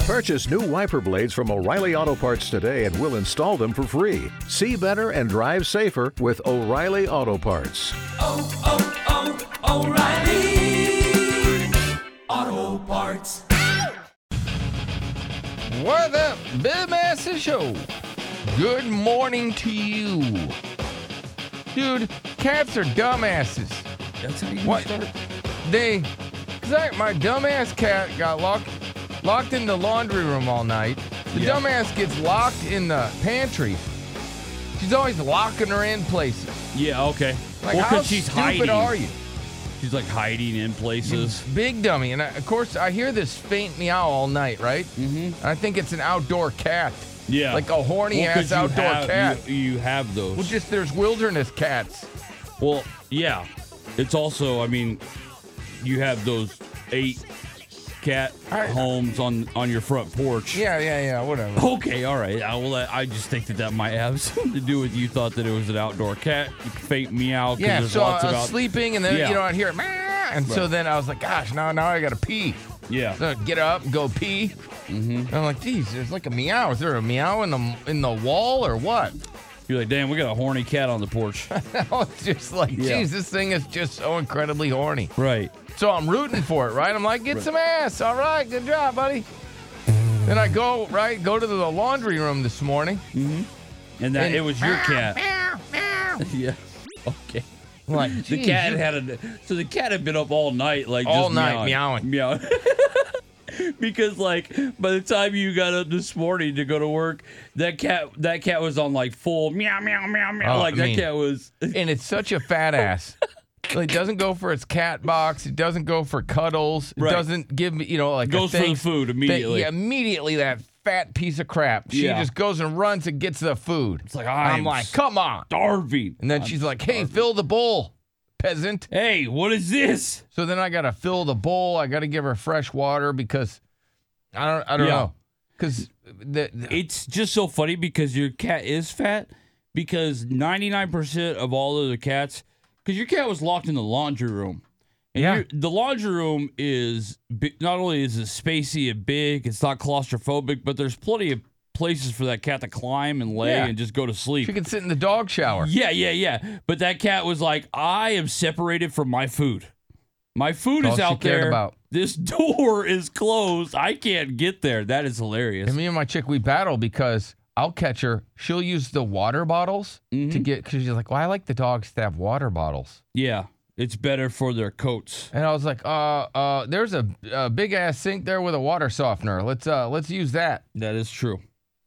Purchase new wiper blades from O'Reilly Auto Parts today and we'll install them for free. See better and drive safer with O'Reilly Auto Parts. oh, oh, O'Reilly Auto Parts. What up, Bill Master Show? Good morning to you. Dude, cats are dumbasses. That's how you What? start. They, cause I, my dumbass cat got locked, locked in the laundry room all night. The Yeah. dumbass gets locked in the pantry. She's always locking her in places. Yeah, okay. Like, well, how because she's stupid hiding. are you? She's like hiding in places. Big dummy. And I, of course, I hear this faint meow all night, right? Mm-hmm. I think it's an outdoor cat. Yeah. Like a horny Well, 'cause ass you outdoor have- cat. You, you have those. Well, just there's wilderness cats. well, yeah. It's also, I mean, you have those eight cat I- homes on on your front porch. Yeah, yeah, yeah. Whatever. Okay, all right. I will. I just think that that might have something to do with you thought that it was an outdoor cat. You fake meow. 'cause Yeah. there's So lots I of was out- sleeping, and then Yeah. you know I'd hear "Meow," and so then I was like, "Gosh, now now I gotta pee." Yeah. So I'd get up, go pee. Mm-hmm. I'm like, "Geez, there's like a meow. Is there a meow in the in the wall or what?" You're like, damn, we got a horny cat on the porch. I was just like, "Geez, Yeah. this thing is just so incredibly horny." right. So I'm rooting for it, right? I'm like, "Get some ass, all right, good job, buddy." Then I go right, go to the laundry room this morning. Mm-hmm. And that And- it was your cat. Meow, meow. yeah. Okay. I'm like, The "Geez, cat you had a so the cat had been up all night, like All just night meowing, meowing. because like by the time you got up this morning to go to work, that cat that cat was on like full meow meow meow meow. Oh, like I that mean- cat was and it's such a fat ass. It doesn't go for its cat box. It doesn't go for cuddles. It Right. doesn't give me, you know, like a goes for the thanks- food that- immediately. yeah, immediately that fat piece of crap. She Yeah. just goes and runs and gets the food. It's like, I'm I'm like, come on. Starving. And then she's like, hey, fill the bowl, peasant. Hey, what is this? So then I gotta fill the bowl. I gotta give her fresh water because I don't, I don't Yeah. know, because the, the- It's just so funny because your cat is fat. Because ninety nine percent of all of the cats, because your cat was locked in the laundry room. And Yeah. you're- the laundry room is bi- not only is it spacey and big, it's not claustrophobic, but there's plenty of places for that cat to climb and lay Yeah. and just go to sleep. she could sit in the dog shower. yeah, yeah, yeah. But that cat was like, I am separated from my food. My food All is she out cared there. about. This door is closed. I can't get there. That is hilarious. And me and my chick, we battle because I'll catch her. She'll use the water bottles Mm-hmm. to get, because she's like, well, I like the dogs to have water bottles. yeah, it's better for their coats. And I was like, uh, uh, there's a, a big ass sink there with a water softener. Let's, uh, let's use that, That is true.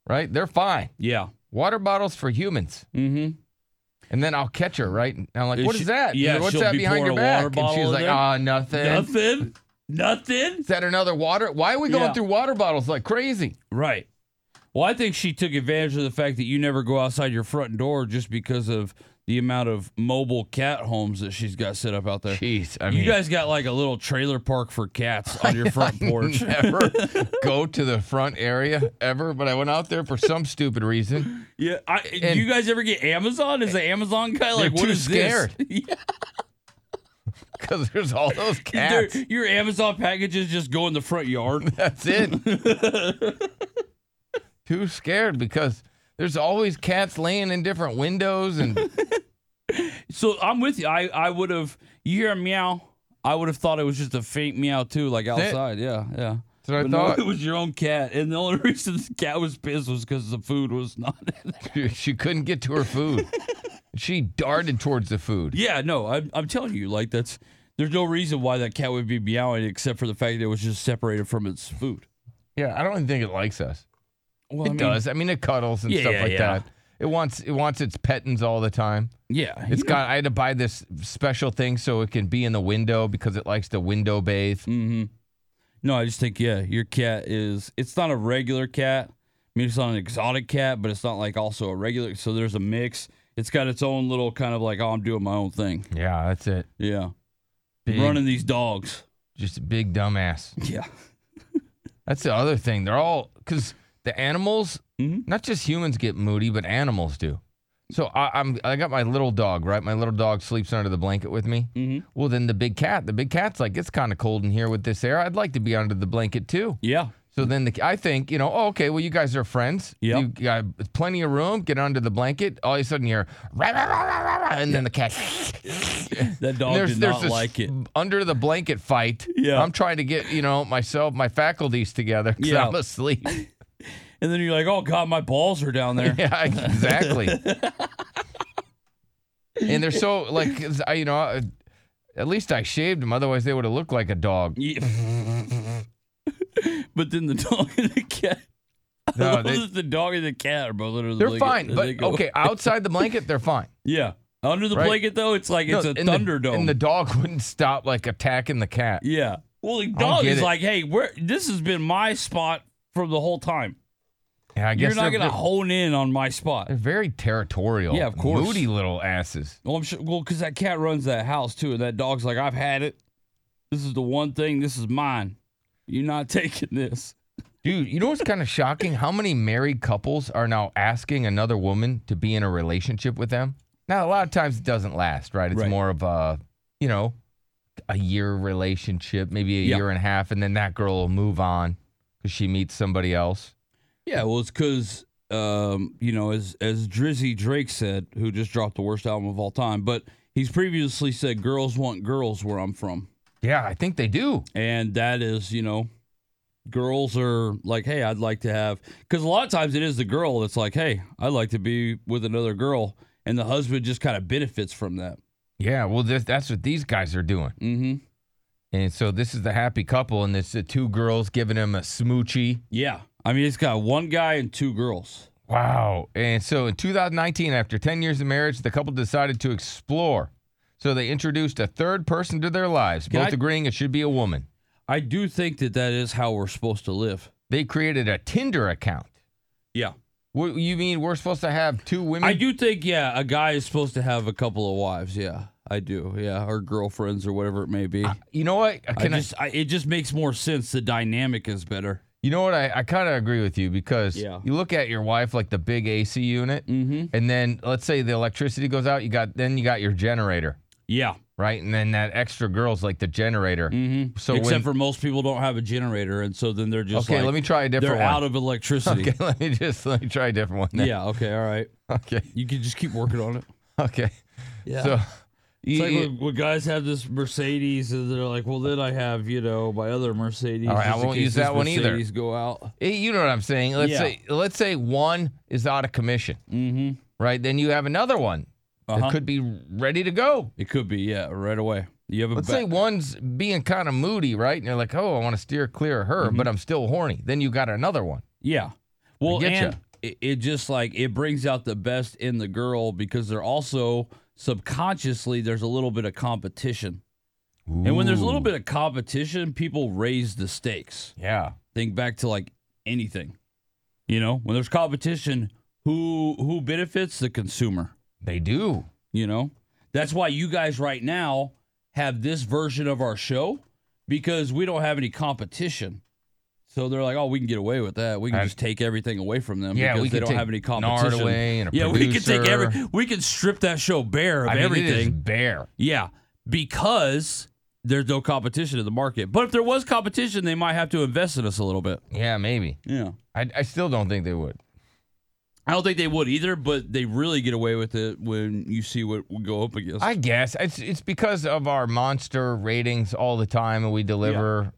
right? They're fine. Yeah. Water bottles for humans. Mm-hmm. And then I'll catch her, right? And I'm like, Is what she- is that? yeah, What's she'll that be behind your pouring a water back? And she's bottle in like, there. ah, nothing. Nothing. Nothing. Is that another water? Why are we going Yeah. through water bottles like crazy? Right. Well, I think she took advantage of the fact that you never go outside your front door just because of the amount of mobile cat homes that she's got set up out there. Jeez, I you guys got like a little trailer park for cats on your front porch. never go to the front area ever, but I went out there for some stupid reason. yeah. I, And- do you guys ever get Amazon? Is the Amazon guy They're like, what too is scared. this? Yeah. Because there's all those They're- cats. Your Amazon packages just go in the front yard. That's it. Too scared because there's always cats laying in different windows and So I'm with you. I, I would have, you hear a meow, I would have thought it was just a faint meow too, like it. outside. Yeah, yeah. so I But no, thought it was your own cat, and the only reason the cat was pissed was because the food was not. in there. she couldn't get to her food. She darted towards the food. yeah, no, I'm, I'm telling you, like that's there's no reason why that cat would be meowing except for the fact that it was just separated from its food. Yeah, I don't even think it likes us. Well, It does. I mean, it cuddles and Yeah, stuff yeah, like yeah. that. It wants it wants its pettins all the time. Yeah, It's got. I had to buy this special thing so it can be in the window because it likes to window bathe. hmm No, I just think yeah, your cat is. It's not a regular cat. I mean, it's not an exotic cat, but it's not like also a regular. So there's a mix. It's got its own little kind of like, oh, I'm doing my own thing. Yeah, that's it. Yeah, Big, running these dogs. just a big dumbass. Yeah, That's the other thing. They're all because the animals, Mhm. not just humans get moody, but animals do. So I, I'm I got my little dog right. My little dog sleeps under the blanket with me. Mhm. Well, then the big cat. The big cat's like it's kind of cold in here with this air. I'd like to be under the blanket too. yeah. So So then the, I think, you know, oh, okay, well, you guys are friends. Yep. You got plenty of room, get under the blanket. All of a sudden you're, rah, rah, rah, rah, rah, rah, and then the cat. That dog did not this like it. under the blanket fight. Yeah. I'm trying to get, you know, myself, my faculties together 'cause Yeah. I'm asleep. And then you're like, oh god, my balls are down there. Yeah, exactly. and they're so like 'cause I, you know, I- at least I shaved them. Otherwise, they would have looked like a dog. Yeah. but then the dog and the cat. No, I love they- that the dog and the cat are both under the They're blanket. fine, and they but go- okay, outside the blanket, they're fine. Yeah, under the Right. blanket though, it's like it's No, a and the- thunderdome. and the dog wouldn't stop like attacking the cat. yeah. Well, the dog get is it. like, hey, where this has been my spot for the whole time. Yeah, I guess You're not they're, gonna they're- hone in on my spot. they're very territorial. Yeah, of course. Moody little asses. Well, I'm sure. Well, because that cat runs that house too, and that dog's like, I've had it. This is the one thing. This is mine. You're not taking this. Dude, you know what's kind of shocking? How many married couples are now asking another woman to be in a relationship with them? Now, a lot of times it doesn't last, right? It's Right. more of a, you know, a year relationship, maybe a Yeah. year and a half, and then that girl will move on because she meets somebody else. Yeah, well, it's because um, you know, as as Drizzy Drake said, who just dropped the worst album of all time, but he's previously said girls want girls where I'm from, Yeah, I think they do. and that is you know, girls are like, hey, I'd like to have because a lot of times it is the girl that's like, hey, I'd like to be with another girl, and the husband just kind of benefits from that. Yeah, well, this, that's what these guys are doing. Mm-hmm. And so this is the happy couple, and it's the two girls giving him a smoochie. Yeah, I mean, it's got one guy and two girls. Wow. And so in 2019, after 10 years of marriage, the couple decided to explore. So they introduced a third person to their lives, Can both I- agreeing it should be a woman. I do think that that is how we're supposed to live. They created a Tinder account. Yeah. What you mean we're supposed to have two women? I do think, yeah, a guy is supposed to have a couple of wives. Yeah, I do. Yeah, or girlfriends or whatever it may be. I, You know what? Can I, just, I, it just makes more sense. The dynamic is better. you know what? I, I kind of agree with you because Yeah. you look at your wife like the big AC unit, Mm-hmm. and then let's say the electricity goes out. You got then you got your generator, Yeah. right? And then that extra girl's like the generator. Mm-hmm. So except when- for most people don't have a generator, and so then they're just okay, like, let me try a they're different one. out of electricity. okay, let me just let me try a different one. Then. Yeah. Okay. All right. Okay. You can just keep working on it. Okay. Yeah. So, It's you, like you- when, when guys have this Mercedes, and they're like, "Well, then I have you know my other Mercedes." All right, I just in won't case use this that one either. Mercedes go out. eh, you know what I'm saying. Let's Yeah. say let's say one is out of commission, Mm-hmm. right? Then you have another one Uh-huh. that could be ready to go. It could be, yeah, right away. You have a Let's ba- say one's being kind of moody, right? And you're like, "Oh, I want to steer clear of her, Mm-hmm. but I'm still horny." Then you got another one. Yeah. Well, getcha. and it, it just like it brings out the best in the girl because they're also subconsciously there's a little bit of competition. And when there's a little Ooh. bit of competition, people raise the stakes. yeah, Think back to like anything. You know, when there's competition, who who benefits the consumer, they do. you know? That's why you guys right now have this version of our show because we don't have any competition. So they're like, "Oh, we can get away with that. We can I- just take everything away from them Yeah, because we they could don't take have any Nard competition." away and a yeah, we can take every producer. we can strip that show bare of I mean, it is everything. bare. Yeah, because there's no competition in the market. But if there was competition, they might have to invest in us a little bit. Yeah, maybe. Yeah. I, I still don't think they would. I don't think they would either, but they really get away with it when you see what we go up against. I guess it's it's because of our monster ratings all the time, and we deliver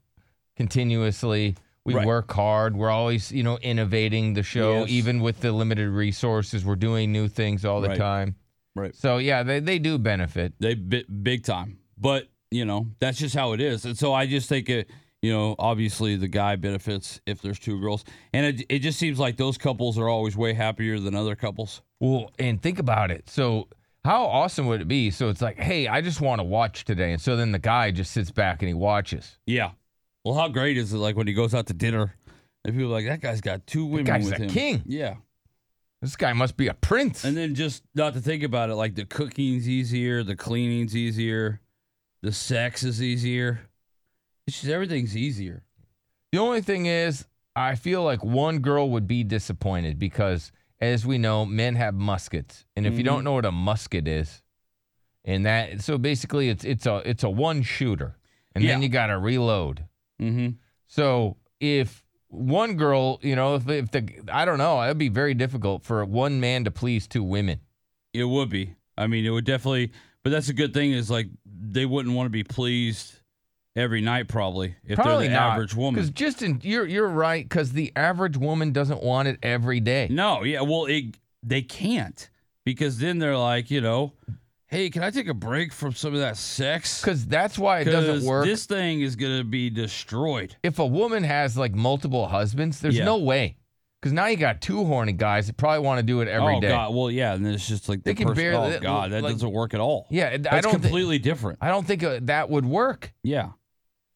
continuously. We Right. work hard. We're always, you know, innovating the show, Yes. even with the limited resources. We're doing new things all the Right. time. Right. So yeah, they, they do benefit. They bi- big time. But, you know, that's just how it is. And so I just think it, you know, obviously the guy benefits if there's two girls. And it, it just seems like those couples are always way happier than other couples. Well, and think about it. So how awesome would it be? So it's like, hey, I just want to watch today, and so then the guy just sits back and he watches. Yeah. Well, how great is it like when he goes out to dinner and people are like, that guy's got two women guy's with a him. king. Yeah. This guy must be a prince. And then just not to think about it, like the cooking's easier, the cleaning's easier, the sex is easier. It's just everything's easier. The only thing is, I feel like one girl would be disappointed because, as we know, men have muskets, and if you Mm-hmm. don't know what a musket is, and that so basically it's it's a it's a one shooter, and then Yeah. you got to reload. Mm-hmm. So if one girl, you know, if, if the I don't know, that'd be very difficult for one man to please two women. It would be. I mean, it would definitely. But that's a good thing is like they wouldn't want to be pleased every night probably if Probably they're the not, average Because woman. just in you're you're right because the average woman doesn't want it every day. No, yeah, well, it they can't because then they're like, you know, hey, can I take a break from some of that sex? Because that's why it doesn't 'Cause work. This thing is gonna be destroyed. if a woman has like multiple husbands, there's Yeah. no way. Because now you got two horny guys that probably want to do it every day. oh God! Well, yeah, and then it's just like They the can person- barely- Oh God, that like- doesn't work at all. Yeah, it- I That's don't. thi- completely different. I don't think uh, that would work. Yeah.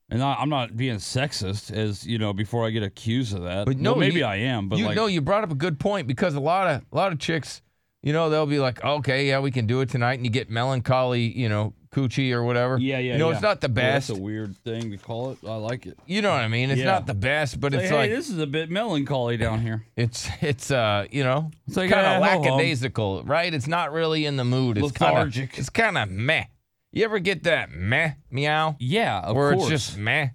And I, I'm not being sexist, as you know, before I get accused of that. But no, Well, maybe you- I am. But you like, know, you brought up a good point because a lot of a lot of chicks, you know, they'll be like, okay, yeah, we can do it tonight, and you get melancholy, you know, coochie or whatever. yeah, yeah. You know, yeah. it's not the Yeah, that's best. a weird thing to call it. I like it. you know what I mean? It's Yeah. not the best, but Like, it's hey, like this is a bit melancholy down here. it's it's uh you know It's like, kind eh, of ho-hum. lackadaisical, right? It's not really in the mood. It's Kinda, Lethargic. it's kind of meh. You ever get that meh meow Yeah, of where course. it's just meh?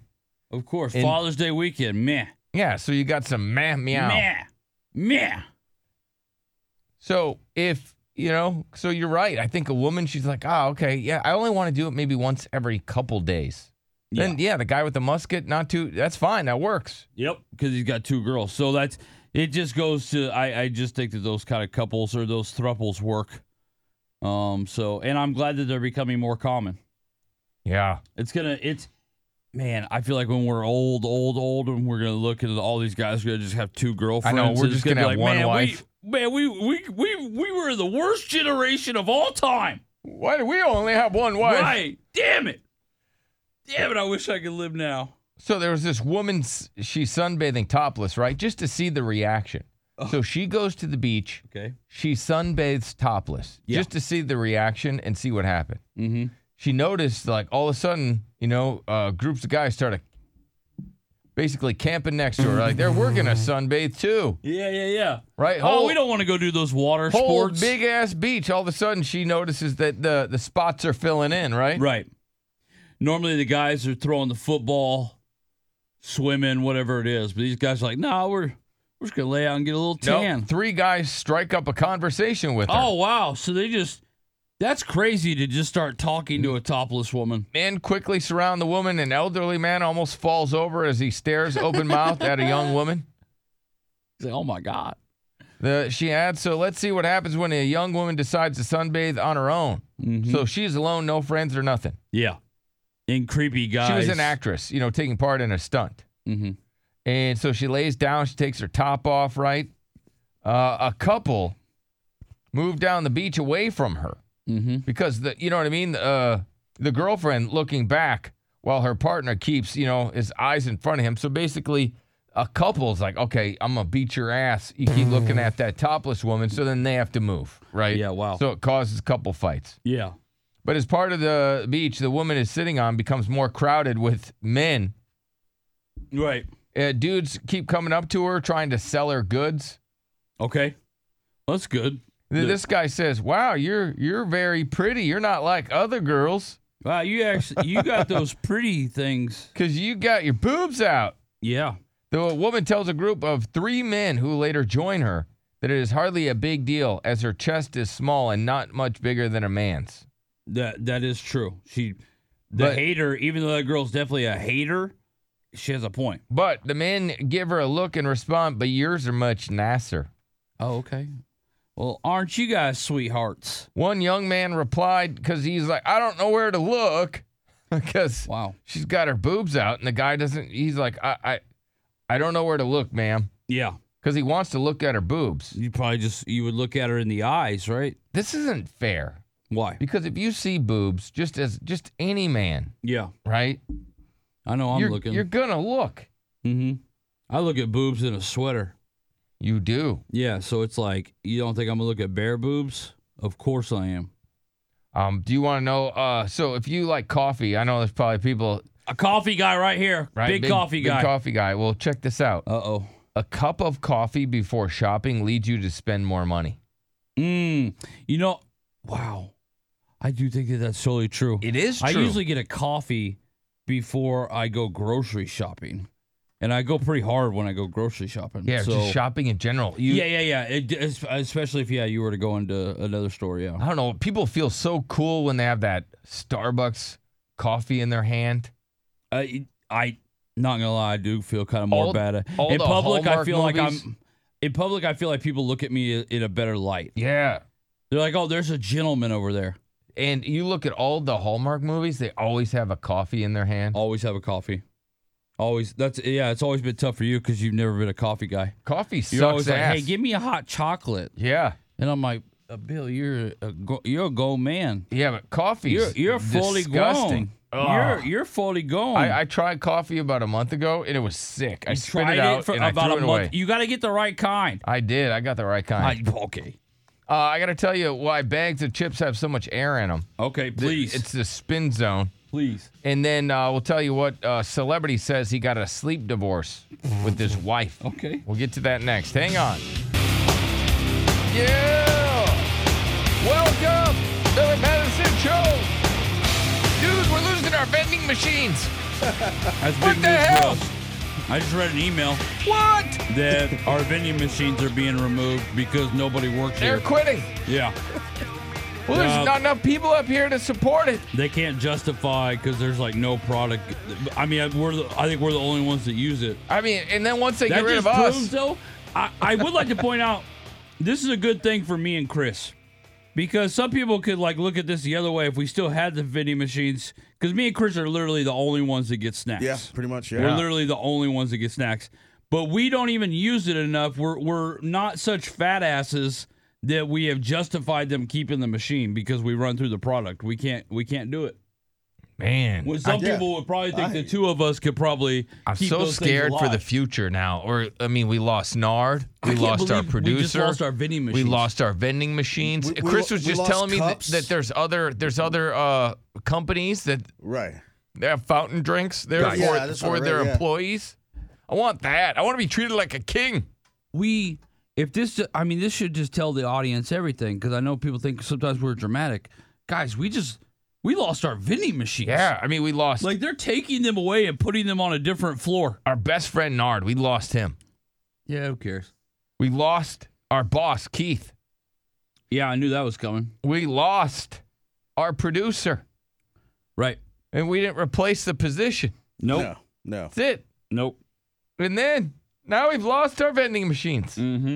of course. and- Father's Day weekend, meh, Yeah, so you got some meh meow. meh, meh. So if you know, so you're right. I think a woman, she's like, oh, okay, yeah, I only want to do it maybe once every couple days. Then yeah, the guy with the musket, not too. That's fine. That works. Yep, because he's got two girls. So that's it. Just goes to I. I just think that those kind of couples or those thruples work. Um. So, and I'm glad that they're becoming more common. Yeah. It's gonna. It's man. I feel like when we're old, old, old, and we're gonna look at all these guys, we're gonna just have two girlfriends. know, we're It's just be gonna have one man, wife." We, man, we we we we were the worst generation of all time. Why do we only have one wife? Right? Damn it. Damn it. I wish I could live now. So there was this woman. s- She's sunbathing topless, right? Just to see the reaction. So she goes to the beach. Oh. Okay. She sunbathes topless Yeah. just to see the reaction and see what happened. Mm-hmm. she noticed like all of a sudden, you know, uh, groups of guys started basically camping next to her. Like they're working a sunbathe too, Yeah. Yeah. Yeah. right? oh, we don't want to go do those water whole sports. big ass beach. All of a sudden, she notices that the the spots are filling in, right? Right. Normally the guys are throwing the football, swimming, whatever it is, but these guys are like, no, nah, we're we're just gonna lay out and get a little No, tan. three guys strike up a conversation with her. Oh wow! So they just. That's crazy to just start talking to a topless woman. Men quickly surround the woman. An elderly man almost falls over as he stares open mouthed at a young woman. It's like, oh my god! The, she adds, so let's see what happens when a young woman decides to sunbathe on her own. So she's alone, no friends or nothing. Mm-hmm. Yeah, and creepy guys. She was an actress, you know, taking part in a stunt. Mhm. And so she lays down, she takes her top off, right? Uh, a couple moved down the beach away from her Mhm. because the, you know what I mean? Uh, the girlfriend looking back while her partner keeps, you know, his eyes in front of him. So basically, a couple's like, okay, I'm gonna beat your ass. You keep looking at that topless woman, so then they have to move, right? Yeah, wow. So it causes couple fights. Yeah, But as part of the beach, the woman is sitting on becomes more crowded with men right. uh, dudes keep coming up to her trying to sell her goods. Okay, that's good. Th- Yeah. This guy says, "Wow, you're you're very pretty. You're not like other girls Wow, you actually you got those pretty things. because you got your boobs out." Yeah, The woman tells a group of three men who later join her that it is hardly a big deal as her chest is small and not much bigger than a man's. That that is true. She the But- hater, even though that girl's definitely a hater, she has a point. But the men give her a look and respond, "But yours are much nicer." Oh, okay. Well, aren't you guys sweethearts? One young man replied because he's like, "I don't know where to look," because Wow. she's got her boobs out and the guy doesn't he's like i i, I don't know where to look ma'am Yeah. because he wants to look at her boobs You probably just you would look at her in the eyes, right? this isn't fair Why? because if you see boobs just as just any man Yeah. right I know I'm you're, looking. you're gonna look mm-hmm. I look at boobs in a sweater. you do Yeah, so it's like you don't think I'm gonna look at bare boobs? Of course I am. um do you want to know uh so if you like coffee i know there's probably people A coffee guy right here. right Big, coffee guy. big coffee guy well check this out uh oh. a cup of coffee before shopping leads you to spend more money Mm, you know, wow. I do think that that's totally true. is I usually get a coffee before I go grocery shopping. and I go pretty hard when I go grocery shopping. Yeah, so, just shopping in general. You, Yeah, yeah, yeah. It, es- especially if yeah, you were to go into another store. Yeah, I don't know. People feel so cool when they have that Starbucks coffee in their hand. I, I not gonna lie, I do feel kind of more All- bad. all in the public, I Hallmark feel like movies? I'm. In public, I feel like people look at me in a better light. Yeah. They're like, "Oh, there's a gentleman over there. And you look at all the Hallmark movies, they always have a coffee in their hand. Always have a coffee. Always. That's yeah. It's always been tough for you because you've never been a coffee guy. Coffee You're sucks always ass. like, "Hey, give me a hot chocolate," yeah. and I'm like, uh, "Bill, you're a go- you're a go man. Yeah, but coffee. You're you're fully disgusting. grown. Ugh. You're you're fully grown." I, I tried coffee about a month ago and it was sick. Hmm. I You spit tried it out for and I about threw a it month. away. You got to get the right kind. I did. I got the right kind. I- okay. I, uh, I got to tell you why bags of chips have so much air in them. Okay, please. It's the spin zone. please. And then uh, we'll tell you what uh, celebrity says he got a sleep divorce with his wife. Okay. We'll get to that next. Hang on. Yeah! Welcome to the Madison Show! Dude, we're losing our vending machines! That's What big the news for hell? us. I just read an email What? that our vending machines are being removed because nobody works They're here. quitting. yeah. Well, there's Well- not enough people up here to support it. They can't justify because there's like no product. I mean, we're the, I think we're the only ones that use it. I mean, and then once they That get rid just of us, proves, though. I, I would like to point out this is a good thing for me and Chris because some people could like look at this the other way if we still had the vending machines because me and Chris are literally the only ones that get snacks. Yeah, pretty much. Yeah. We're literally the only ones that get snacks. But we don't even use it enough. We're we're not such fat asses that we have justified them keeping the machine because we run through the product. We can't we can't do it. man, Well, some yeah. people would probably think the two of us could probably I'm keep so those things scared for the alive. future now. Or I mean, we lost Nard, we I can't lost our believe we producer, just lost our vending we machines. lost our vending machines. We- we Chris lo- was we just lost telling cups. me that, that there's other there's other uh, companies that Right. they have fountain drinks there Right. for Yeah, that's for what I their read, yeah. employees. I want that. I want to be treated like a king. we if this i mean this should just tell the audience everything because i know people think sometimes we're dramatic guys we just we lost our vending machines Yeah, I mean, we lost like they're taking them away and putting them on a different floor our best friend Nard. We lost him. yeah who cares We lost our boss Keith. yeah i knew that was coming We lost our producer, right and we didn't replace the position. nope No. No. That's it. nope And then now we've lost our vending machines. mm-hmm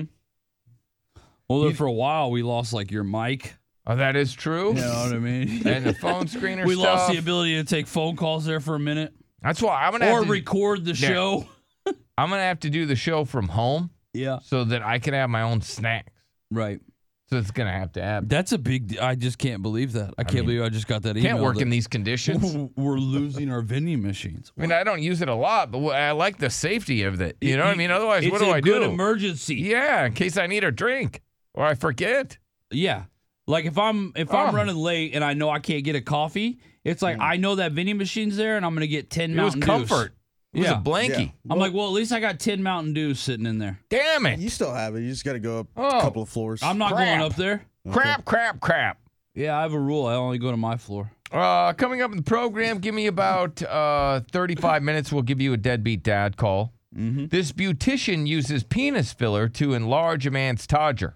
well then for a while Oh, we lost like your mic Oh, that is true. you know what i mean And the phone screener we lost stuff. the ability to take phone calls there for a minute That's why I'm gonna or have to, record the Yeah. show I'm gonna have to do the show from home yeah so that I can have my own snacks. right So it's gonna have to happen. That's a big. de- I just can't believe that. I, can't mean, believe I just got that email. Can't work that in these conditions. We're losing our vending machines. I mean, I don't use it a lot, but I like the safety of it. You know what I mean? Otherwise, it's what do a I good do? Emergency. Yeah. yeah, in case I need a drink or I forget. Like if I'm if Oh. Hmm. I'm running late and I know I can't get a coffee, it's like I know that vending machine's there and I'm gonna get ten It Mountain was Dews. comfort. It was Yeah. a blankie. Yeah. I'm like, well, at least I got ten Mountain Dews sitting in there. Damn it! You still have it. You just got to go up Oh. a couple of floors. I'm not Crap. going up there. Crap! Crap! Crap! Yeah, I have a rule. I only go to my floor. Uh, coming up in the program, give me about uh, 35 minutes. We'll give you a deadbeat dad call. Mm-hmm. This beautician uses penis filler to enlarge a man's todger.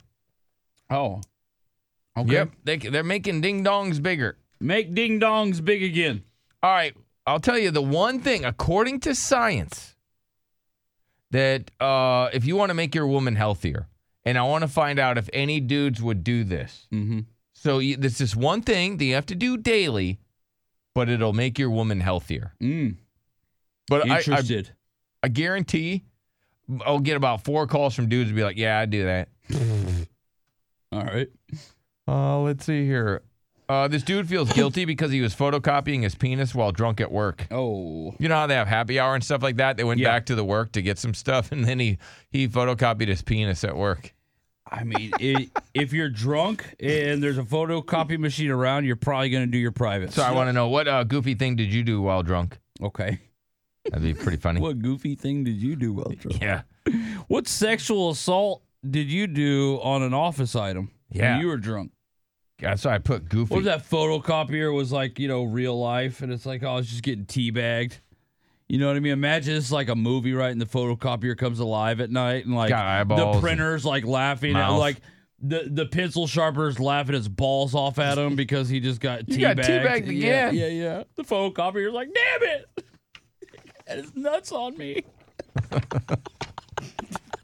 Oh. Okay. Yep, they, they're making ding dongs bigger. Make ding dongs big again. All right, I'll tell you the one thing, according to science, that uh, if you want to make your woman healthier, and I want to find out if any dudes would do this. Mm-hmm. So you, this is one thing that you have to do daily, but it'll make your woman healthier. Mm. But I, I Interested. I guarantee I'll get about four calls from dudes to be like, yeah, I do that. All right. Uh, let's see here. Uh, this dude feels guilty because he was photocopying his penis while drunk at work. Oh. You know how they have happy hour and stuff like that? They went Yeah. back to the work to get some stuff, and then he he photocopied his penis at work. I mean, i if you're drunk and there's a photocopy machine around, you're probably going to do your privates. So I want to know what uh, goofy thing did you do while drunk? okay. That'd be pretty funny. What goofy thing did you do while drunk? yeah. What sexual assault did you do on an office item Yeah. when you were drunk? yeah. So I put goofy. What if that photocopier was like, you know, real life and it's like, oh, I was just getting teabagged? You know what I mean? Imagine it's like a movie, right? And the photocopier comes alive at night, and like Got eyeballs the and printer's like laughing, at, mouth. like the the pencil sharpener's laughing his balls off at him because he just got You got teabagged. teabagged yeah, again. yeah, yeah. The photocopier's like, damn it, that is nuts on me.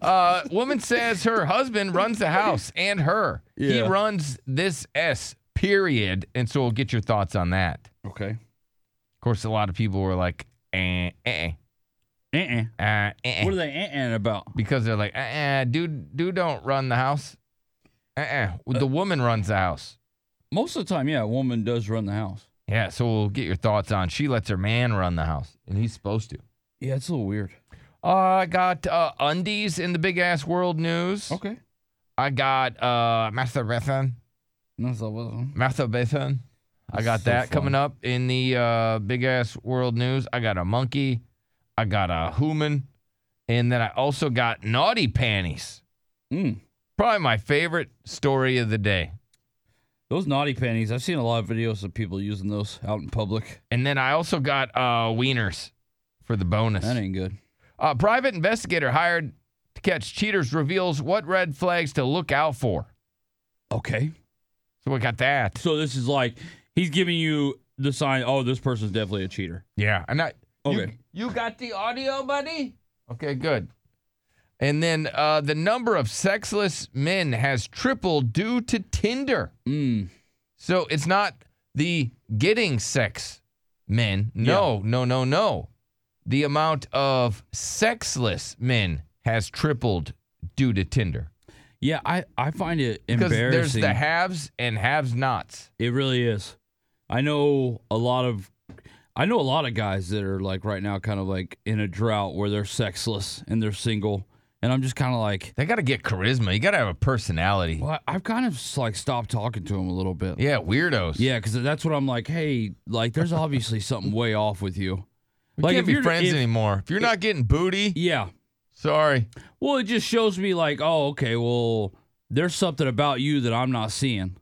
Uh, woman says her husband runs the house and her. He Yeah. runs this S, period. And so we'll get your thoughts on that. Of Okay. course, a lot of people were like, eh, eh, Uh-uh. eh, uh, eh. What are eh they uh-uh about? because they're like, eh, eh, dude, dude don't run the house. Eh, eh. The woman runs the house. Most of the time, yeah, a woman does run the house. Yeah, so we'll get your thoughts on. She lets her man run the house, and he's supposed to. Yeah, it's a little weird. Uh, I got uh, undies in the big ass world news. Okay. I got uh, masturbation. That's a little- Masturbation. I That's got so that fun. coming up in the uh, big ass world news. I got a monkey. I got a human. And then I also got naughty panties. Mm. Probably my favorite story of the day. Those naughty panties. I've seen a lot of videos of people using those out in public. And then I also got uh, wieners for the bonus. That ain't good. A uh, private investigator hired to catch cheaters reveals what red flags to look out for. Okay. So we got that. So this is like he's giving you the sign. Oh, this person's definitely a cheater. Yeah, and I. Okay. You, you got the audio, buddy. Okay, good. And then uh, the number of sexless men has tripled due to Tinder. Mm. So it's not the getting sex men. No, no, no, no. The amount of sexless men has tripled due to Tinder Yeah, I I find it because there's embarrassing. the haves and have-nots. it really is. I know a lot of I know a lot of guys that are like right now kind of like in a drought where they're sexless and they're single, and I'm just kind of like, They got to get charisma. You got to have a personality. well, I've kind of just like stopped talking to him a little bit. Yeah, weirdos. Yeah, because that's what I'm like. Hey, like, there's obviously something way off with you. like, can't be you're- friends if- anymore. If you're not getting booty, Yeah. sorry. Well, it just shows me like, oh, okay, well, there's something about you that I'm not seeing.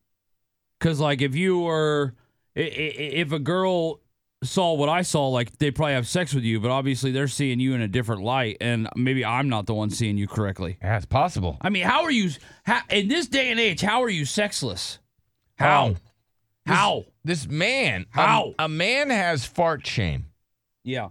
Cause like if you were, i- i- i- if a girl saw what I saw, like they probably have sex with you, but obviously they're seeing you in a different light, and maybe I'm not the one seeing you correctly. Yeah, it's possible. I mean, how are you? How, in this day and age, how are you sexless? How? Um, how? This man, a- How? a, man has fart shame, yeah.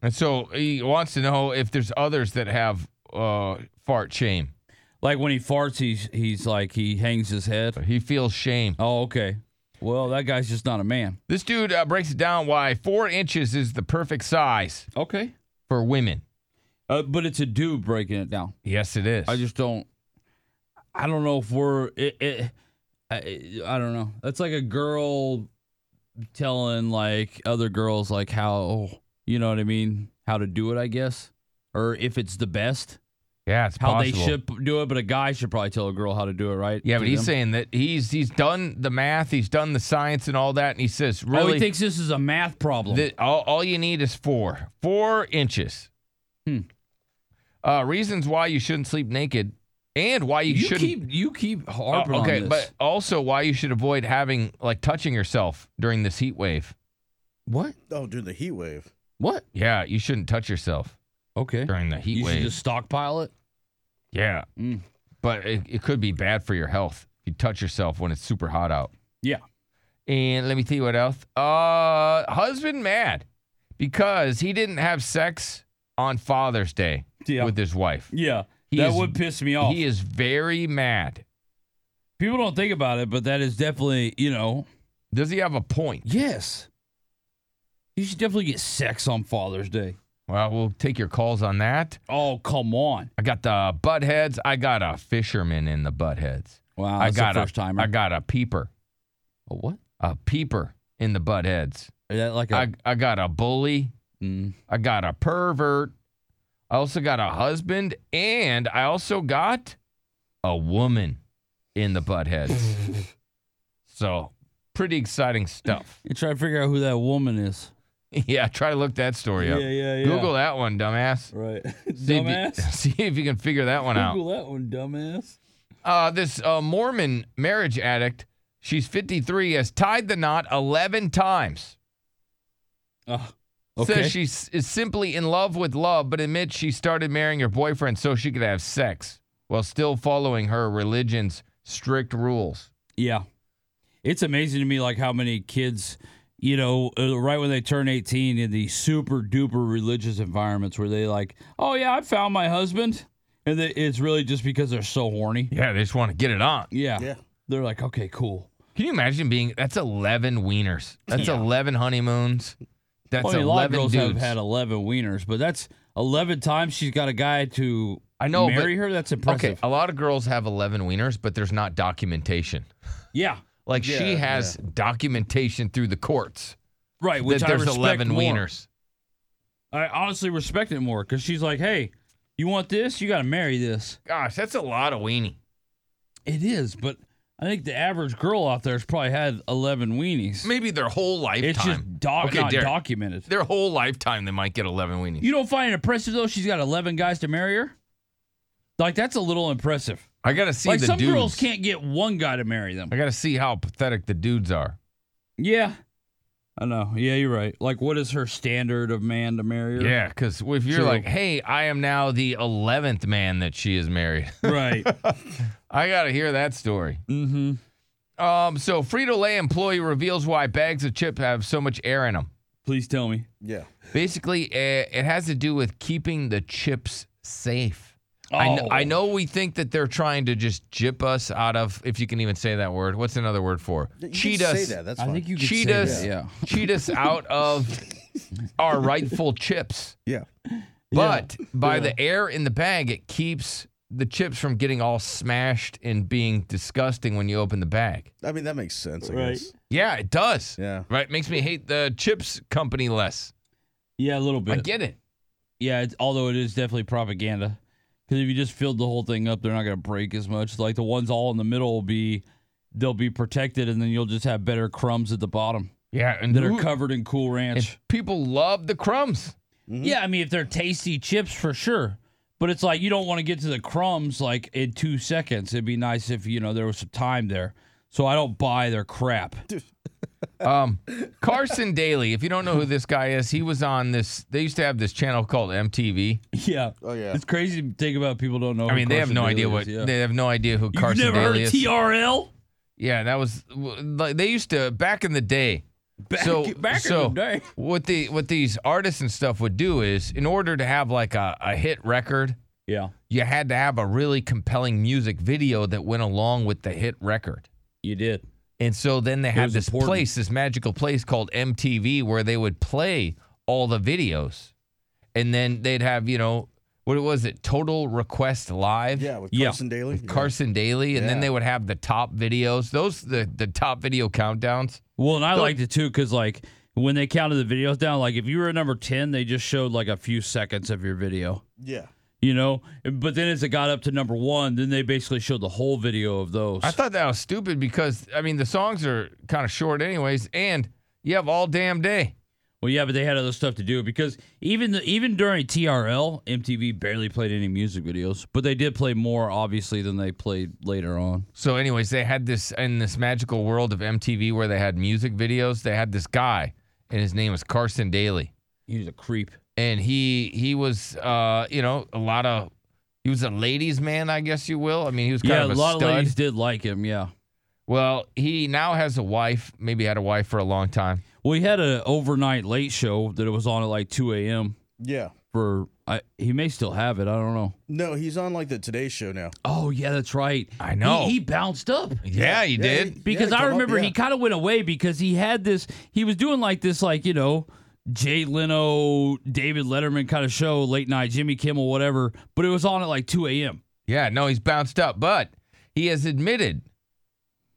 and so he wants to know if there's others that have uh, fart shame. Like when he farts, he's he's like he hangs his head. He feels shame. Oh, okay. Well, that guy's just not a man. This dude uh, breaks it down why four inches is the perfect size Okay. for women. Uh, but it's a dude breaking it down. Yes, it is. I just don't. I don't know if we're. It, it, I, I don't know. That's like a girl telling like other girls like how you know what I mean, how to do it, I guess, or if it's the best, yeah, it's how possible. they should p- do it. But a guy should probably tell a girl how to do it, right? Yeah, but To he's them. saying that he's he's done the math, he's done the science and all that, and he says Oh, really he thinks this is a math problem. The, all, all you need is four, four inches. Hmm. Uh, reasons why you shouldn't sleep naked and why you, you shouldn't. keep you keep Oh, harping okay, on this. but also why you should avoid having like touching yourself during this heat wave. what? Oh, during the heat wave. What? Yeah, you shouldn't touch yourself Okay. during the heat You should wave. just stockpile it. Yeah, Mm. but it, it could be bad for your health if you touch yourself when it's super hot out. Yeah. And let me see what else. Uh, husband mad because he didn't have sex on Father's Day Yeah. with his wife. Yeah. He that is- would piss me off. He is very mad. People don't think about it, but that is definitely, you know, Does he have a point? yes. You should definitely get sex on Father's Day. Well, we'll take your calls on that. Oh, come on. I got the butt heads. I got a fisherman in the butt heads. Wow, I that's got a first timer. I got a peeper. a what? A peeper in the butt heads. Is that like a I, I got a bully. mm, I got a pervert. I also got a husband. And I also got a woman in the butt heads. so pretty exciting stuff. you try to figure out who that woman is. yeah, try to look that story up. yeah, Google that one, dumbass. Right. See if you- see if you can figure that one out. that one, dumbass. Uh, this uh, Mormon marriage addict, she's 53, has tied the knot 11 times. Oh, Okay. says she s- is simply in love with love, but admits she started marrying her boyfriend so she could have sex while still following her religion's strict rules. Yeah. It's amazing to me like how many kids, you know, uh, right when they turn 18 in the super duper religious environments where they like, "Oh yeah, I found my husband." And they, it's really just because they're so horny. Yeah, they just want to get it on. Yeah. Yeah. They're like, "Okay, cool." Can you imagine being that's 11 wieners? That's 11 honeymoons. That's Well, I mean, a lot of 11 girls dudes. have had 11 wieners, but that's 11 times she's got a guy to I know, but- marry her. That's okay, impressive. a lot of girls have 11 wieners, but there's not documentation. Yeah. Like she has documentation through the courts Right, which that I there's respect 11 more. wieners. I honestly respect it more cuz she's like, "Hey, you want this? You got to marry this." Gosh, that's a lot of weenie. It is, but I think the average girl out there's probably had 11 weenies. Maybe their whole lifetime. It's just doc- Okay, not Derek, documented. Their whole lifetime, they might get 11 weenies. You don't find it impressive though? She's got 11 guys to marry her. Like that's a little impressive. I gotta see like the some dudes. girls can't get one guy to marry them. I gotta see how pathetic the dudes are. Yeah, I know. Yeah, you're right. Like, what is her standard of man to marry her? Yeah, because if you're True. like, hey, I am now the 11th man that she has married, right. I gotta hear that story. mm-hmm. Um, so Frito Lay employee reveals why bags of chips have so much air in them. Please tell me. Yeah. Basically, eh, it has to do with keeping the chips safe. I, kn- Oh. I know we think that they're trying to just jip us out of, if you can even say that word. What's another word for? You can Cheat us. Say that. That's I fine. think you could say cheat us, that, Yeah. cheat us out of our rightful chips. Yeah. But by the air in the bag, it keeps the chips from getting all smashed and being disgusting when you open the bag. I mean, that makes sense, I Right. guess. Yeah, it does. Yeah. Right? Makes me hate the chips company less. Yeah, a little bit. I get it. Yeah, it's, although it is definitely propaganda. Because if you just filled the whole thing up, they're not going to break as much. Like the ones all in the middle will be, they'll be protected, and then you'll just have better crumbs at the bottom Yeah, and that are covered in Cool Ranch. people love the crumbs. Mm-hmm. Yeah, I mean, if they're tasty chips for sure. But it's like you don't want to get to the crumbs like in two seconds. It'd be nice if, you know, there was some time there. So I don't buy their crap. Um, Carson Daly, if you don't know who this guy is, he was on this. They used to have this channel called MTV. Yeah. Oh, yeah. It's crazy to think about people don't know. I mean, they have no idea what they have no idea who Carson You've never Daly heard of is. TRL? Yeah, that was like they used to back in the day. Back- so back in so the day. what the what these artists and stuff would do is in order to have like a, a hit record, Yeah. you had to have a really compelling music video that went along with the hit record. You did. And so then they had was this important. place, this magical place called MTV, where they would play all the videos, and then they'd have you know what was it, Total Request Live, Yeah, with Yeah. Carson Daly. Yeah. Carson Daily, and then Yeah. they would have the top videos, those the the top video countdowns. Well, and I liked it too because like when they counted the videos down, like if you were at number ten, they just showed like a few seconds of your video, Yeah. you know. But then as it got up to number one, then they basically showed the whole video of those. I thought that was stupid because I mean the songs are kind of short anyways, and you have all damn day. well, yeah, but they had other stuff to do because even the, even during TRL, MTV barely played any music videos, but they did play more obviously than they played later on. So, anyways, they had this in this magical world of MTV where they had music videos. They had this guy, and his name was Carson Daly, He was a creep. and he he was uh you know a lot of he was a ladies' man, I guess you will. I mean, he was kind yeah, of a a, lot stud. of ladies did like him. Yeah. Well, he now has a wife. Maybe had a wife for a long time. Well, he had an overnight late show that it was on at like two a.m. Yeah. for. I, he may still have it. I don't know. No, he's on like the Today Show now. Oh yeah, that's right. I know. He, he bounced up Yeah, you Yeah, did. he- because yeah, I come up, remember yeah. he kind of went away because he had this. He was doing like this, like you know, Jay Leno, David Letterman kind of show, late night Jimmy Kimmel, whatever. But it was on at like two a.m. Yeah, no, he's bounced up, but he has admitted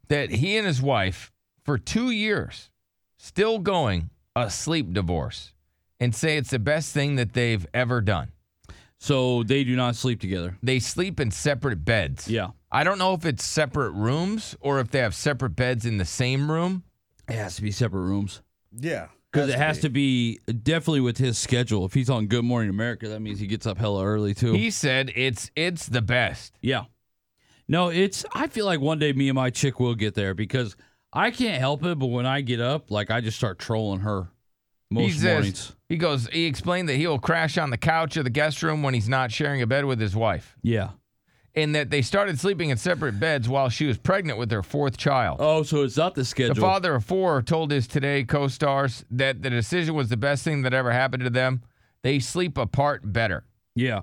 that he and his wife, for two years, still going a sleep divorce and say it's the best thing that they've ever done. So they do not sleep together. They sleep in separate beds. Yeah. I don't know if it's separate rooms or if they have separate beds in the same room. It has to be separate rooms Yeah. because it has to be definitely with his schedule. If he's on Good Morning America, that means he gets up hella early too. He said it's it's the best. Yeah. No, it's I feel like one day me and my chick will get there because I can't help it, but when I get up, like I just start trolling her. Most he says, mornings. He goes, he explained that he will crash on the couch or the guest room when he's not sharing a bed with his wife, Yeah. and that they started sleeping in separate beds while she was pregnant with her fourth child. Oh, so it's not the schedule. The father of four told his Today co stars that the decision was the best thing that ever happened to them. They sleep apart better. yeah.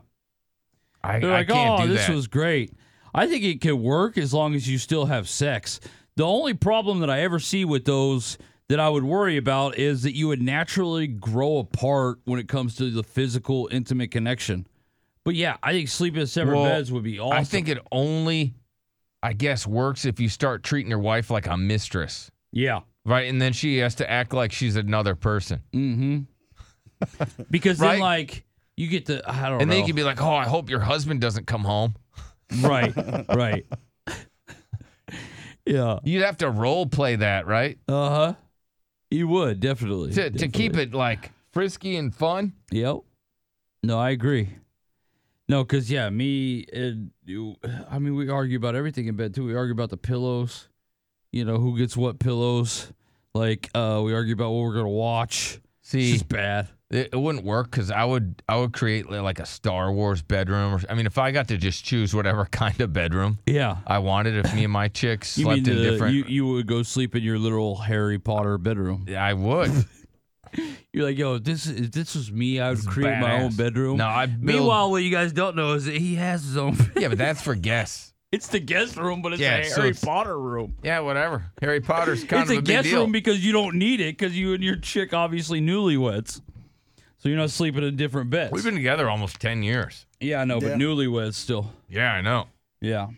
I, They're I like, can't oh, do this that. was great. I think it could work as long as you still have sex. The only problem that I ever see with those that I would worry about is that you would naturally grow apart when it comes to the physical, intimate connection. But yeah, I think sleeping in separate Well, beds would be awesome. I think it only, I guess, works if you start treating your wife like a mistress, yeah. right? And then she has to act like she's another person. Mm-hmm. because Right? then, like, you get the I don't And know. then you could be like, oh, I hope your husband doesn't come home. right, right. yeah. You'd have to role play that, right? Uh huh. You would definitely To, to keep it like frisky and fun. Yep. No, I agree. No, because yeah, me and you. I mean, we argue about everything in bed too. We argue about the pillows. You know who gets what pillows. Like uh, we argue about what we're gonna watch. It's See, just bad. It, it wouldn't work because I would I would create li- like a Star Wars bedroom. Or, I mean, if I got to just choose whatever kind of bedroom Yeah. I wanted, if me and my chick You slept mean in the- different, You, you would go sleep in your literal Harry Potter bedroom. I would. You're like, yo, if this if this was me, I would create my own badass. bedroom. No, I build- Meanwhile, what you guys don't know is that he has his own. yeah, but that's for guests. it's the guest room, but it's Yeah, a so Harry it's- Potter room. Yeah, whatever. Harry Potter's kind it's of a, a, big guest deal. room because you don't need it because you and your chick obviously newlyweds. So you're not sleeping in different beds. We've been together almost ten years. yeah, I know, Yeah. but newlyweds still. Yeah, I know. Yeah.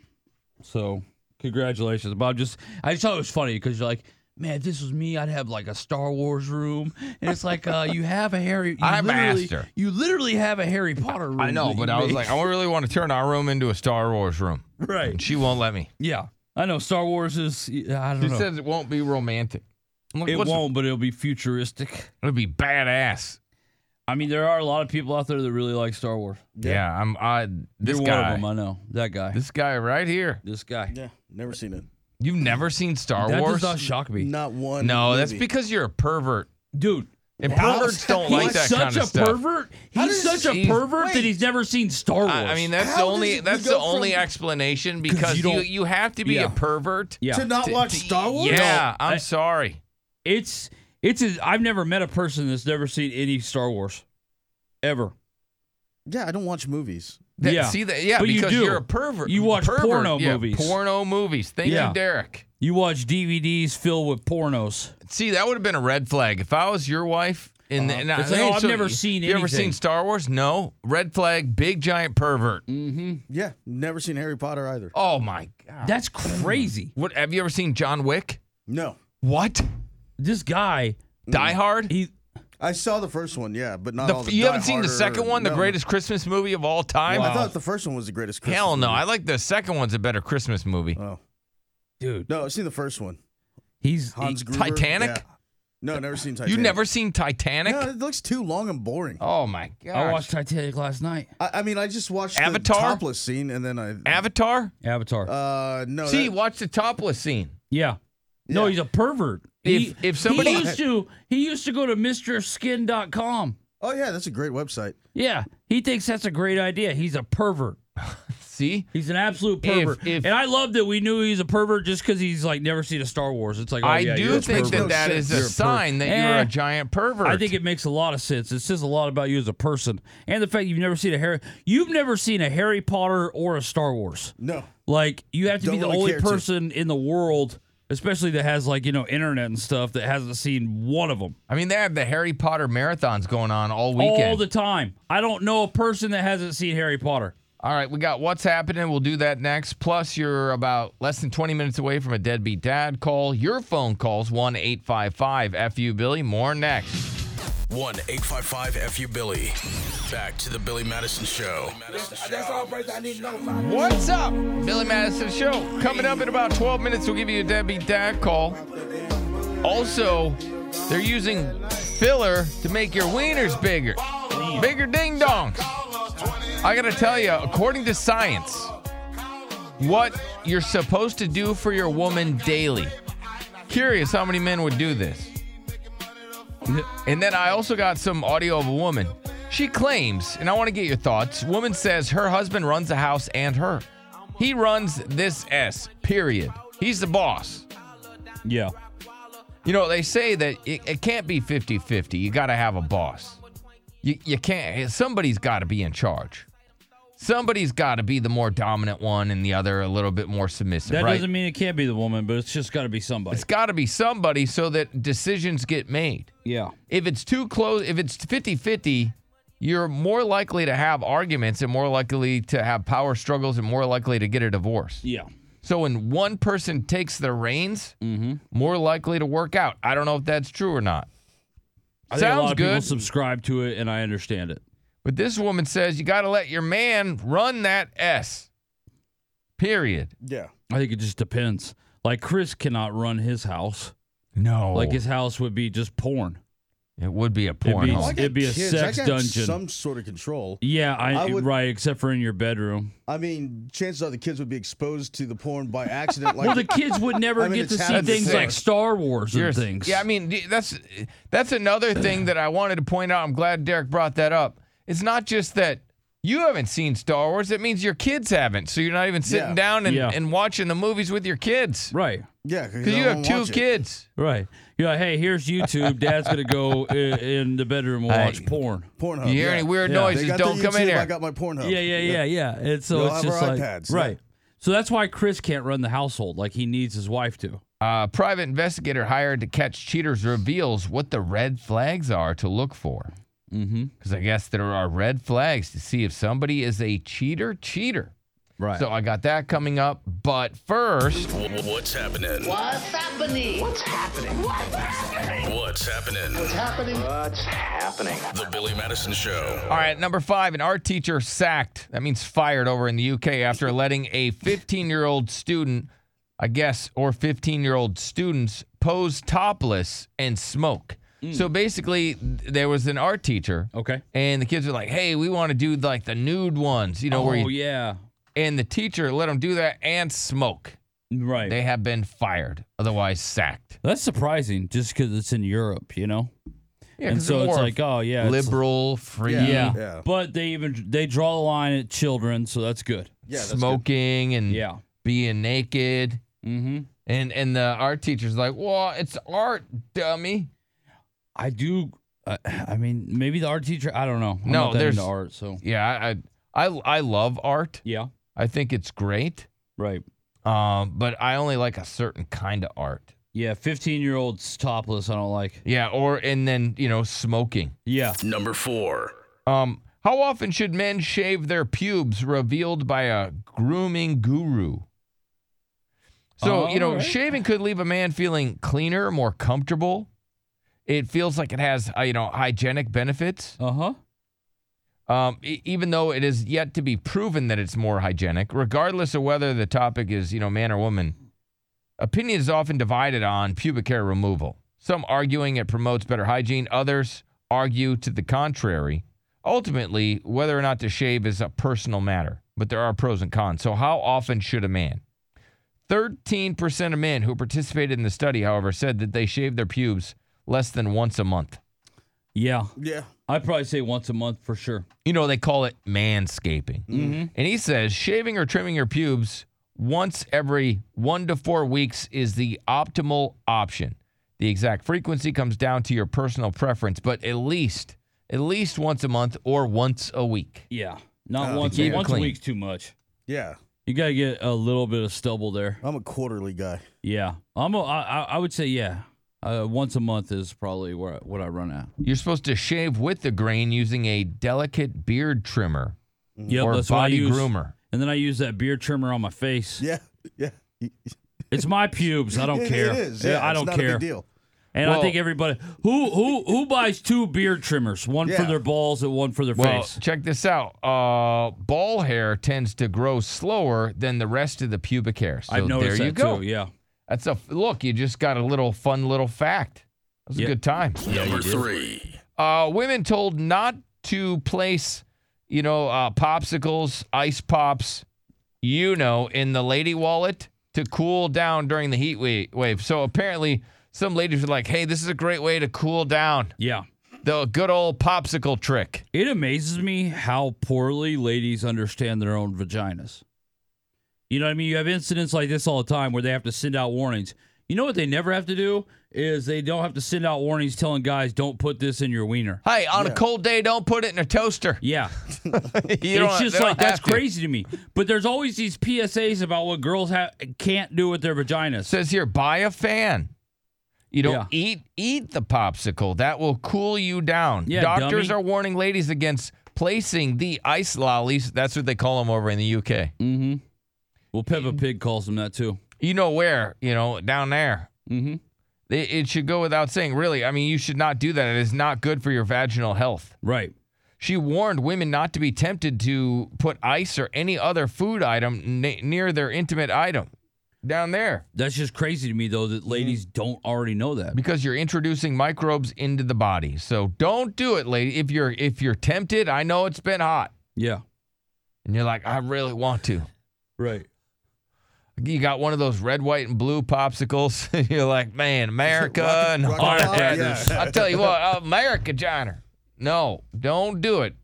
So congratulations, Bob. Just I just thought it was funny because you're like, man, if this was me, I'd have like a Star Wars room, and it's like uh, you have a Harry. You I'm a literally- master. You literally have a Harry Potter room. I know, that but you I was made. like, I really want to turn our room into a Star Wars room, and right? she won't let me. Yeah, I know. Star Wars is. I don't She know. says it won't be romantic. I'm like, it "What's- won't, but it'll be futuristic. It'll be badass. I mean, there are a lot of people out there that really like Star Wars. Yeah, I'm. I this You're guy. one of them. I know that guy. This guy right here. This guy. Yeah, never seen it. You've never seen Star that Wars? does not shock me, Not one. no, that's movie. because you're a pervert. dude. And Wow. perverts don't He's like that such kind a of stuff. pervert. He's does- such a He's- pervert wait. that he's never seen Star Wars. I, I mean, that's How the does only it that's go the only from- explanation because you you, you don't- have to be Yeah. a pervert. yeah. to not to- watch to- Star Wars. Yeah, No, I'm I- sorry. It's it's. A, I've never met a person that's never seen any Star Wars, ever. Yeah, I don't watch movies. That- yeah. See that? Yeah, But you because do. are a pervert. You watch pervert, porno yeah, movies. Porno movies. Thank Yeah. you, Derek. You watch DVDs filled with pornos. See, that would have been a red flag if I was your wife. And, and I, It's like, oh, hey, I've so never you- seen You ever anything. seen Star Wars? No. Red flag. Big giant pervert. Mm-hmm. Yeah, never seen Harry Potter either. Hmm. Oh my god. That's crazy. What have you ever seen John Wick? No, Mm. What? This guy, Die Hard? he I saw the first one. Yeah, but not The- all the. you Die haven't seen the Hard or- second one, the no. greatest Christmas movie of all time? I thought the first one was the greatest. Christmas Hell no. movie. I like the second one's a better Christmas movie. Oh dude, no, I've seen the first one. he's Hans he- Gruber. Titanic? Yeah. No, never seen Titanic. you never seen Titanic? No, it looks too long and boring. Oh my god. I watched Titanic last night. I, I mean, I just watched Avatar? the topless scene and then I. Avatar? Avatar. uh, no. See, that- watch the topless scene. Yeah. No, Yeah. he's a pervert. If- if somebody- he used to he used to go to MrSkin.com. oh yeah, that's a great website. Yeah, he thinks that's a great idea. He's a pervert. See? He's an absolute pervert. if- and I love that we knew he's a pervert just because he's like never seen a Star Wars. It's like oh, I yeah, you're do a think pervert. that that is You're a a pervert. sign that you're Eh. a giant pervert. I think it makes a lot of sense. It says a lot about you as a person, and the fact you've never seen a Harry you've never seen a Harry Potter or a Star Wars. No. Like you have to be Don't the really only care to. person in the world, especially that has like you know internet and stuff that hasn't seen one of them. I mean, they have the Harry Potter marathons going on all weekend. all the time. I don't know a person that hasn't seen Harry Potter. All right, we got what's happening. We'll do that next. Plus, you're about less than 20 minutes away from a deadbeat dad call. Your phone calls 1 855 FU Billy. More next. 1 855 FU Billy. Back to the Billy Madison Show. What's up? Billy Madison Show. Coming up in about 12 minutes, we'll give you a deadbeat dad call. Also, they're using filler to make your wieners bigger. Bigger ding dongs. I got to tell you, according to science, what you're supposed to do for your woman daily. Curious how many men would do this. And then I also got some audio of a woman. She claims, and I want to get your thoughts. Woman says her husband runs the house and her. He runs this S, period. He's the boss. Yeah. You know, they say that it, it can't be 50 50. You got to have a boss. You, you can't, somebody's got to be in charge. Somebody's got to be the more dominant one and the other a little bit more submissive, That right? doesn't mean it can't be the woman, but it's just got to be somebody. it's got to be somebody so that decisions get made. yeah. if it's too close, if it's 50 50, you're more likely to have arguments and more likely to have power struggles and more likely to get a divorce. Yeah. So when one person takes the reins, Mm-hmm. more likely to work out. I don't know if that's true or not. I think a lot Sounds of people good. subscribe to it, and I understand it. but this woman says you got to let your man run that S. Period. Yeah. I think it just depends. Like Chris cannot run his house. No. Like his house would be just porn. it would be a be- porn Well, I home. got It'd be a kids. sex I got dungeon. Some sort of control. Yeah, I, I would- right, except for in your bedroom. I mean, chances are the kids would be exposed to the porn by accident. Like, Well, the kids would never I mean, get to it's see happened things before. like Star Wars and You're- things. Yeah, I mean d- that's that's another thing that I wanted to point out. I'm glad Derek brought that up. It's not just that you haven't seen Star Wars; it means your kids haven't. So you're not even sitting Yeah. down and, Yeah. and watching the movies with your kids right, yeah, because I you have won't two watch it. kids. right. You're like, hey, here's YouTube. Dad's gonna go i- in the bedroom and I- watch porn. Pornhub. You hear yeah. any weird Yeah. They They noises? got Don't the come YouTube, in here. I got my Pornhub. Yeah, yeah, yeah, yeah. And so They'll it's have just our like iPads, yeah. right. So that's why Chris can't run the household like he needs his wife to. Uh, private investigator hired to catch cheaters reveals what the red flags are to look for. Mm-hmm. Because I guess there are red flags to see if somebody is a cheater. Cheater. Right. So I got that coming up. But first. Wh- What's happening? What's happening? What's happening? What's happening? What's happening? What's happening? What's happening? The Billy Madison Show. All right, number five, an art teacher sacked. That means fired over in the UK after letting a 15 year old student, I guess, or 15 year old students pose topless and smoke. So basically, there was an art teacher, Hmm. okay. and the kids were like, hey, we want to do like the nude ones, you know, Oh where you, yeah. and the teacher let them do that and smoke. Right. They have been fired, otherwise sacked. that's surprising, just because it's in Europe, you know. Yeah, and 'cause they're so it's more like, oh yeah, it's- liberal, free. Yeah. Yeah. Yeah. But they even they draw the line at children, so that's good. Yeah, that's smoking and Yeah. being naked. Mm-hmm. And and the art teacher's like, well, it's art, dummy. I do. Uh, I mean, maybe the art teacher. I don't know. I'm No, not that there's- into art. So Yeah, I I I, I love art. yeah, I think it's great. right. Um, but I only like a certain kind of art. Yeah, fifteen year olds topless. I don't like. Yeah, or and then you know smoking. Yeah, Number four. Um, how often should men shave their pubes revealed by a grooming guru? So, you know, Alright. shaving could leave a man feeling cleaner, more comfortable. It feels like it has, uh, you know, hygienic benefits. uh huh. um, e- even though it is yet to be proven that it's more hygienic, regardless of whether the topic is, you know, man or woman, opinion is often divided on pubic hair removal. Some arguing it promotes better hygiene, others argue to the contrary. Ultimately, whether or not to shave is a personal matter, but there are pros and cons. So, how often should a man? 13% of men who participated in the study, however, said that they shave their pubes less than once a month. Yeah, Yeah. I'd probably say once a month for sure. you know, they call it manscaping. Mm-hmm. And he says shaving or trimming your pubes once every one to four weeks is the optimal option. The exact frequency comes down to your personal preference, but at least, at least once a month or once a week. Yeah, not Uh, once. keep it Once a clean. week's too much. Yeah. You gotta get a little bit of stubble there. I'm a quarterly guy. Yeah, I'm. A, I, I I would say yeah. Uh, once a month is probably where what I run at. Mm-hmm. You're supposed to shave with the grain using a delicate beard trimmer Yep, or that's what I body use. groomer. And then I use that beard trimmer on my face. Yeah. Yeah. It's my pubes. I don't It- care. It is. Yeah, Yeah. I it's don't not care. A big deal. And I Well- think everybody who who who buys two beard trimmers, one for Yeah. their balls and one for their Well, face. check this out. Uh, ball hair tends to grow slower than the rest of the pubic hair. So I've noticed there you that go. too. Yeah. That's a look. You just got a little fun little fact. That was Yeah. a good time. Number three. Uh, women told not to place, you know, uh, popsicles, ice pops, you know, in the lady wallet to cool down during the heat wa- wave. So apparently, some ladies are like, hey, this is a great way to cool down. Yeah. The good old popsicle trick. It amazes me how poorly ladies understand their own vaginas. You know what I mean? You have incidents like this all the time where they have to send out warnings. You know what they never have to do is they don't have to send out warnings telling guys don't put this in your wiener. Hey, on a cold day, don't put it in a toaster. Yeah. You it's don't- they just don't like that's have to. crazy to me. But there's always these PSAs about what girls ha- can't do with their vaginas. says here, buy a fan. You don't Yeah. eat eat the popsicle. That will cool you down. Yeah, Doctors dummy. are warning ladies against placing the ice lollies. That's what they call them over in the UK. mm-hmm. Well, Peppa Pig calls them that too. You know where? You know down there. Mm-hmm. It, it should go without saying. Really, I mean, you should not do that. It is not good for your vaginal health. Right. She warned women not to be tempted to put ice or any other food item na near their intimate item down there Mm. That's just crazy to me though that ladies don't already know that. because you're introducing microbes into the body. So don't do it, lady. If you're if you're tempted, I know it's been hot Yeah. and you're like, I really want to. Right. You got one of those red, white, and blue popsicles. and you're like, man, America Rocket- and rocket heart pop, attackers. I tell you what, America, Johnner. No, don't do it.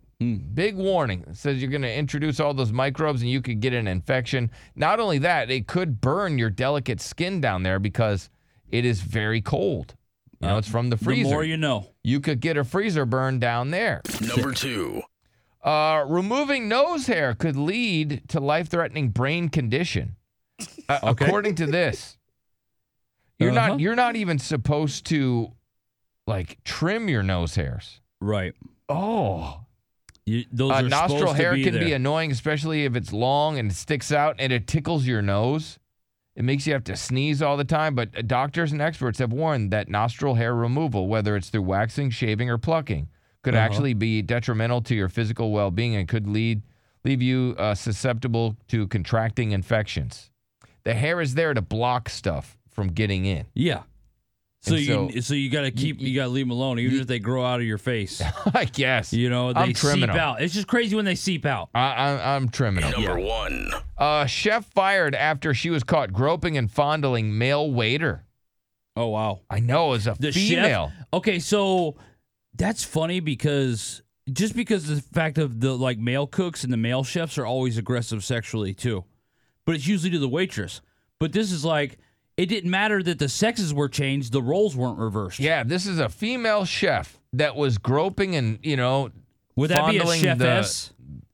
Big warning. It says you're going to introduce all those microbes and you could get an infection. Not only that, it could burn your delicate skin down there because it is very cold. You know, it's from Uh, the freezer. The more you-, you know. could get a freezer burn down there. Number two. Uh, removing nose hair could lead to life threatening brain condition. Uh, According to this, you're Uh-huh. not you're not even supposed to like trim your nose hairs. Right. Oh, You, those uh, are nostril supposed hair to be can there. be annoying, especially if it's long and it sticks out and it tickles your nose. It makes you have to sneeze all the time. But uh, doctors and experts have warned that nostril hair removal, whether it's through waxing, shaving, or plucking, could Uh-huh. actually be detrimental to your physical well-being and could lead leave you uh, susceptible to contracting infections. The hair is there to block stuff from getting in. yeah. So And you so- so, you gotta keep you, gotta leave them alone even if they grow out of your face. I guess You know they I'm trimming seep 'em. out. It's just crazy when they seep out. I, I, I'm trimming 'em. Number one. Uh, chef fired after she was caught groping and fondling male waiter. Oh wow. I know as a The female. chef. Okay, so that's funny because just because the fact of the like male cooks and the male chefs are always aggressive sexually too, but it's usually to the waitress. But this is like it didn't matter that the sexes were changed; the roles weren't reversed. Yeah, this is a female chef that was groping and you know Would that be a fondling chef the- S?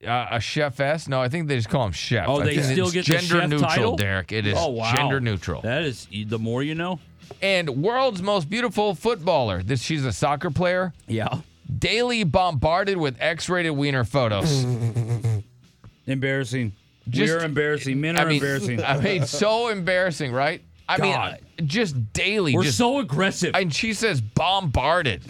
uh, a chef s. No, I think they just call him chef. Oh, I they think still it's get the gender chef neutral, title? Derek. It is Oh wow, gender neutral. That is the more you know. and world's most beautiful footballer. This she's a soccer player. Yeah, Daily bombarded with X-rated wiener photos. embarrassing. Just- You're embarrassing. Men are I mean, embarrassing. I mean, so embarrassing, right? I God. mean, just daily. We're just so aggressive. and she says bombarded.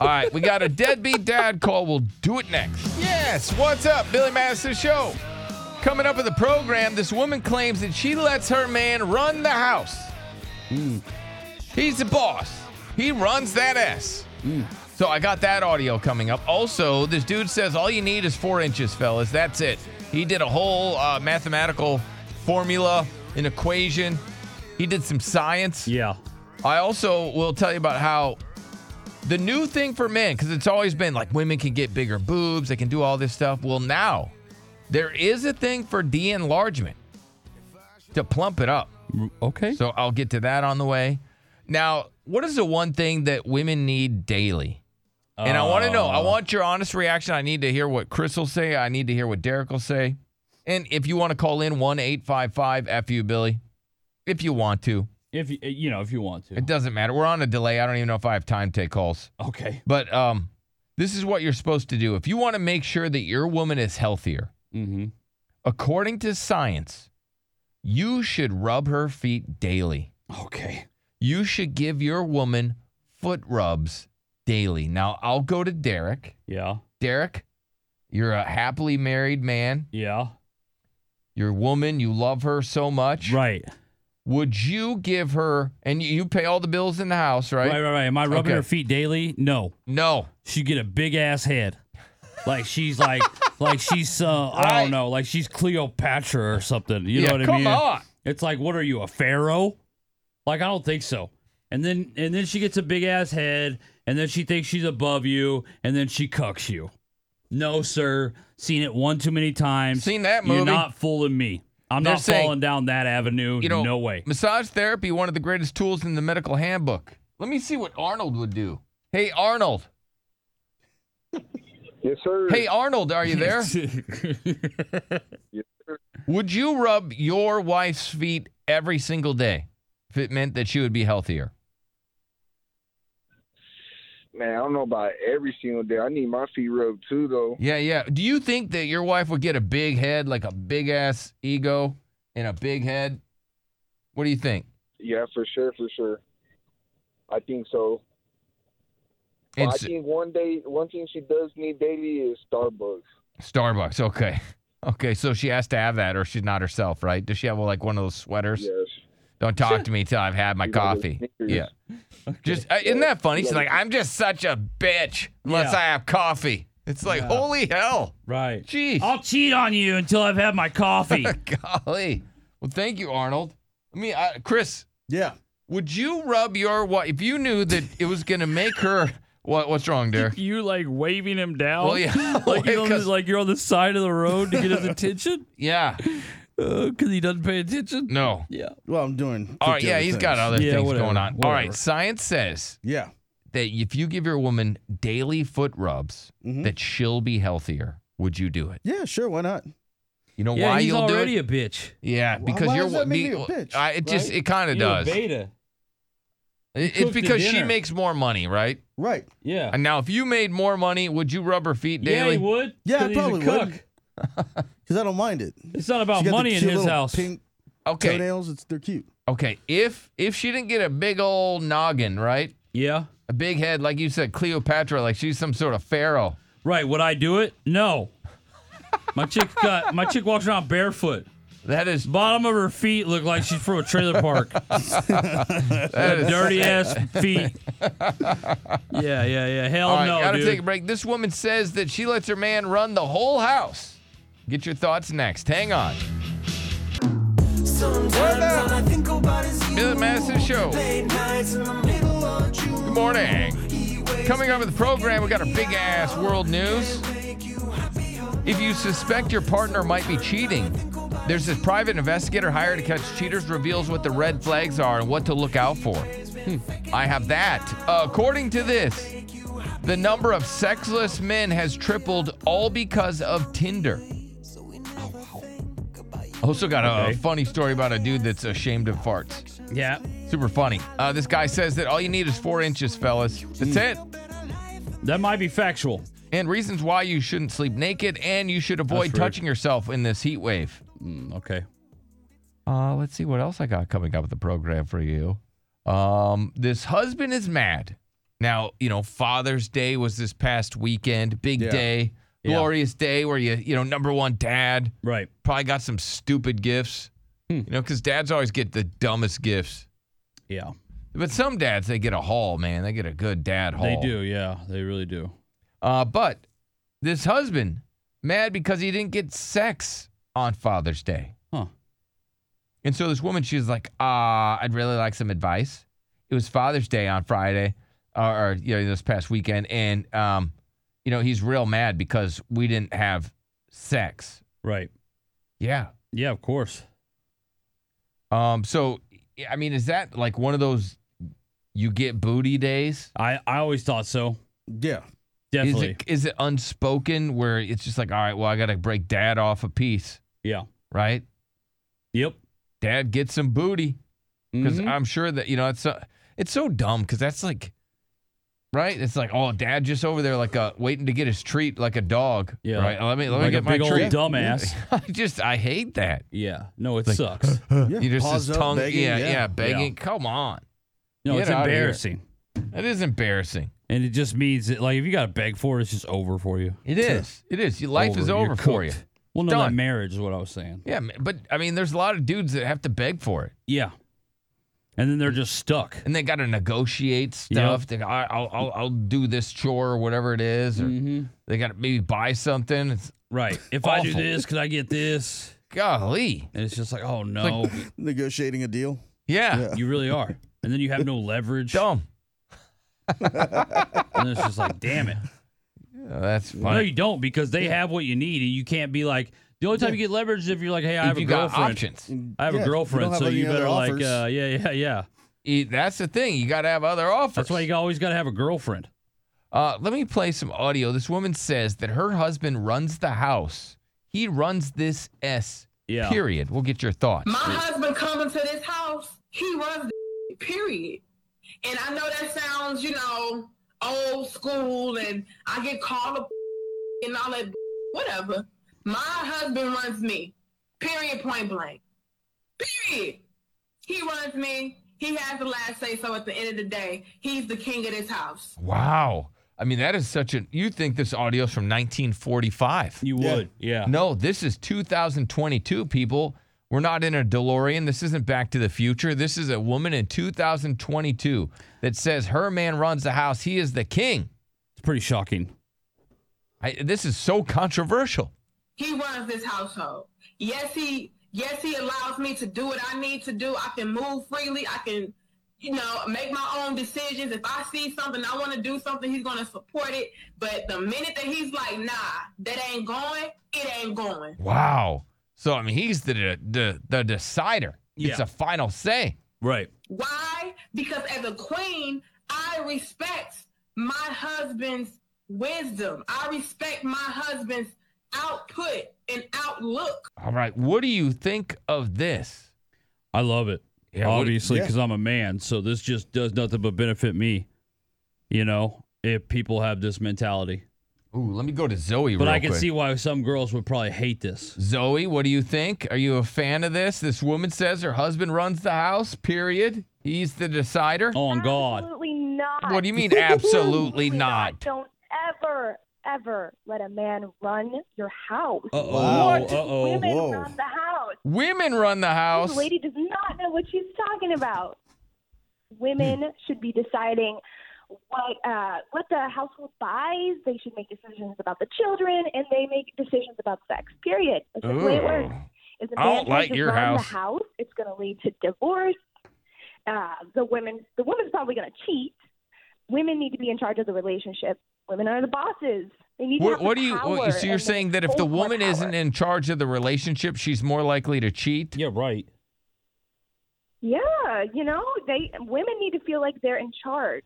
All right, we got a deadbeat dad call. We'll do it next. Yes, what's up, Billy Madison Show? Coming up in the program, this woman claims that she lets her man run the house. Hmm. He's the boss. He runs that ass. So I got that audio coming up. Also, this dude says all you need is four inches, fellas. That's it. He did a whole uh, mathematical formula, an equation. He did some science. yeah. I also will tell you about how the new thing for men, because it's always been like women can get bigger boobs, they can do all this stuff. Well, now there is a thing for de enlargement to plump it up. Okay. So I'll get to that on the way. Now, what is the one thing that women need daily? And I want to know. I Oh. want your honest reaction. I need to hear what Chris will say. I need to hear what Derek will say. And if you want to call in, 1 855 FU Billy, if you want to. If you, you know, if you want to. It doesn't matter. We're on a delay. I don't even know if I have time to take calls. Okay. But um, this is what you're supposed to do. If you want to make sure that your woman is healthier, Mm-hmm. according to science, you should rub her feet daily. Okay. You should give your woman foot rubs daily. Now, I'll go to Derek. Yeah. Derek, you're a happily married man. Yeah. Your woman, you love her so much. Right. Would you give her, and you- you pay all the bills in the house, right? Right. Right. Right. Am I rubbing Okay. her feet daily? No. No. She'd get a big ass head. Like she's like like she's uh, I Right. don't know like she's Cleopatra or something. You yeah, know what I come mean? on. It's like what are you a pharaoh? Like I don't think so. and then and then she gets a big ass head, and then she thinks she's above you, and then she cucks you. No, sir. Seen it one too many times. Seen that You're movie. not fooling me. I'm They're not saying- falling down that avenue. You know, no way. Massage therapy, one of the greatest tools in the medical handbook. Let me see what Arnold would do. Hey, Arnold. Yes, sir. Hey, Arnold, are you there? Would you rub your wife's feet every single day if it meant that she would be healthier? Man, I don't know about every single day. I need my feet rubbed too, though. Yeah, yeah. Do you think that your wife would get a big head, like a big ass ego and a big head? What do you think? Yeah, for sure, for sure. I think so. But I It's think one day, one thing she does need daily is Starbucks. Starbucks. Okay. Okay. So she has to have that or she's not herself, right? Does she have like one of those sweaters? Yes. Don't talk to me till I've had my She's like a coffee. Snickers. Yeah. Just uh, isn't that funny? She's like, I'm just such a bitch unless Yeah. I have coffee. It's like, holy hell. right. Jeez. I'll cheat on you until I've had my coffee. Golly. Well, thank you, Arnold. I mean, uh, Chris, Yeah. would you rub your wife if you knew that it was going to make her what? What's wrong, dear? you like waving him down? Well, yeah, like, you're on the, 'cause- like you're on the side of the road to get his attention Yeah. because he doesn't pay attention. No. Yeah. Well, I'm doing. All right. 50 Yeah, other he's things. got other Yeah, things whatever, going on. All right. whatever. Science says Yeah. that if you give your woman daily foot rubs, Mhm. that she'll be healthier. Would you do it? Yeah. Sure. Why not? You know yeah, why he's you'll do it? already a bitch. Yeah, Why- because why you're does that make be- me a bitch, I, it just right? it kind of You a does. It- beta. cooked It's the because she dinner. makes more money, right? Right. Yeah. And now, if you made more money, would you rub her feet yeah, daily? he would. Yeah, I 'cause he's a probably cook. would. Because I don't mind it. It's not She's about got the money in cute his little house. Pink okay, toenails. It's they're cute. okay. If if she didn't get a big old noggin, right? Yeah. A big head, like you said, Cleopatra, like she's some sort of pharaoh. Right. Would I do it? No. My chick got my chick walks around barefoot. That is Bottom of her feet look like she's from a trailer park. that is. Dirty ass feet. Yeah, yeah, yeah. Hell All right, no, gotta dude. take a break. This woman says that she lets her man run the whole house. Get your thoughts next. Hang on. Sometimes all I think about is you. Billy Madison Show. Late nights in the middle of June. Good morning. Coming up with the program, we got our big ass world news. If you suspect your partner might be cheating, there's this private investigator hired to catch cheaters, reveals what the red flags are and what to look out for. Hmm, I have that. according to this, the number of sexless men has tripled all because of Tinder. Also, got a funny story about a dude that's ashamed of farts. Yeah. Super funny. Uh, this guy says that all you need is four inches, fellas. That's it. That might be factual. And reasons why you shouldn't sleep naked and you should avoid rude. touching yourself in this heat wave. Mm, okay. Uh, let's see what else I got coming up with the program for you. Um, this husband is mad. Now, you know, Father's Day was this past weekend. Big Yeah. day, Yeah. glorious day where you, you know, number one dad Right. Hmm. probably got some stupid gifts, you know, because dads always get the dumbest gifts. Yeah. But some dads, they get a haul, man. They get a good dad haul. They do, yeah. They really do. Uh, but this husband mad because he didn't get sex on Father's Day. Huh. And so this woman, she's like, "Ah, I'd really like some advice. It was Father's Day on Friday, or, or you know, this past weekend, and um, you know, he's real mad because we didn't have sex. Right. Yeah. Yeah, of course. Um. So, I mean, is that like one of those you get booty days? I, I always thought so. Yeah. Definitely. Is it is it unspoken where it's just like, all right, well, I got to break dad off a piece, Yeah. right? Yep. dad get some booty because Mhm. i'm sure that you know it's uh it's so dumb because that's like right it's like oh dad just over there like uh waiting to get his treat like a dog Yeah. right let me let me like get a my big old treat dumbass. i just i hate that Yeah. No, it Like- sucks. Yeah. you just Paws his up, tongue begging, yeah, yeah begging come on No, Get it's outta here. embarrassing. that is embarrassing And it just means that, like, if you got to beg for it, it's just over for you. it is it is Your life is You're over for you cooked. Well, no, that Done. marriage is what I was saying. yeah ma- but i mean there's a lot of dudes that have to beg for it Yeah. And then they're just stuck. and they got to negotiate stuff they, I, I'll, I'll, I'll do this chore or whatever it is or they got to maybe buy something it's Mm-hmm. Right. If I do Awful. this, could I get this? golly And it's just like, oh no. Negotiating a deal. Yeah. You really are. And then you have no leverage. Dumb. And it's just like, damn it. Yeah, that's No, funny. you don't because they have what you need, and you can't be like the only time you get leverage is if you're like, hey, I have if you a got girlfriend. options. I have Yeah, a if you don't girlfriend, have so any you other better like, offers. uh, yeah, yeah, yeah. E- That's the thing. You got to have other offers. That's why you always got to have a girlfriend. Uh, let me play some audio. This woman says that her husband runs the house. He runs this S. Yeah. Period. We'll get your thoughts. My husband coming to this house, he was the period. And I know that sounds, you know, old school and I get called a and all that whatever. My husband runs me. Period point blank. Period. He runs me. He has the last say so at the end of the day. He's the king of this house. Wow. I mean, that is such an. You think this audio is from 1945? You would, yeah. No, this is 2022, people. We're not in a DeLorean. This isn't Back to the Future. This is a woman in 2022 that says her man runs the house. He is the king. It's pretty shocking. I, this is so controversial. He runs this household. Yes, he yes he allows me to do what I need to do. I can move freely. I can, you know, make my own decisions. If I see something I want to do something, he's gonna support it. But the minute that he's like, nah, that ain't going, it ain't going. Wow. So I mean, he's the the the, the decider. It's Yeah. a final say. Right. Why? Because as a queen, I respect my husband's wisdom. I respect my husband's output and outlook. All right. What do you think of this? I love it. Yeah, what- obviously, yeah. because I'm a man, so this just does nothing but benefit me. You know, if people have this mentality, Ooh, let me go to Zoe. but real I can quick. see why some girls would probably hate this. Zoe, what do you think? Are you a fan of this? This woman says her husband runs the house. Period. He's the decider. Oh, on God, Absolutely not. What do you mean? Absolutely Absolutely not. Don't ever, ever let a man run your house. uh oh, Wow. uh oh. Women whoa. run the house. Women run the This house. lady does not know what she's talking about. Hmm. Women should be deciding what uh, what the household buys. They should make decisions about the children, and they make decisions about sex. Period. That's just the way it works. Ooh. If the I don't man tries like to your run house. the house, it's going to lead to divorce. Uh, the women, the woman's probably going to cheat. Women need to be in charge of the relationship. Women are the bosses. They need to What, have what the do you? power. What, so you're and they saying that if the hold woman power. isn't in charge of the relationship, she's more likely to cheat? Yeah, right. Yeah, you know, they women need to feel like they're in charge.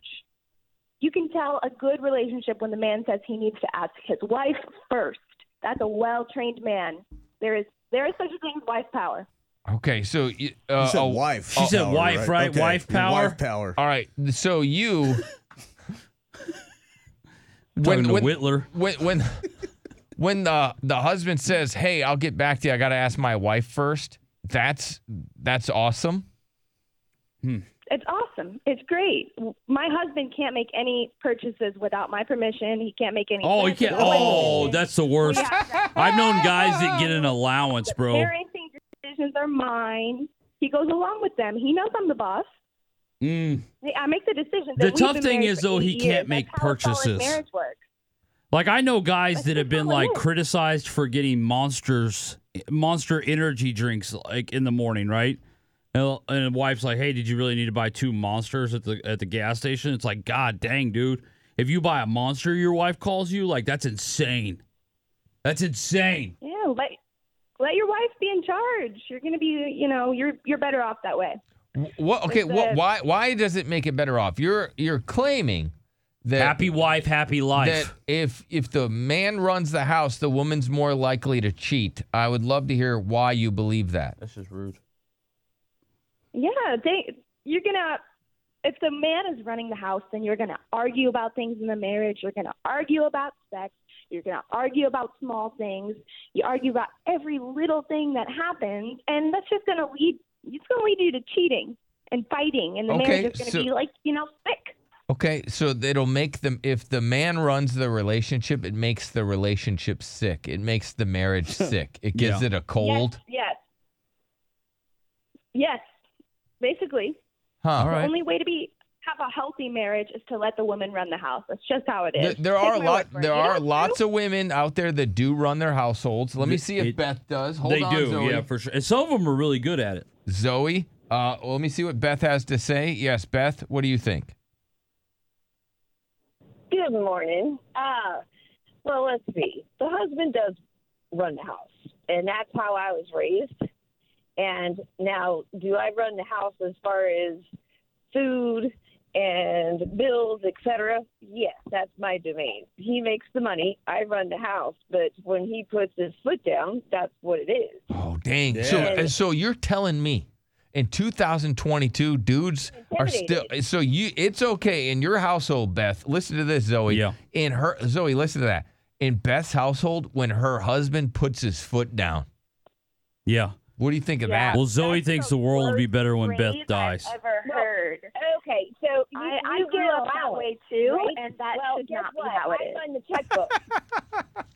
You can tell a good relationship when the man says he needs to ask his wife first. That's a well-trained man. There is there is such a thing as wife power. Okay, so you- You uh, said oh, wife. She said power, wife, right? Okay. Wife power? Wife power. all right. So you Talking when to when, Whitler. when when when the the husband says, "Hey, I'll get back to you. I got to ask my wife first. That's that's awesome. It's awesome. It's great. My husband can't make any purchases without my permission. He can't make any. Oh, you plans can't. without my Oh, permission. that's the worst. I've known guys that get an allowance, bro. Parenting decisions are mine. He goes along with them. He knows I'm the boss. Mm. I make the decisions. The and we've tough been thing married is, for though, eight he years. can't make That's how a solid purchases. Marriage works. Like I know guys that That's have just been how it like is. criticized for getting monsters, monster energy drinks like in the morning, right? And, and the wife's like, "Hey, did you really need to buy two monsters at the at the gas station?" It's like, God dang, dude! If you buy a monster, your wife calls you like that's insane. That's insane. Yeah, let let your wife be in charge. You're gonna be, you know, you're you're better off that way. Wh- What? Okay. It's What? a- Why? Why does it make it better off? You're you're claiming that Happy wife, happy that life. if if the man runs the house, the woman's more likely to cheat. I would love to hear why you believe that. That's just rude. Yeah, they you're gonna if the man is running the house, then you're gonna argue about things in the marriage. You're gonna argue about sex. You're gonna argue about small things. You argue about every little thing that happens, and that's just gonna lead. It's gonna lead you to cheating and fighting, and the Okay, marriage is gonna so- be like you know sick. Okay, so it'll make them if the man runs the relationship, it makes the relationship sick. It makes the marriage sick. It gives Yeah. it a cold. Yes. Yes. yes. Basically. Huh. All The only way to be have a healthy marriage is to let the woman run the house. That's just how it is. There, there Take are a my lot. word for it. There You know are it's lots true. of women out there that do run their households. Let me It- see if it- Beth does. Hold they on, do, Zoe. yeah, for sure. And some of them are really good at it. Zoe, Uh, well, let me see what Beth has to say. Yes, Beth, what do you think? Good morning. Uh, well, let's see. The husband does run the house, and that's how I was raised. And now, do I run the house as far as food and bills, etc.? Yes, that's my domain. He makes the money. I run the house, but when he puts his foot down, that's what it is. Oh, dang. So, Yeah. uh, so you're telling me in 2022, dudes are still. So you, it's okay in your household, Beth. Listen to this, Zoe. Yeah. In her, Zoe, listen to that. In Beth's household, when her husband puts his foot down, Yeah. what do you think of that? Well, Zoe thinks the world will be better when Beth dies. ever heard. Okay, so you, I, I you grew will up that allow it, way too, right? and that Well, should guess not what? be how it I is. run the checkbook.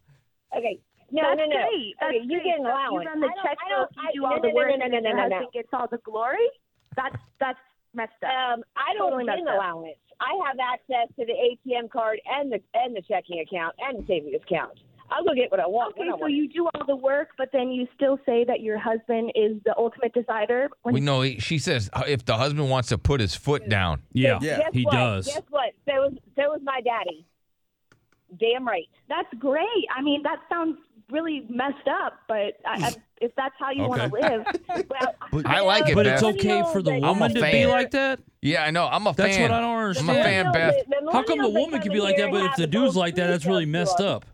okay. No, That's no, no. great. That's okay, you great. get an So allowance. You run the I don't- I checkbook. don't- You I- do no, all no, the no, work, No, and then no, no, your no, no, husband gets all the glory. That's that's messed up. Um, I don't Totally get an messed up. allowance. I have access to the ATM card and the and the checking account and the savings account. I'll go get what I want. Okay, when I so want. you do all the work, but then you still say that your husband is the ultimate decider. When We know he- she says uh, if the husband wants to put his foot down. Yeah, Guess what? Guess what? So was so was my daddy. Damn right. That's great. I mean, that sounds really messed up, but I, I, if that's how you want to Okay. live, well, I like it, But it's Beth. okay for the I'm a woman to be fan. like that? Yeah, I know. I'm a That's what fan. I don't understand. I'm a fan, Beth. How come the woman can be like that, but if the dude's like that, that's really messed up?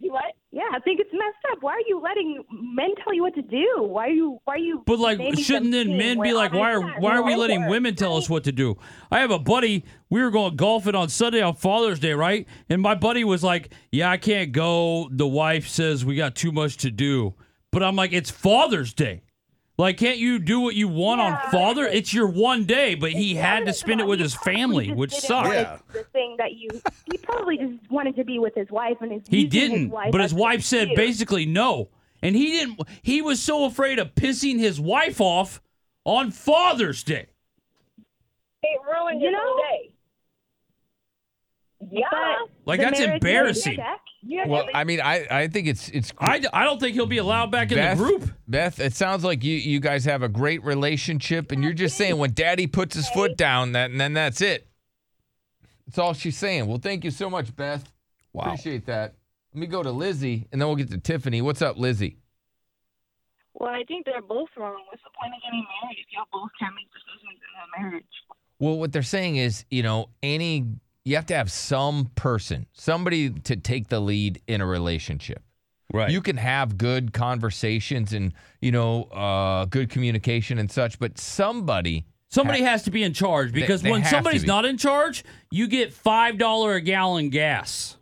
Do what? Yeah, I think it's messed up. Why are you letting men tell you what to do? Why are you? Why are you? But like, naming them shouldn't then team men where be like, why are obviously why are we not? letting women tell us what to do? I have a buddy. We were going golfing on Sunday on Father's Day, right? And my buddy was like, "Yeah, I can't go. The wife says we got too much to do." But I'm like, "It's Father's Day. Like, can't you do what you want on Father? It's your one day." But he had to spend it with his family, which Didn't sucks. want The thing that you, he probably just wanted to be with his wife, and is He using didn't, His wife but as his wife said excuse. basically no. And he didn't he was so afraid of pissing his wife off on Father's Day. It ruined You your know? whole day. Yeah. Like, that's embarrassing. Yeah, Well, but- I mean, I, I think it's it's. I, I don't think he'll be allowed back in the group. Beth, it sounds like you you guys have a great relationship, and you're just saying when Daddy puts his foot down, that and then that's it. That's all she's saying. Well, thank you so much, Beth. Wow. Appreciate that. Let me go to Lizzie, and then we'll get to Tiffany. What's up, Lizzie? Well, I think they're both wrong. What's the point of getting married if y'all both can't make decisions in a marriage? Well, what they're saying is, you know, any you have to have some person, somebody to take the lead in a relationship. Right. You can have good conversations and you know uh, good communication and such, but somebody Somebody has to be in charge They- because they when have to somebody's be. not in charge, you get five dollar a gallon gas.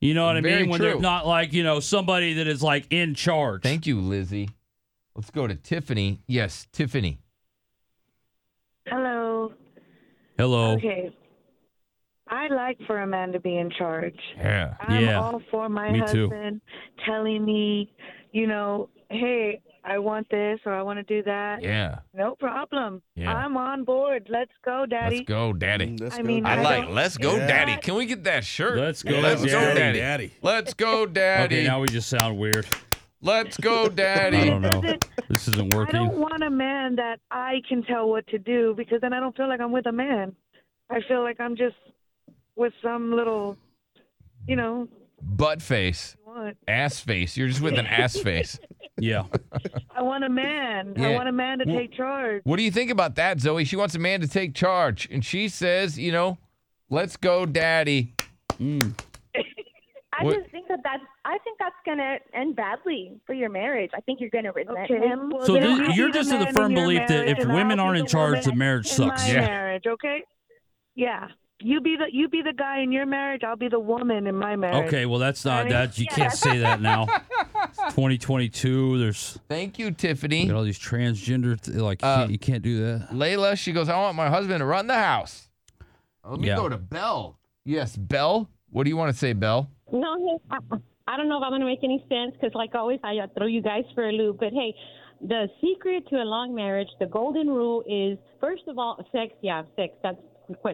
You know what I Very mean? When true. there's not like, you know, somebody that is like in charge. Thank you, Lizzie. Let's go to Tiffany. Yes, Tiffany. Hello. Hello. Okay. I like for a man to be in charge. Yeah. I'm all for my Me too. husband telling me, you know, hey, I want this or I want to do that. Yeah. No problem. Yeah. I'm on board. Let's go, Daddy. Let's go, Daddy. let's I go, mean, Mm, I I like. don't- Let's go, Yeah. Daddy. Can we get that shirt? Let's go, Let's go, Daddy. Daddy. Daddy. Let's go, Daddy. Okay, now we just sound weird. Let's go, Daddy. I don't know. This isn't I working. don't want a man that I can tell what to do because then I don't feel like I'm with a man. I feel like I'm just with some little, you know, Butt face, what? ass face. You're just with an ass face. yeah. I want a man. I Yeah. want a man to Well- take charge. What do you think about that, Zoe? She wants a man to take charge, and she says, you know, let's go, Daddy. Mm. I What- just think that that's. I think that's gonna end badly for your marriage. I think you're gonna resent him. So this, you're just of the firm belief that if women aren't in charge, the marriage in my sucks. marriage, okay? Yeah. You be the you be the guy in your marriage, I'll be the woman in my marriage. Okay, well that's I not mean, that you yeah, can't that's- say that now. It's 2022. There's Thank you, Tiffany. Uh, look at all these transgender th- like you, can't, you can't do that. Layla, she goes, I want my husband to run the house. Uh, Let me Yeah. go to Belle. Yes, Belle. What do you want to say, Belle? No, hey, I, I don't know if I'm going to make any sense because, like always, I uh, throw you guys for a loop. But hey, the secret to a long marriage, the golden rule is first of all, sex. Yeah, sex. That's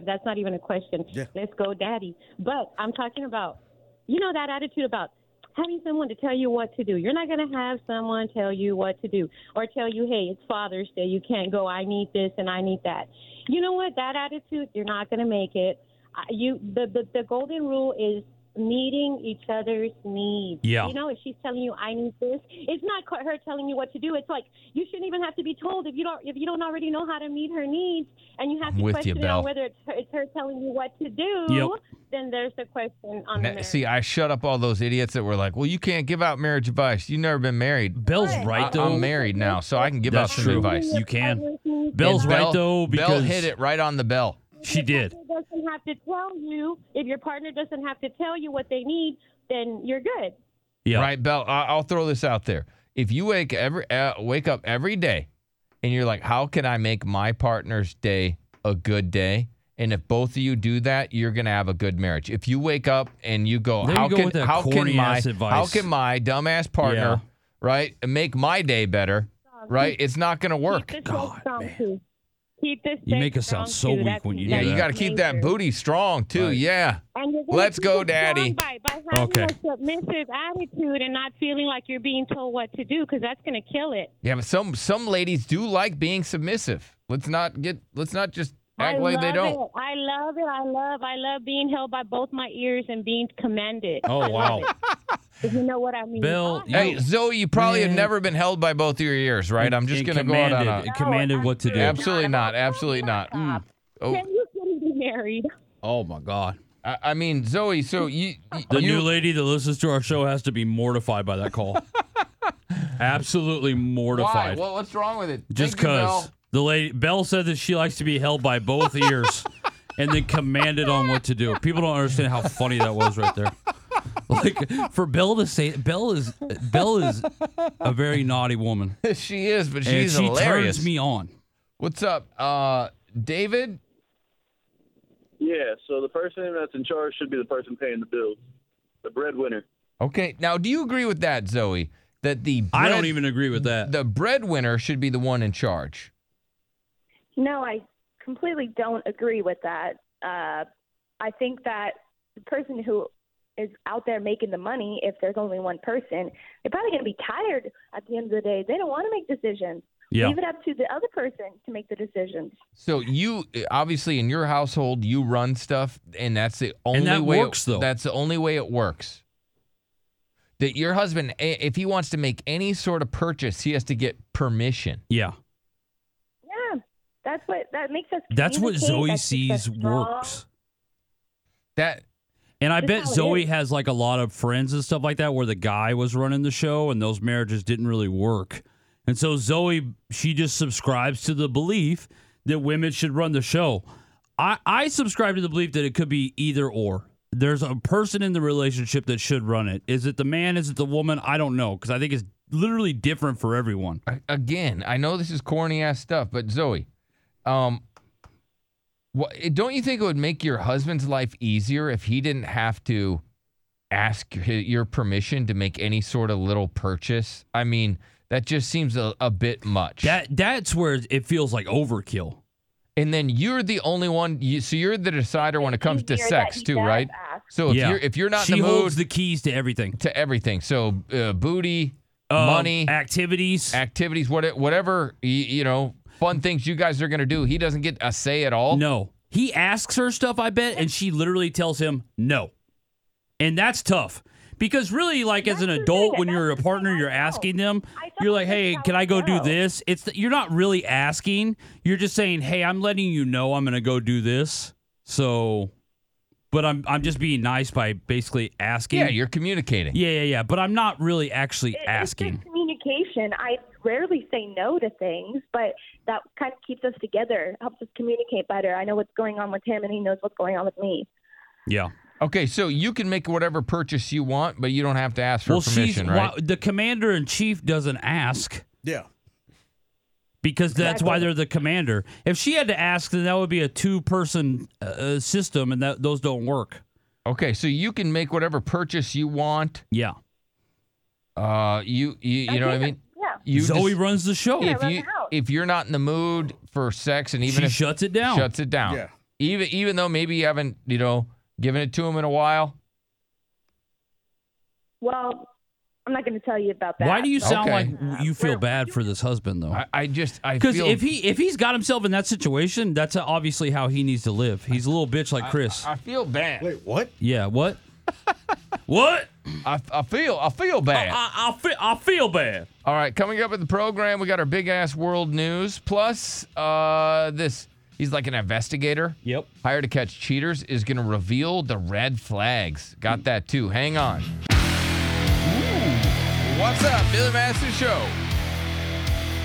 that's not even a question. Let's go, daddy. But I'm talking about, you know, that attitude about having someone to tell you what to do. You're not going to have someone tell you what to do or tell you, hey, it's Father's Day. You can't go. I need this and I need that. You know what? That attitude, you're not going to make it. Uh, You the, the the golden rule is meeting each other's needs. Yeah. You know, if she's telling you I need this, it's not quite her telling you what to do. It's like you shouldn't even have to be told if you don't if you don't already know how to meet her needs and you have I'm to with you, question Belle. on whether it's her, it's her telling you what to do. Yep. Then there's the question on Now, the marriage. see, I shut up all those idiots that were like, "Well, you can't give out marriage advice. You've never been married." Bill's right, I, though. am married now, so I can give That's out some true. advice. You can. And Bell's right, Bell- though, Bell because- hit it right on the bell. She partner did. doesn't have to tell you if your partner doesn't have to tell you what they need, then you're good. Yeah. Right, Bell. I- I'll throw this out there. If you wake every uh, wake up every day, and you're like, "How can I make my partner's day a good day?" And if both of you do that, you're gonna have a good marriage. If you wake up and you go, There you "How go can with that how can my corny-ass advice. how can my dumbass partner right make my day better?" Right, it's not gonna work. Keep this God, strong too. Keep this You sex make us strong, sound so too. weak That's- when you that's do Yeah, you got to keep that major. booty strong too. Yeah. And you're gonna Let's keep go, it strong Daddy. By, by having Okay. a submissive attitude and not feeling like you're being told what to do, because that's going to kill it. Yeah, but some some ladies do like being submissive. Let's not get let's not just act I like they love don't. It. I love it. I love. I love being held by both my ears and being commanded. Oh, I love wow. it. If you know what I mean. hey Zoe, you probably have never been held by both your ears, right? I'm just and gonna go out on commanded- a and commanded what to do. Absolutely not. Absolutely not. Mm. Oh, Can you can be married? oh my God. I, I mean, Zoe. So you, you The you- new lady that listens to our show has to be mortified by that call. Absolutely why? mortified. What, what's wrong with it? Just Thank you, Mel. because the lady Belle said that she likes to be held by both ears and then commanded on what to do. People don't understand how funny that was right there. Like for Belle to say Belle is Belle is a very naughty woman. she is, but And she's she hilarious. turns me on. What's up, uh, David? Yeah, so the person that's in charge should be the person paying the bills, the breadwinner. Okay. Now, do you agree with that, Zoe? That the I don't bread- even agree with that. The breadwinner should be the one in charge. No, I completely don't agree with that. Uh, I think that the person who is out there making the money, if there's only one person, they're probably going to be tired at the end of the day. They don't want to make decisions. Yeah. Leave it up to the other person to make the decisions. So you obviously in your household you run stuff, and that's the only that way works, it, though. That's the only way it works. That your husband, i- if he wants to make any sort of purchase, he has to get permission. Yeah, Yeah, that's what that makes us. That's what communicate, Zoe that's keeps us sees strong. works. That And I That's bet how it Zoe is. has like a lot of friends and stuff like that where the guy was running the show and those marriages didn't really work. And so Zoe, she just subscribes to the belief that women should run the show. I, I subscribe to the belief that it could be either or. There's a person in the relationship that should run it. Is it the man? Is it the woman? I don't know because I think it's literally different for everyone. I- again, I know this is corny ass stuff, but Zoe, um, what, don't you think it would make your husband's life easier if he didn't have to ask your- your permission to make any sort of little purchase? I mean, that just seems a, a bit much. That that's where it feels like overkill. And then you're the only one. You, so you're the decider when it comes to easier that sex he too, does right? ask. So if Yeah. you're if you're not She in the mood, holds the keys to everything. To everything. So uh, booty, Um, money, activities, activities, what, whatever you, you know, fun things you guys are gonna do. He doesn't get a say at all. No. He asks her stuff, I bet, and she literally tells him no. And that's tough. Because really, like as an adult, when you're a partner, you're asking them, you're like, "Hey, can I go do this?" It's the, you're not really asking. You're just saying, "Hey, I'm letting you know I'm going to go do this." So, but I'm I'm just being nice by basically asking. Yeah, you're communicating. Yeah, yeah, yeah. But I'm not really actually asking. communication. I rarely say no to things, but that kind of keeps us together, helps us communicate better. I know what's going on with him, and he knows what's going on with me. Yeah. Okay, so you can make whatever purchase you want, but you don't have to ask for well, she's permission, right? why- the commander in chief doesn't ask. Yeah. because that's why they're the commander. If she had to ask, then that would be a two-person uh, uh, system, and that those don't work. Okay, so you can make whatever purchase you want. Yeah. Uh, you you, you know what I mean? Yeah. You Zoe just- runs the show. If you if you're not in the mood for sex, and even She if shuts it down. shuts it down. Yeah. Even even though maybe you haven't you know given it to him in a while, Well, I'm not going to tell you about that. Why do you but- sound like you feel bad for this husband though? I, I just I because feel- if he if he's got himself in that situation, that's obviously how he needs to live. He's a little bitch like Chris. I feel bad. Wait, what? Yeah, what? what? I, I feel I feel bad. I, I feel I feel bad. All right, coming up at the program, we got our big ass world news. Plus, uh, this he's like an investigator. Yep. Hired to catch cheaters is going to reveal the red flags. Got that too. Hang on. What's up, Billy Madison Show?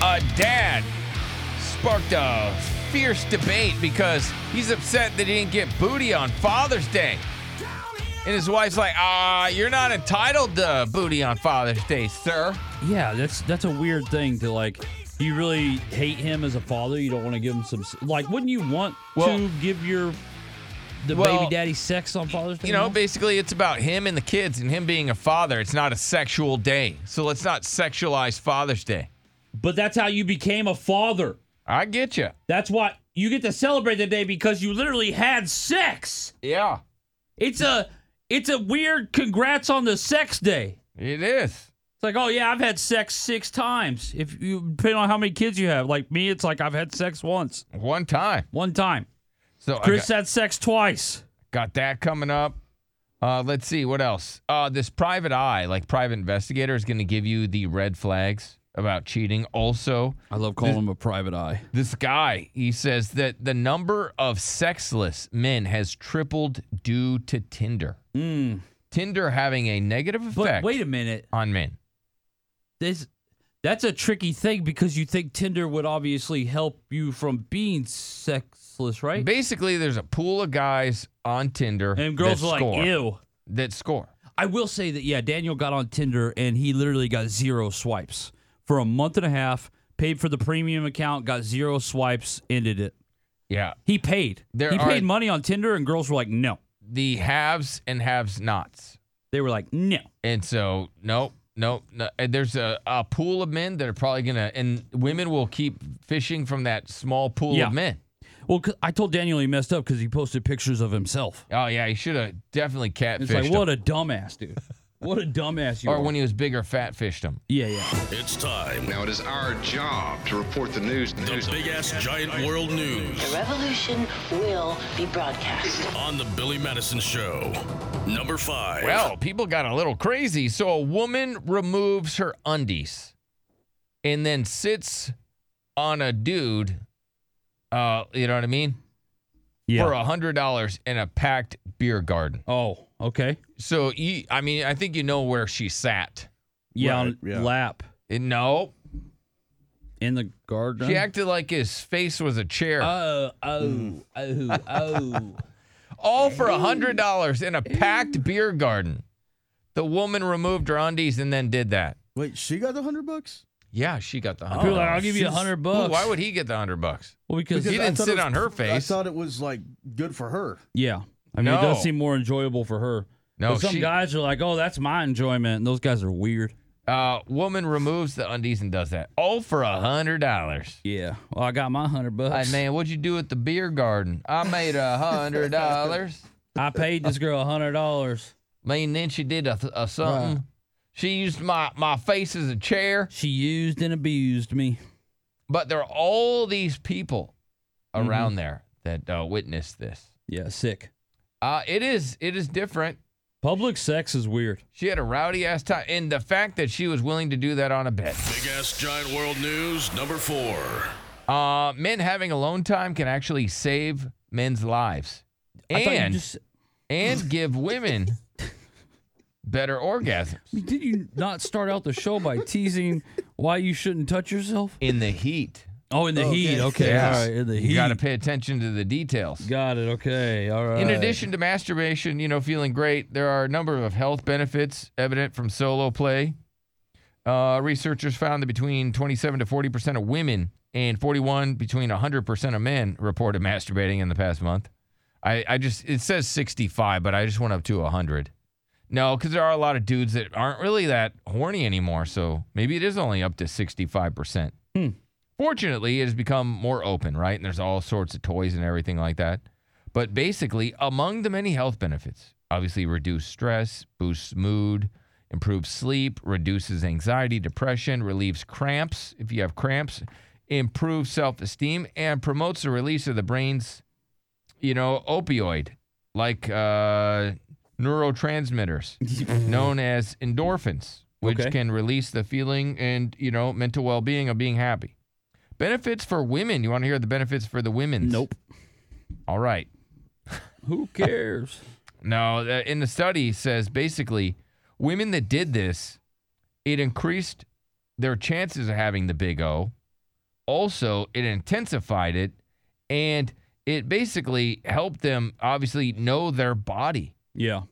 A dad sparked a fierce debate because he's upset that he didn't get booty on Father's Day. And his wife's like, ah, you're not entitled to booty on Father's Day, sir. Yeah, that's that's a weird thing to like. You really hate him as a father. You don't want to give him some like. Wouldn't you want to give your the well, baby daddy sex on Father's Day? You know, now? basically, it's about him and the kids and him being a father. It's not a sexual day. So let's not sexualize Father's Day. But that's how you became a father. I get you. That's why you get to celebrate the day because you literally had sex. Yeah. It's a it's a weird congrats on the sex day. It is. It's like, oh yeah, I've had sex six times. If you depending on how many kids you have. Like me, it's like I've had sex once. One time. One time. So Chris had sex twice. Got that coming up. Uh, let's see what else. Uh, this private eye, like private investigator, is going to give you the red flags about cheating. Also, I love calling him a private eye. This guy, he says that the number of sexless men has tripled due to Tinder. Tinder having a negative effect. Hmm. wait a minute. On men. This that's a tricky thing because you think Tinder would obviously help you from being sexless, right? Basically, there's a pool of guys on Tinder And girls that are like, score, ew. That score. I will say that yeah, Daniel got on Tinder and he literally got zero swipes for a month and a half. Paid for the premium account, got zero swipes, ended it. Yeah. He paid. There he are- paid money on Tinder, and girls were like, no. The haves and haves nots. They were like, no. And so, nope, nope. No. And there's a, a pool of men that are probably going to, and women will keep fishing from that small pool Yeah. of men. Well, 'cause I told Daniel he messed up because he posted pictures of himself. Oh, yeah. He should have definitely catfished It's like, them. what a dumbass, dude. What a dumbass you or are. when he was bigger, fat fished him. yeah, yeah. It's time. Now it is our job to report the news. The big ass giant world news. The revolution will be broadcast. On the Billy Madison Show. Number five. Well, people got a little crazy. So a woman removes her undies and then sits on a dude, uh, you know what I mean? Yeah. For a hundred dollars in a packed beer garden. Oh, okay. So you, I mean, I think you know where she sat. Yeah, on lap. no. In the garden. She acted like his face was a chair. Oh, Hmm. oh, oh, oh. All for a hundred dollars in a packed beer garden. The woman removed her undies and then did that. Wait, she got the hundred bucks? Yeah, she got the Oh. hundred. People are like, "I'll give you She's- 100 Ooh, bucks." Why would he get the hundred bucks? Well, because- I he didn't thought it sit was- on her I face. thought it was like good for her. Yeah. I mean, it No. does seem more enjoyable for her. Oh. No, But some she- guys are like, oh, that's my enjoyment. And those guys are weird. Uh, woman removes the undies and does that. All for a hundred dollars. Yeah. Well, I got my hundred bucks. Hey man, what'd you do at the beer garden? I made a hundred dollars. I paid this girl a hundred dollars. mean, then she did a, a something. Right. She used my my face as a chair. She used and abused me. But there are all these people around there that uh, witnessed this. Mm-hmm. Yeah, sick. Uh, it is it is different. Public sex is weird. She had a rowdy ass time, and the fact that she was willing to do that on a bed. Big ass giant world news. Number four. Uh, men having alone time can actually save men's lives I thought you and just- and give women better orgasms Did you not start out the show by teasing why you shouldn't touch yourself? in the heat. Oh, in the heat. Okay. All right. In the heat. You got to pay attention to the details. Got it. Okay. All right. In addition to masturbation, you know, feeling great, there are a number of health benefits evident from solo play. Uh, researchers found that between 27 to 40 percent of women and 41 between 100 percent of men reported masturbating in the past month. I, I just it says 65, but I just went up to 100. No, because there are a lot of dudes that aren't really that horny anymore. So maybe it is only up to 65 percent. Fortunately, it has become more open, right? And there's all sorts of toys and everything like that. But basically, among the many health benefits, obviously reduce stress, boosts mood, improves sleep, reduces anxiety, depression, relieves cramps if you have cramps, improves self esteem, and promotes the release of the brain's, you know, opioid like uh, neurotransmitters known as endorphins, which Okay. can release the feeling and, you know, mental well being of being happy. Benefits for women. You want to hear the benefits for the women? Nope. All right. Who cares? no, uh, in the study says basically women that did this, it increased their chances of having the big O. Also, it intensified it and it basically helped them obviously know their body. Yeah.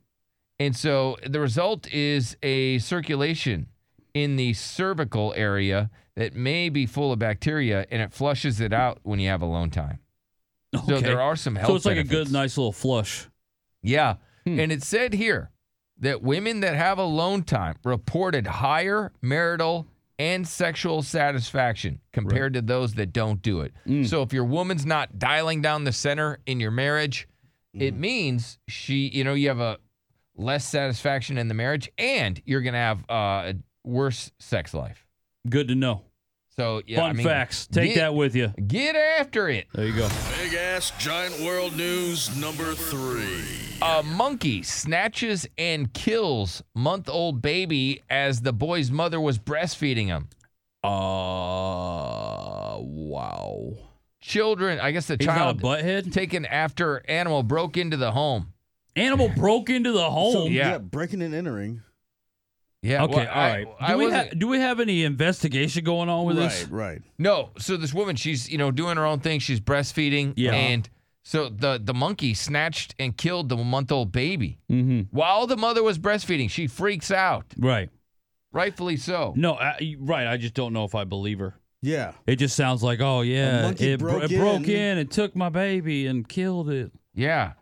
And so the result is a circulation in the cervical area that may be full of bacteria and it flushes it out when you have alone time. So Okay. there are some health So it's like benefits. a good, nice little flush. Hmm. Yeah. And it said here that women that have alone time reported higher marital and sexual satisfaction compared to those that don't do it. Hmm. So if your woman's not dialing down the center in your marriage, Hmm. it means she, you know, you have a less satisfaction in the marriage and you're going to have uh, a worse sex life. Good to know. So, yeah. Fun I mean, facts. Take get- that with you. Get after it. There you go. Big ass giant world news number three. A monkey snatches and kills month old baby as the boy's mother was breastfeeding him. Uh, wow. Children, I guess the He's not a child taken after animal broke into the home. Animal broke into the home. So, yeah. yeah. breaking and entering. Yeah. okay. well, all I- right. I do, we ha- wasn't- do we have any investigation going on with this? right. No, so this woman, she's you know doing her own thing. She's breastfeeding, Yeah. and so the the monkey snatched and killed the month old baby Mm-hmm. while the mother was breastfeeding. She freaks out, Right. rightfully so. No. I, right. I just don't know if I believe her. Yeah. It just sounds like, oh yeah, monkey it, bro- broke it broke in. in and took my baby and killed it. Yeah,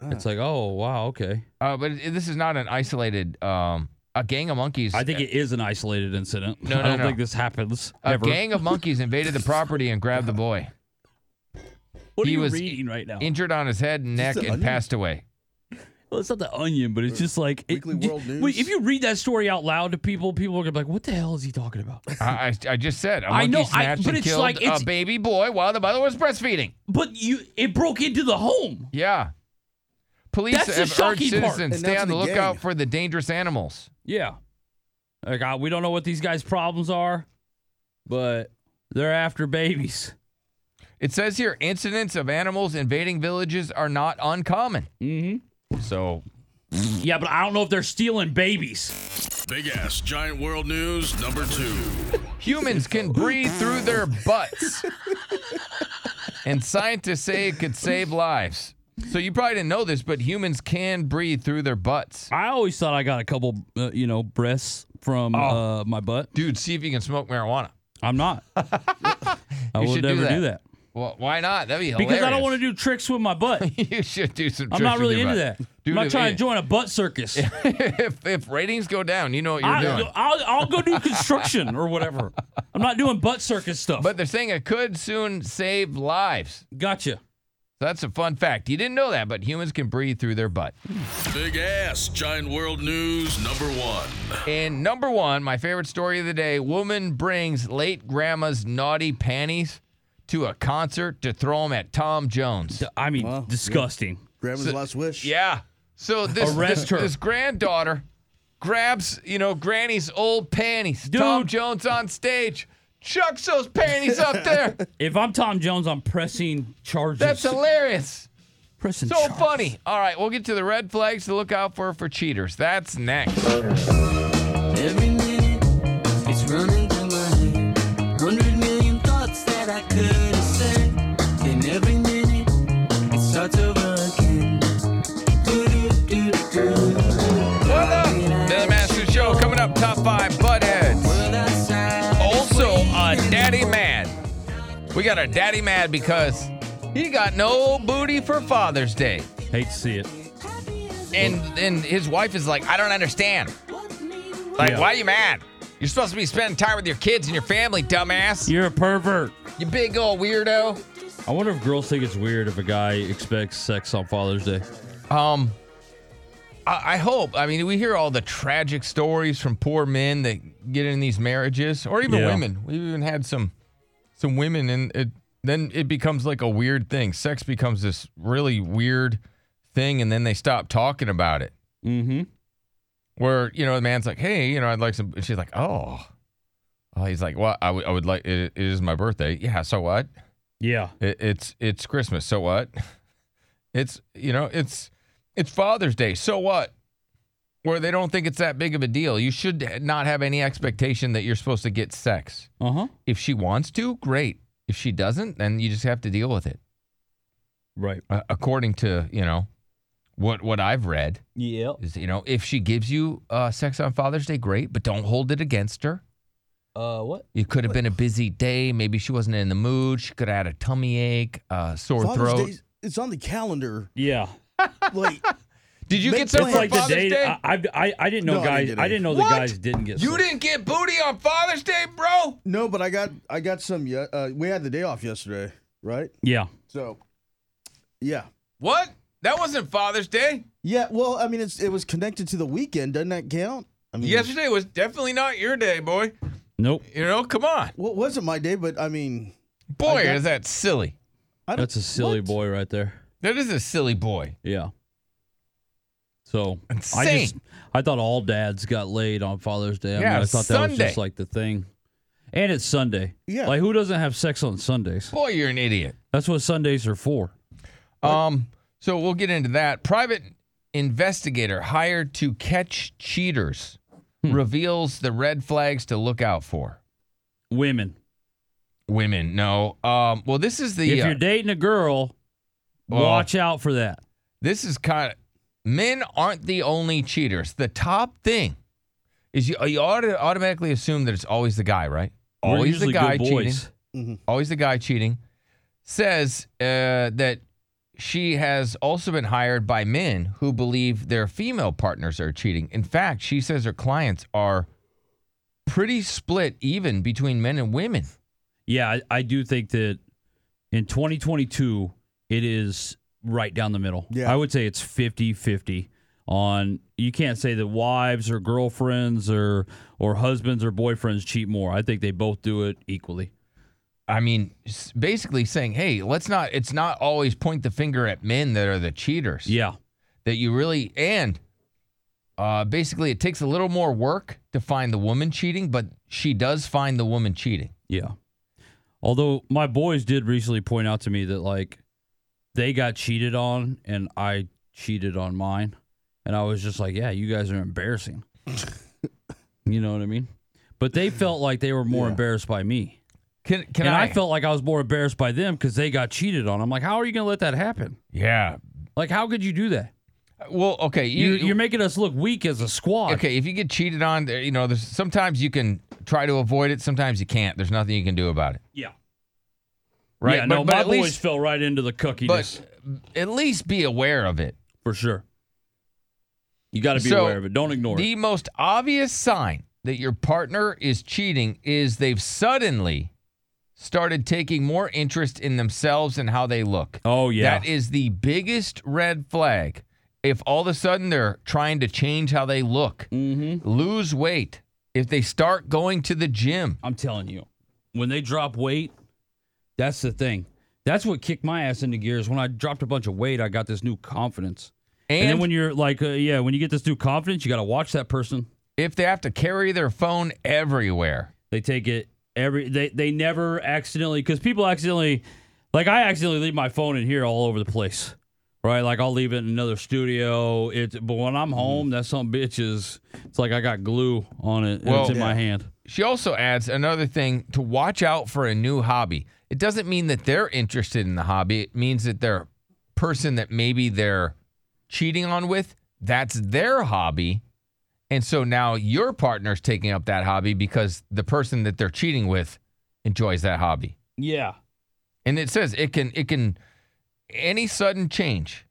Ah. It's like, oh wow, okay. uh, but it- this is not an isolated. Um, a gang of monkeys. I think it is an isolated incident. No, I no, don't no. think this happens A ever. gang of monkeys invaded the property and grabbed the boy. what are he you was reading right now? Injured on his head and neck Is this and the Onion? passed away. well, it's not the Onion, but it's just like it- Weekly World y- News. Wait, if you read that story out loud to people, people are gonna be like, "What the hell is he talking about?" I, I, I just said. A I monkey know, I- snatched but and it's killed like it's- a baby boy while the mother was breastfeeding. But you, it broke into the home. Yeah. Police That's the have urged shocking part. And citizens stay that's on the the lookout gang. for the dangerous animals. Yeah. Like I, we don't know what these guys' problems are, but they're after babies. It says here incidents of animals invading villages are not uncommon. Mm-hmm. So Yeah, but I don't know if they're stealing babies. Big ass giant world news number two. humans can breathe through their butts, and scientists say it could save lives. So you probably didn't know this, but humans can breathe through their butts. I always thought I got a couple, uh, you know, breaths from uh, my butt. Dude, see if you can smoke marijuana. I'm not. I You would should never do that. do that. Well, why not? That'd be hilarious. Because I don't want to do tricks with my butt. you should do some. I'm tricks not with really your into butt. that. Dude, I'm not if- trying to join a butt circus. if if ratings go down, you know what you're I, doing. I'll, I'll go do construction or whatever. I'm not doing butt circus stuff. But they're saying it could soon save lives. Gotcha. That's a fun fact. You didn't know that, but humans can breathe through their butt. Big ass giant world news number one. And number one, my favorite story of the day: woman brings late grandma's naughty panties to a concert to throw them at Tom Jones. I mean, disgusting. Grandma's last wish. Yeah. So this Arrest this, her. this granddaughter grabs, you know, Granny's old panties. Tom Jones on stage chucks those panties up there. If I'm Tom Jones, I'm pressing charges. That's hilarious. pressing So charges. funny. All right, we'll get to the red flags to look out for for cheaters. That's next. Every minute, it's running through my head. Hundred million thoughts that I could have said. And every minute, it starts over again. What up? The Master uh, Show coming up top five butt heads. Also, a daddy mad. We got a daddy mad because he got no booty for Father's Day. Hate to see it. And and his wife is like, I don't understand. Like, Yeah. why are you mad? You're supposed to be spending time with your kids and your family, dumbass. You're a pervert. You big old weirdo. I wonder if girls think it's weird if a guy expects sex on Father's Day. Um, I I hope. I mean, we hear all the tragic stories from poor men that get in these marriages, or even Yeah. women. We've even had some some women, and it, then it becomes like a weird thing. Sex becomes this really weird thing, and then they stop talking about it. Mm-hmm. Where you know the man's like, "Hey, you know, I'd like some," and she's like, "Oh." Oh, he's like, well, I would, I would like. It, it is my birthday. Yeah. So what? Yeah. It, it's it's Christmas. So what? It's you know it's it's Father's Day. So what? Where they don't think it's that big of a deal. You should not have any expectation that you're supposed to get sex. Uh huh. If she wants to, great. If she doesn't, then you just have to deal with it. Right. Uh, according to you know what what I've read. Yeah. Is, you know if she gives you uh, sex on Father's Day, great, but don't hold it against her. Uh, what? It could have been a busy day. Maybe she wasn't in the mood. She could have had a tummy ache, uh, sore Father's throat. Day's- it's on the calendar. Yeah. Like, Did you Make get some plans. for Like the Father's day- Day? I, I, I- I didn't know No, I didn't guys. get I any. didn't know the What? guys didn't get. you didn't get booty on Father's Day, bro. no, but I got I got some. ye- Uh, we had the day off yesterday, right? Yeah. So, yeah, What? That wasn't Father's Day. yeah. Well, I mean, it's it was connected to the weekend. Doesn't that count? I mean, Yesterday was definitely not your day, boy. Nope. You know, come on. Well, it wasn't my day, but I mean, Boy, I got- is that silly. I don't- That's a silly What? boy right there. That is a silly boy. Yeah. So I just Insane. I thought all dads got laid on Father's Day. I, mean, Yeah, I thought that was Sunday. just like the thing. And it's Sunday. Yeah. Like who doesn't have sex on Sundays? Boy, you're an idiot. That's what Sundays are for. Um, so we'll get into that. Private investigator hired to catch cheaters Hmm. reveals the red flags to look out for. Women. Women, no. Um, well, this is the if uh, you're dating a girl, Well- watch out for that. This is kind of men aren't the only cheaters. The top thing is you you auto, automatically assume that it's always the guy, right? We're Always the usually guy good cheating. boys. Mm-hmm. Always the guy cheating. Says uh, that she has also been hired by men who believe their female partners are cheating. In fact, she says her clients are pretty split even between men and women. Yeah, I, I do think that in 2022, it is right down the middle. Yeah. I would say it's 50 50 on you can't say that wives or girlfriends or or husbands or boyfriends cheat more. I think they both do it equally. I mean, s- basically saying, hey, let's not, it's not always point the finger at men that are the cheaters. Yeah. That you really, and uh, basically it takes a little more work to find the woman cheating, but she does find the woman cheating. Yeah. Although my boys did recently point out to me that like they got cheated on and I cheated on mine. And I was just like, yeah, you guys are embarrassing. you know what I mean? But they felt like they were more embarrassed by me. Can, can and I? I? felt like I was more embarrassed by them because they got cheated on. I'm like, how are you going to let that happen? yeah. Like, how could you do that? Well, okay. You, you're making us look weak as a squad. okay. If you get cheated on, there- you know, there's sometimes you can try to avoid it, sometimes you can't. There's nothing you can do about it. Yeah. Right. Yeah, But- no, but my at boys least- fell right into the cookiness But at least be aware of it. for sure. You got to be So, aware of it. Don't ignore The it. most obvious sign that your partner is cheating is they've suddenly started taking more interest in themselves and how they look. Oh, yeah. That is the biggest red flag. If all of a sudden they're trying to change how they look, Mm-hmm. lose weight, if they start going to the gym. I'm telling you, when they drop weight, that's the thing. That's what kicked my ass into gears. When I dropped a bunch of weight, I got this new confidence. And, then And- when you're like, uh, yeah, when you get this new confidence, you got to watch that person. If they have to carry their phone everywhere. They take it every. They they never accidentally because people accidentally, like I accidentally leave my phone in here all over the place, right? Like I'll leave it in another studio. It's but when I'm Mm-hmm. home, that some bitch is. It's like I got glue on it. and Well- it's in my Yeah. hand. She also adds another thing to watch out for a new hobby. It doesn't mean that they're interested in the hobby. It means that their person that maybe they're cheating on with, that's their hobby. And so now your partner's taking up that hobby because the person that they're cheating with enjoys that hobby. Yeah. And it says it can it can any sudden change.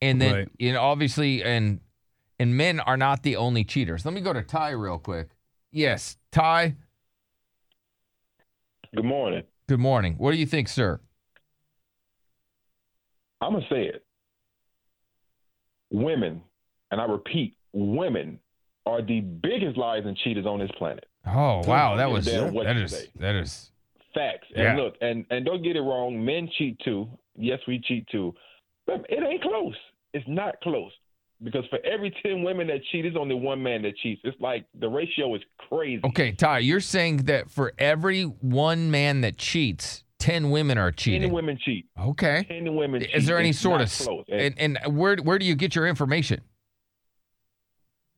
And then Right. you know, obviously and and men are not the only cheaters. Let me go to Ty real quick. Yes, Ty. Good morning. Good morning. What do you think, sir? I'm gonna say it. Women, and and I repeat, women are the biggest liars and cheaters on this planet. Oh wow, that Give was a damn what that you is say. that is Facts. And Yeah. look, and, and don't get it wrong, men cheat too. Yes, we cheat too. But it ain't close. It's not close. Because for every ten women that cheat, there's only one man that cheats. It's like the ratio is crazy. okay. Ty, you're saying that for every one man that cheats, ten women are cheating. Ten women cheat. Okay. Ten women cheat. Is there any It's sort not of s- close. and, and where where do you get your information?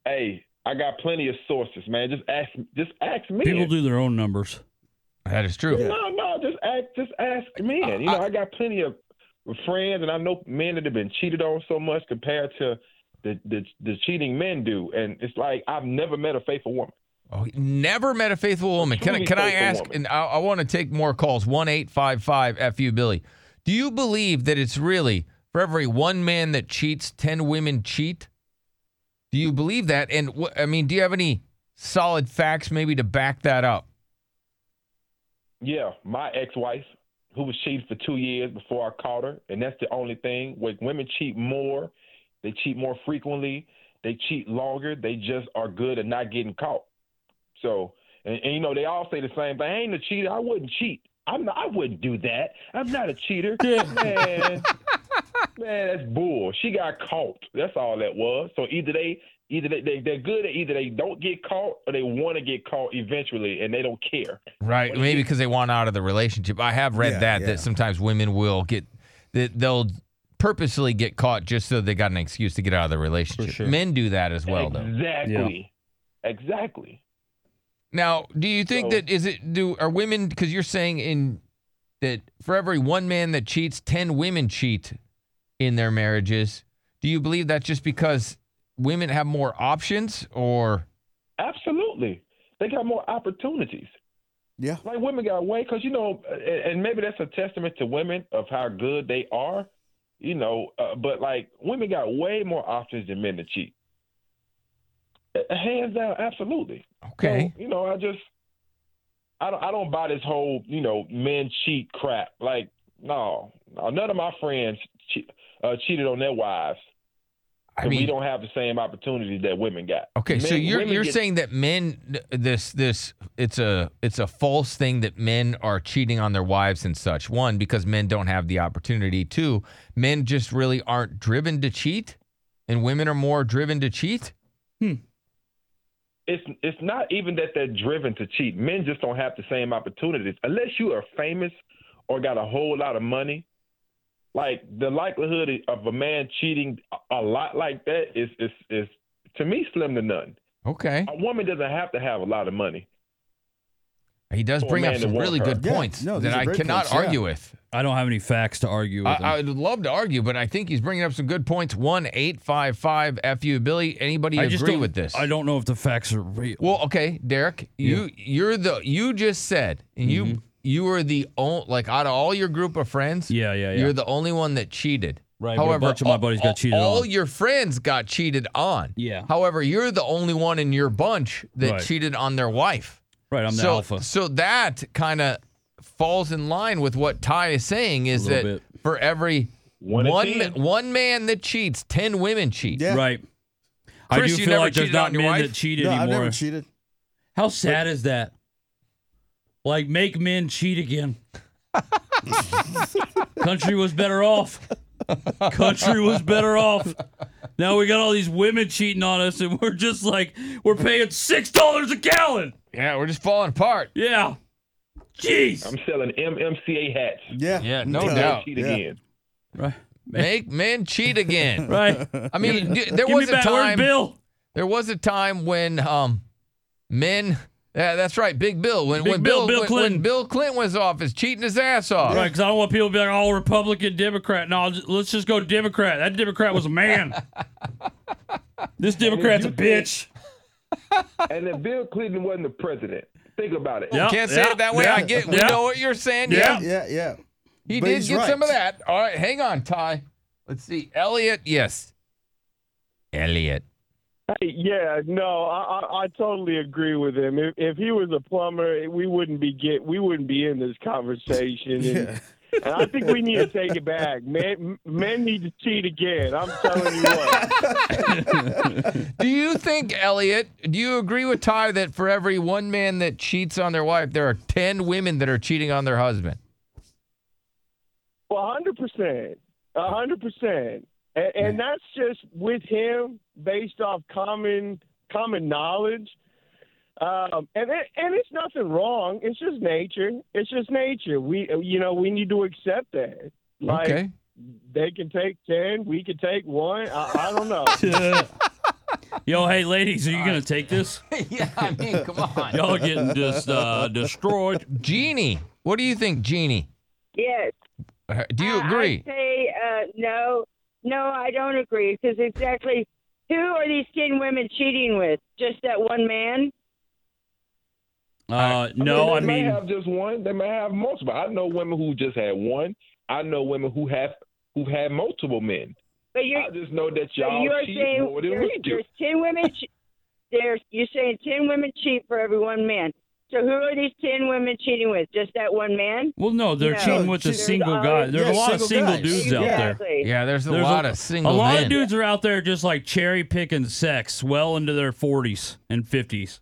Hey, I got plenty of sources, man. Just ask just ask me. People do their own numbers. That is true. No, no, just ask, just ask men. you know, I, got plenty of friends, and I know men that have been cheated on so much compared to the the, the cheating men do, and it's like I've never met a faithful woman. Oh, never met a faithful woman. Can I Truly can I faithful ask? woman. And I, I want to take more calls. One eight five five fu Billy. Do you believe that it's really for every one man that cheats, ten women cheat? Do you believe that? And wh- I mean, do you have any solid facts maybe to back that up? Yeah, my ex-wife, who was cheated for two years before I caught her, and that's the only thing. Like women cheat more, they cheat more frequently, they cheat longer. They just are good at not getting caught. So, and, and you know, they all say the same thing. I ain't a cheater. I wouldn't cheat. I'm not, I wouldn't do that. I'm not a cheater. man, man, that's bull. She got caught. That's all that was. So either they, either they, they they're good, or either they don't get caught, or they want to get caught eventually, and they don't care. Right, maybe because they want out of the relationship. I have read Yeah, that yeah. that sometimes women will get that they'll purposely get caught just so they got an excuse to get out of the relationship. Men do that as well, though. Exactly. Exactly. Now, do you think that is it? Do are women? Because you're saying in that for every one man that cheats, ten women cheat in their marriages. Do you believe that's just because women have more options, or Absolutely. They got more opportunities. Yeah. Like women got way, because, you know, and, and maybe that's a testament to women of how good they are, you know, uh, but like women got way more options than men to cheat. Uh, Hands down, absolutely. Okay. So, you know, I just, I don't, I don't buy this whole, you know, men cheat crap. Like, no, no none of my friends che- uh, cheated on their wives. I So we mean- don't have the same opportunities that women got. okay? so Men- you're women you're get- saying that men this this it's a it's a false thing that men are cheating on their wives and such. One because men don't have the opportunity. Two, men just really aren't driven to cheat, and women are more driven to cheat. Hmm. it's it's not even that they're driven to cheat. Men just don't have the same opportunities. Unless you are famous or got a whole lot of money, like the likelihood of a man cheating a- a lot like that is is is to me slim to none. Okay. A woman doesn't have to have a lot of money. He does Or bring up man some that really wants good her. Yeah, points no, these that are I great cannot points, yeah. argue with. I don't have any facts to argue with. I, I would love to argue, but I think he's bringing up some good points. One eight five five fu Billy. Anybody I just agree don't- with this? I don't know if the facts are real. Well, okay, Derek, you you're the you just said and you you were the only like out of all your group of friends. Yeah, yeah, yeah. You're the only one that cheated. Right, but a However, bunch of my all- buddies got all- cheated All on. your friends got cheated on. Yeah. However, you're the only one in your bunch that Right. cheated on their wife. Right, I'm the so, alpha. So that kind of falls in line with what Ty is saying is little that bit. for every One one in one, ten. man that cheats, ten women cheat. Right. I Chris, do you feel never like there's cheated on not your men wife? that cheat No, anymore. I've never cheated. How sad is that? Like, make men cheat again. Country was better off. Country was better off. Now we got all these women cheating on us, and we're just like, we're paying six dollars a gallon. Yeah, we're just falling apart. Yeah. Jeez. I'm selling MMCA hats. Yeah. Yeah, no Don't doubt. Cheat Yeah. again. Make men cheat again. Right. I mean, d- there Give me was a back- where's time. Bill? There was a time when um, men. Yeah, that's right, Big Bill. When Big when Bill, Bill, Bill when, Clinton. when Bill Clinton was off, is cheating his ass Right, off. 'cause Right, because I don't want people to be like, "Oh, Republican, Democrat." No, I'll just, let's just go Democrat. That Democrat was a man. this Democrat's a bitch. and if Bill Clinton wasn't the president, think about it. Yeah, Can't say it that way. I get. We know what you're saying. Yeah, Yeah. Yeah. He But did he's get right. some of that. All right, hang on, Ty. Let's see, Elliot. Yes, Elliot. Hey, yeah, no, I, I, I totally agree with him. If, if he was a plumber, we wouldn't be get we wouldn't be in this conversation. And And I think we need to take it back. Men, men need to cheat again. I'm telling you what. do you think, Elliot, do you agree with Ty that for every one man that cheats on their wife, there are 10 women that are cheating on their husband? Well, 100%. 100%. And, and that's just with him based off common common knowledge. Um, and it, and it's nothing wrong. It's just nature. It's just nature. We you know we need to accept that. Like Okay. they can take ten, we can take one. I, I don't know. Yo, hey, ladies, are you going to take this? yeah, I mean, come on. Y'all getting just uh, destroyed. Jeannie, what do you think, Jeannie? Yes. Uh, Do you I- agree? I'd say uh, no. No, I don't agree because exactly who are these ten women cheating with? Just that one man? Uh, no, I they mean- may have just one. They may have multiple. I know women who just had one. I know women who have who've had multiple men. But you're, I just know that so y'all you're cheat saying more than there's, we do. there's ten women. che- there's you're saying ten women cheat for every one man. So who are these ten women cheating with? Just that one man? Well, no, they're cheating with a there's single all- guy. There's a lot of single guys. dudes out there. Exactly. A lot of dudes are out there just like cherry picking sex well into their 40s and 50s.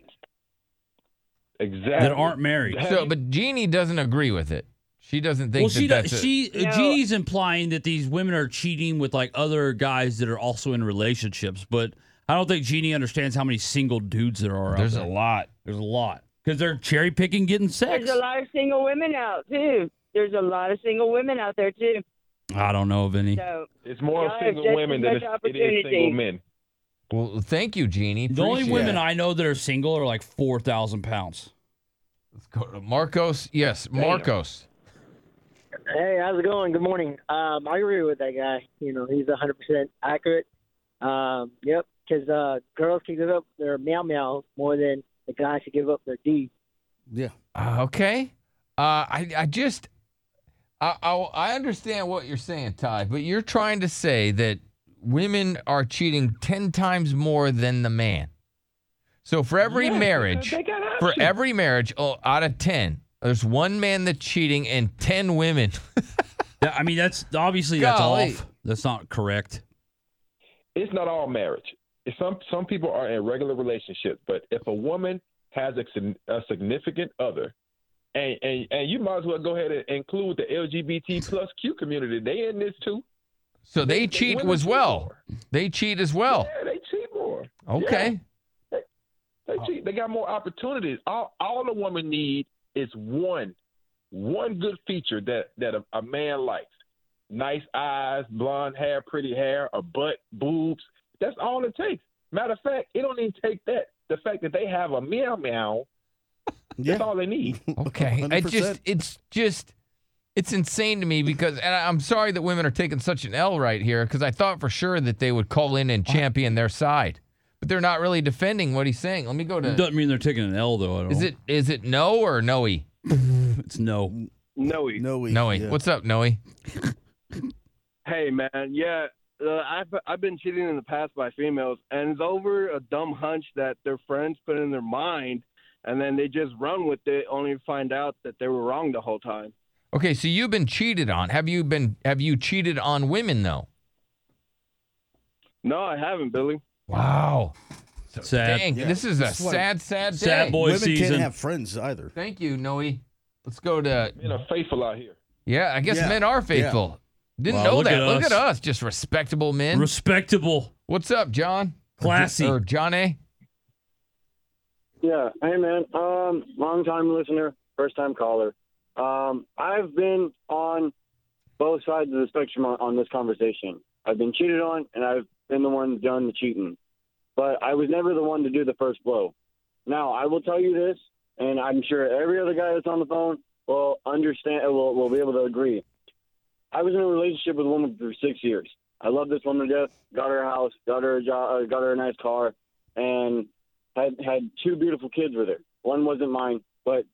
Exactly. That aren't married. So, but Jeannie doesn't agree with it. She doesn't think Well, that she that's does, a- she Jeannie's implying that these women are cheating with like other guys that are also in relationships, but I don't think Jeannie understands how many single dudes there are. There's out a there. lot. There's a lot because they're cherry picking, getting sex. There's a lot of single women out too. There's a lot of single women out there too. I don't know of any. So It's more y'all have just as much opportunity. men. Well, thank you, Jeannie. The only Appreciate women it. I know that are single are like four thousand pounds. Let's go to Marcos. Yes, Marcos. Hey, how's it going? Good morning. Um, I agree with that guy. You know, he's 100% accurate. Um, yep, because uh, girls can give up their meow meow more than the guys can give up their D. Yeah. okay. Uh, I I just I, I I understand what you're saying, Ty, but you're trying to say that women are cheating ten times more than the man. So for every Yeah, marriage, they got for options. every marriage oh, out of ten, there's one man that's cheating and ten women. I mean, that's obviously that's off. That's not correct. It's not all marriage. It's some some people are in regular relationships, but if a woman has a, sig- a significant other, and, and and you might as well go ahead and include the LGBT plus Q community. They in this too. So they, cheat women as well. They cheat as well. Yeah, they cheat more. Okay. Yeah. They, they cheat. They got more opportunities. All all a woman need is one, one good feature that that a, a man likes: nice eyes, blonde hair, pretty hair, a butt, boobs. That's all it takes. Matter of fact, it don't even take that. The fact that they have a meow meow, that's all they need. Okay, I just it's just it's insane to me because and I- I'm sorry that women are taking such an L right here because I thought for sure that they would call in and champion their side, but they're not really defending what he's saying. Let me go to. Doesn't mean they're taking an L though. I don't is know. it is it no or noe? It's no. Noe. Noe. Noe, what's up, Noe? Hey man, yeah, uh, I've I've been cheated in the past by females, and it's over a dumb hunch that their friends put in their mind, and then they just run with it, only to find out that they were wrong the whole time. Okay, so you've been cheated on. Have you been have you cheated on women though? No, I haven't, Billy. Wow. So, Sad. Dang, this is a sad, sad day. Women can't have friends either. Thank you, Noe. Let's go to. Men are faithful out here. Yeah, I guess Yeah. men are faithful. Didn't Wow, know look that. at look us. at us, just respectable men. Respectable. What's up, John? Or Jo- Classy. Or, John A? Yeah. Hey, man. Um, long time listener, first time caller. Um, I've been on both sides of the spectrum on, on this conversation. I've been cheated on, and I've been the one done the cheating. But I was never the one to do the first blow. Now, I will tell you this, and I'm sure every other guy that's on the phone will understand. Will will be able to agree. I was in a relationship with a woman for six years. I loved this woman to death. Got her a house. Got her a job. uh, Got her a nice car. And had had two beautiful kids with her. One wasn't mine, but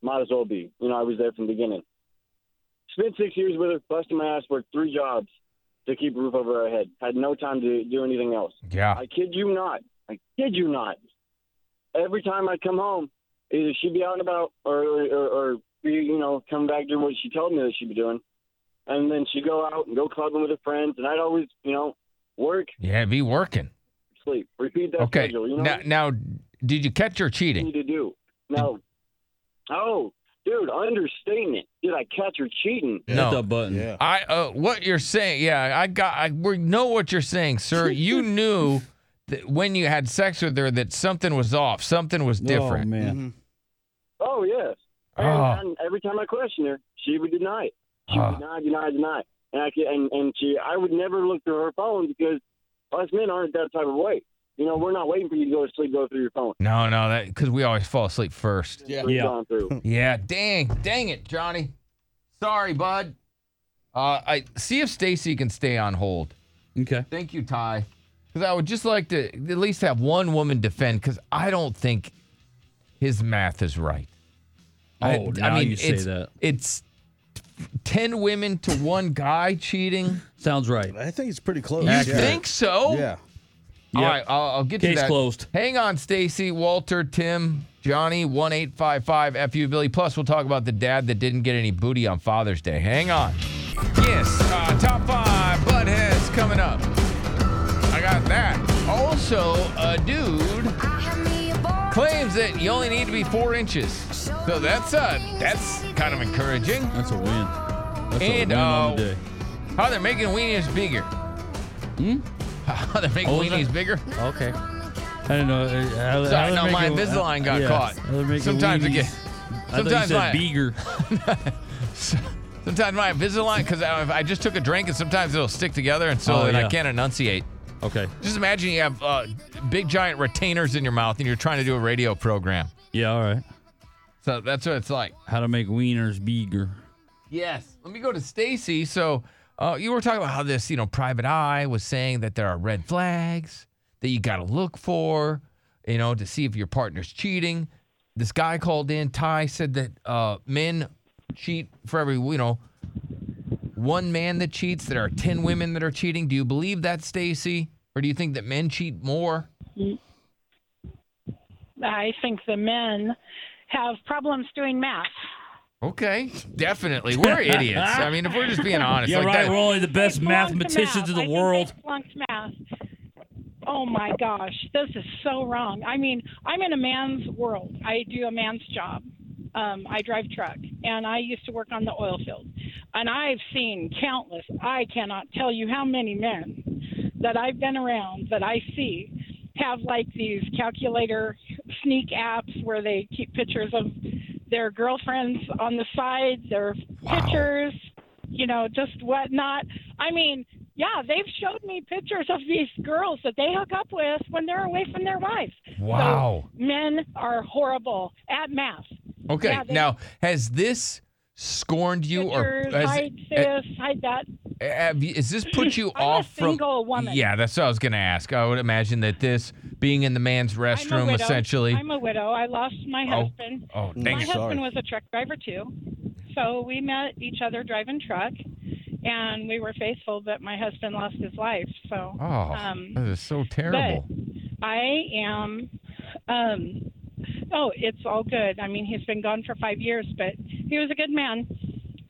might as well be. You know, I was there from the beginning. Spent six years with her, busting my ass, worked three jobs to keep a roof over our head. Had no time to do anything else. Yeah. I kid you not. I kid you not. Every time I come home, either she'd be out and about or or, or be, you know, come back doing what she told me that she'd be doing. and then she'd go out and go clubbing with her friends, and I'd always, you know, work, Yeah, be working. sleep, repeat that Okay. schedule. You know, Now, now, did you catch her what you cheating? need to do. No. Oh, dude, understatement. Did I catch her cheating? No. I uh, what you're saying? Yeah, I got. I we know what you're saying, sir. You knew that when you had sex with her that something was off. Something was different. Mm-hmm. man. Oh yes. And every time I questioned her, she would deny it. She Ah. would deny, deny, deny. And I ca- and and she, I would never look through her phone because us men aren't that type of way. You know, we're not waiting for you to go to sleep, go through your phone. No, no, that because we always fall asleep first. Yeah. We've gone through. yeah. Dang, dang it, Johnny. Sorry, bud. Uh, I see if Stacy can stay on hold. Okay. Thank you, Ty. Because I would just like to at least have one woman defend. Because I don't think his math is right. I, Oh, I now mean, you say it's, that. It's ten women to one guy cheating. Sounds right. I think it's pretty close. You Accurate. think so? Yeah. All Yep. right, I'll, I'll get to Case that. closed. Hang on, Stacy, Walter, Tim, Johnny, one eight five five FU Billy. Plus, we'll talk about the dad that didn't get any booty on Father's Day. Hang on. Yes, uh, top five buttheads coming up. I got that. Also, a dude claims that you only need to be four inches. So that's uh, that's kind of encouraging. That's a win. That's and a win uh, on the day. how they're making weenies bigger. Hmm? How they're making Oh, is weenies that- bigger? Okay. I don't know. uh, How, Sorry, how no, they're my making- Invisalign got uh, yeah, caught. how they're making Sometimes it weenies. gets- I thought you sometimes said my- beager. Sometimes my Invisalign, because I, I just took a drink, and sometimes it'll stick together, and so Oh, then I yeah. can't enunciate. Okay. Just imagine you have uh, big giant retainers in your mouth, and you're trying to do a radio program. Yeah, all right. So that's what it's like. How to make wieners bigger. Yes. Let me go to Stacy. So uh, you were talking about how this, you know, private eye was saying that there are red flags that you got to look for, you know, to see if your partner's cheating. This guy called in. Ty said that uh, men cheat for every, you know, one man that cheats. There are ten women that are cheating. Do you believe that, Stacy, or do you think that men cheat more? I think the men have problems doing math. Okay, definitely. We're idiots. I mean, if we're just being honest, Yeah, like right. that- We're only the best mathematicians in the world. Flunked math. Oh my gosh, this is so wrong. I mean, I'm in a man's world. I do a man's job. Um, I drive truck, and I used to work on the oil field, and I've seen countless. I cannot tell you how many men that I've been around that I see have like these calculator sneak apps where they keep pictures of their girlfriends on the side, their pictures, you know, just whatnot. I mean, yeah, they've showed me pictures of these girls that they hook up with when they're away from their wives. Wow. Men are horrible at math. Okay. Yeah, they- now, has this scorned you, or Pictures, has, hide eh, this, hide that. have you, has this put you off from? single woman. Yeah, that's what I was going to ask. I would imagine that this being in the man's I'm a restroom, widow. essentially. I'm a widow. I lost my Oh. husband. Oh, dang my it. husband Sorry. was a truck driver too, so we met each other driving truck, and we were faithful. But my husband lost his life, so oh, um, that is so terrible. I am. Um, oh, it's all good. I mean, he's been gone for five years, but he was a good man.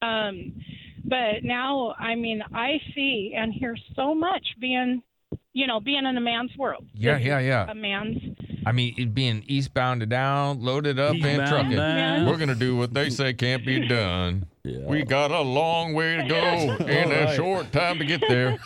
Um, but now, I mean, I see and hear so much being, you know, being in a man's world. Yeah, This yeah, is yeah. A man's I mean, it being eastbound and down, loaded up and Eastbound trucking. bound. We're going to do what they say can't be done. We got a long way to go and a Alright. short time to get there.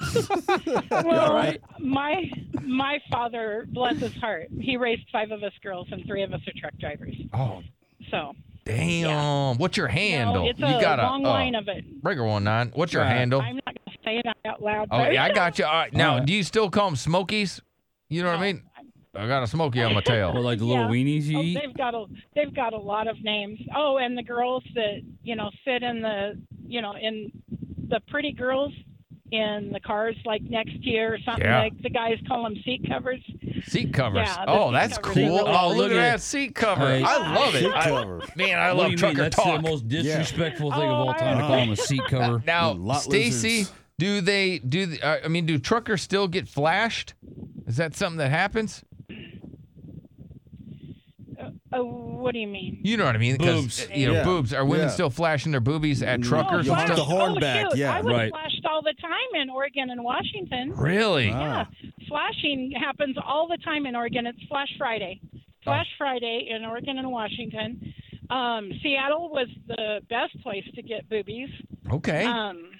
well, right? my my father, bless his heart, he raised five of us girls, and three of us are truck drivers. Oh, So damn. What's your handle? it's you a got long a, uh, line of it. Breaker one nine. What's your handle? I'm not gonna say it out loud. Oh, but- yeah, I got you. All right. Now, All right. do you still call them smokies? You know what I mean? I got a smoky on my tail. Well, like the little Yeah. weenies Oh, they've got a they've got a lot of names. Oh, and the girls that you know sit in the you know in the pretty girls in the cars like next year or something Yeah. like the guys call them seat covers. Seat covers. Yeah, the oh, seat that's covers. cool. Seat Oh, covers. look at Yeah. that seat cover. Hey. I love it. Seat I- cover. man, I What do love you mean? trucker That's the talk. most disrespectful thing of Oh, all Oh, I- time to call him a seat cover. Now, Lot Stacy, lizards. do they do? The, I mean, do truckers still get flashed? Is that something that happens? Uh, Uh, what do you mean? You know what I mean? 'Cause, Boobs. You know, Yeah. boobs. Are women Yeah. still flashing their boobies at truckers? oh, and flash- stuff? oh, shoot, I was flashed all the time in Oregon and Washington. Really? Ah. Yeah. Flashing happens all the time in Oregon. It's Flash Friday. Oh. Flash Friday in Oregon and Washington. Um, Seattle was the best place to get boobies. Okay. Um,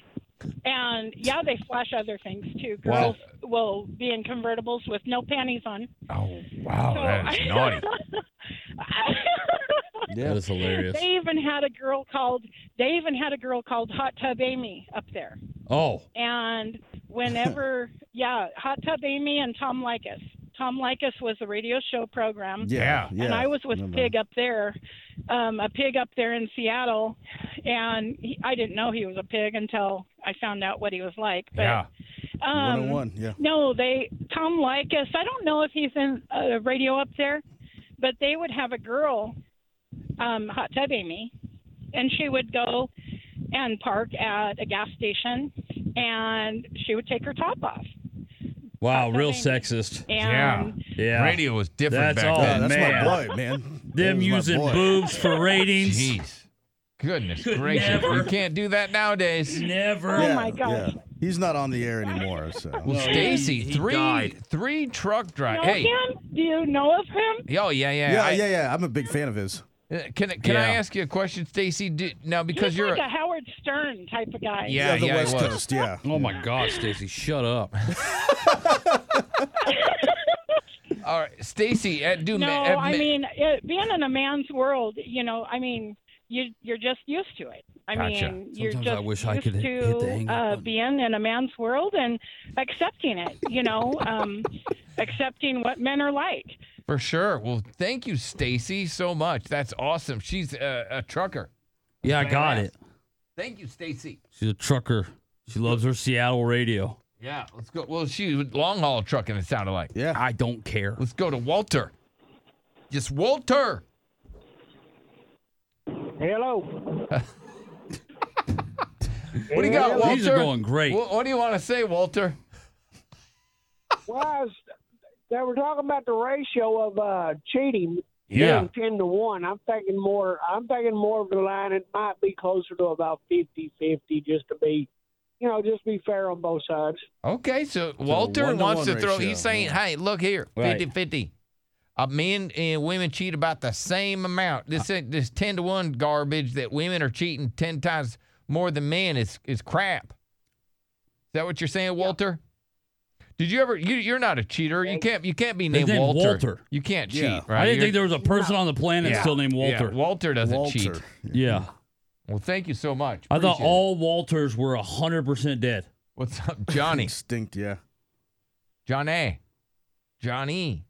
and yeah, they flash other things too. Wow. Girls will be in convertibles with no panties on. Oh, wow. That is naughty. That is hilarious. They even had a girl called. They even had a girl called Hot Tub Amy up there. Oh. And whenever, yeah, Hot Tub Amy and Tom Likas. Tom Likas was the radio show program. Yeah, And yeah, I was with remember. Pig up there, um, a pig up there in Seattle, and he, I didn't know he was a pig until I found out what he was like. But, Yeah. Um, 101, yeah. No, they Tom Likas. I don't know if he's in uh, radio up there, but they would have a girl, um, hot tub Amy, and she would go and park at a gas station, and she would take her top off. Wow, real sexist. And- yeah. yeah. Radio was different That's back all, then. Man. That's my boy, man. Them That was my using boy. boobs for ratings. Jeez. Goodness Could gracious. never. You can't do that nowadays. Oh Never. Yeah, yeah. He's not on the air anymore, so. Well, Stacy, three three truck Know drive. Hey. him? Um, Do you know of him? Oh yeah, yeah. Yeah, I- yeah, yeah. I'm a big fan of his. Uh, Can can I Yeah. ask you a question, Stacy? Do- Now because he's you're like a Howard Stern type of guy. Yeah, the yeah, he West was. Coast, yeah. Oh my God, Stacy, shut up. all right, Stacy. uh, do no, ma- uh, I ma- mean it, being in a man's world, you know, I mean you you're just used to it. I Gotcha. mean, you're Sometimes I just wish used I could to hit- hit the hang up uh, being in a man's world and accepting it. You know, um, accepting what men are like. for sure. Well, thank you, Stacy, so much. That's awesome. She's a, a trucker. Yeah, I got Badass. it. Thank you, Stacy. She's a trucker. She loves her Seattle radio. Yeah, let's go. Well, she was long haul trucking. It sounded like. Yeah, I don't care. Let's go to Walter. Just Walter. Hello. What do you got, Walter? These are going great. What, what do you want to say, Walter? Well, I was, they were talking about the ratio of uh, cheating Yeah. being ten to one. I'm thinking more. I'm thinking more of the line. It might be closer to about 50-50 just to be, you know, just be fair on both sides. Okay, so one Walter to wants one to throw. ratio, He's saying, yeah. "Hey, look here, Right. 50-50. Uh, men and women cheat about the same amount. Uh, This ain't- this ten to one garbage that women are cheating ten times more than men is is crap. Is that what you're saying, Walter? Did you ever? You, you're not a cheater. You can't. You can't be His named name's Walter. Walter. You can't cheat, Yeah. right? I didn't You're- think there was a person on the planet Yeah. still named Yeah, Walter. Walter doesn't Walter. cheat. Yeah. Well, thank you so much. I thought Appreciate it. all Walters were 100% dead. What's up, Johnny? Extinct, yeah. John A. John E.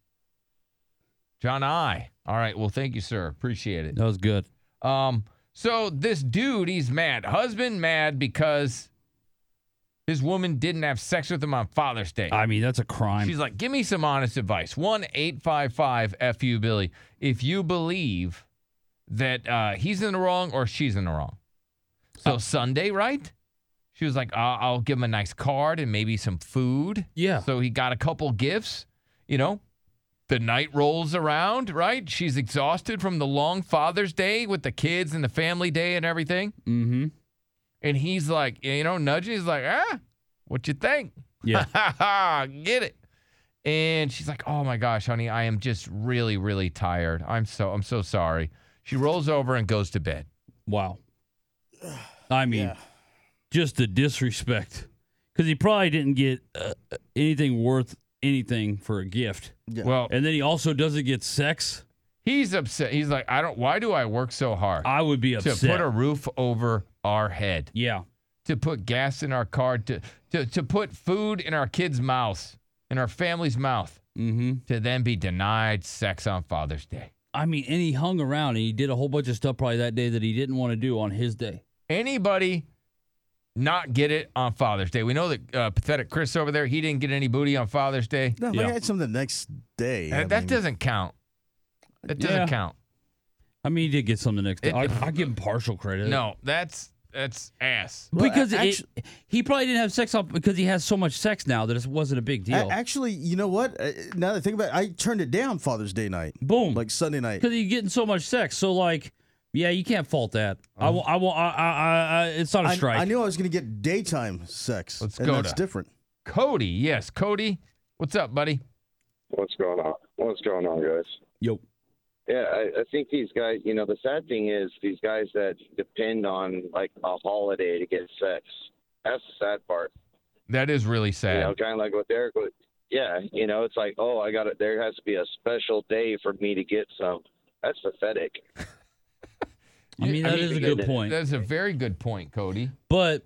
John I. All right. Well, thank you, sir. Appreciate it. That was good. Um, so this dude, he's mad. Husband mad because his woman didn't have sex with him on Father's Day. I mean, that's a crime. She's like, give me some honest advice. 1 855 FU Billy. If you believe that uh, he's in the wrong or she's in the wrong. So Uh, Sunday, right? She was like, I'll, I'll give him a nice card and maybe some food. Yeah. So he got a couple gifts, you know. The night rolls around, right? She's exhausted from the long Father's Day with the kids and the family day and everything. Mm-hmm. And he's like, you know, nudging. He's like, ah, what you think? Yeah. Get it. And she's like, oh my gosh, honey, I am just really, really tired. I'm so, I'm so sorry. She rolls over and goes to bed. Wow. I mean, just the disrespect. Because he probably didn't get uh, anything worth anything for a gift. Well, and then he also doesn't get sex. He's upset. He's like, I don't, why do I work so hard? I would be upset. To put a roof over our head. Yeah. To put gas in our car, to, to, to put food in our kids' mouths, in our family's mouth, mm-hmm. to then be denied sex on Father's Day. I mean, and he hung around and he did a whole bunch of stuff probably that day that he didn't want to do on his day. Anybody not get it on Father's Day? We know that uh, pathetic Chris over there, he didn't get any booty on Father's Day. No, but I had some the next day. That, I that mean- doesn't count. That doesn't Yeah. count. I mean, he did get some the next day. It- I, I give him partial credit. No, that's that's ass. because it- he probably didn't have sex off because he has so much sex now that it wasn't a big A- deal. actually, you know what? Uh, Now that I think about it, I turned it down Father's Day night. Boom. Like Sunday night. Because you're getting so much sex, so like, yeah, you can't fault that. I Uh-huh. will. I will. I, I, I, it's not a I, strike. I knew I was going to get daytime sex. Let's and go to- That's different. Cody, yes, Cody, what's up, buddy? What's going on? What's going on, guys? Yo. Yeah, I, I think these guys. You know, the sad thing is these guys that depend on like a holiday to get sex. That's the sad part. That is really sad. You know, kind of like what Derek. Was, yeah, you know, it's like, oh, I got it. There has to be a special day for me to get some. That's pathetic. I mean, that is a good point. That's a very good point, Cody. But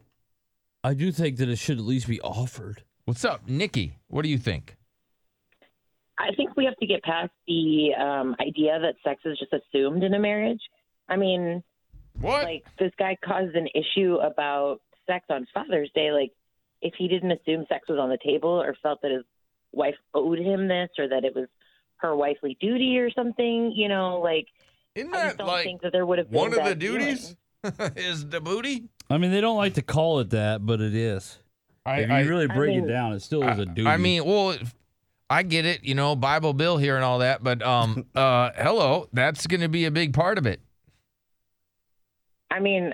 I do think that it should at least be offered. What's up, Nikki? What do you think? I think we have to get past the um, idea that sex is just assumed in a marriage. I mean, what? Like this guy caused an issue about sex on Father's Day. Like, if he didn't assume sex was on the table or felt that his wife owed him this or that it was her wifely duty or something, you know, like. Isn't I just don't think that there would have been One of the that feeling. duties is the booty. I mean, they don't like to call it that, but it is. I- if you I- really I break mean- it down, it still is a duty. I mean, well, if- I get it, you know, Bible Bill here and all that, but um, uh, hello, that's going to be a big part of it. I mean,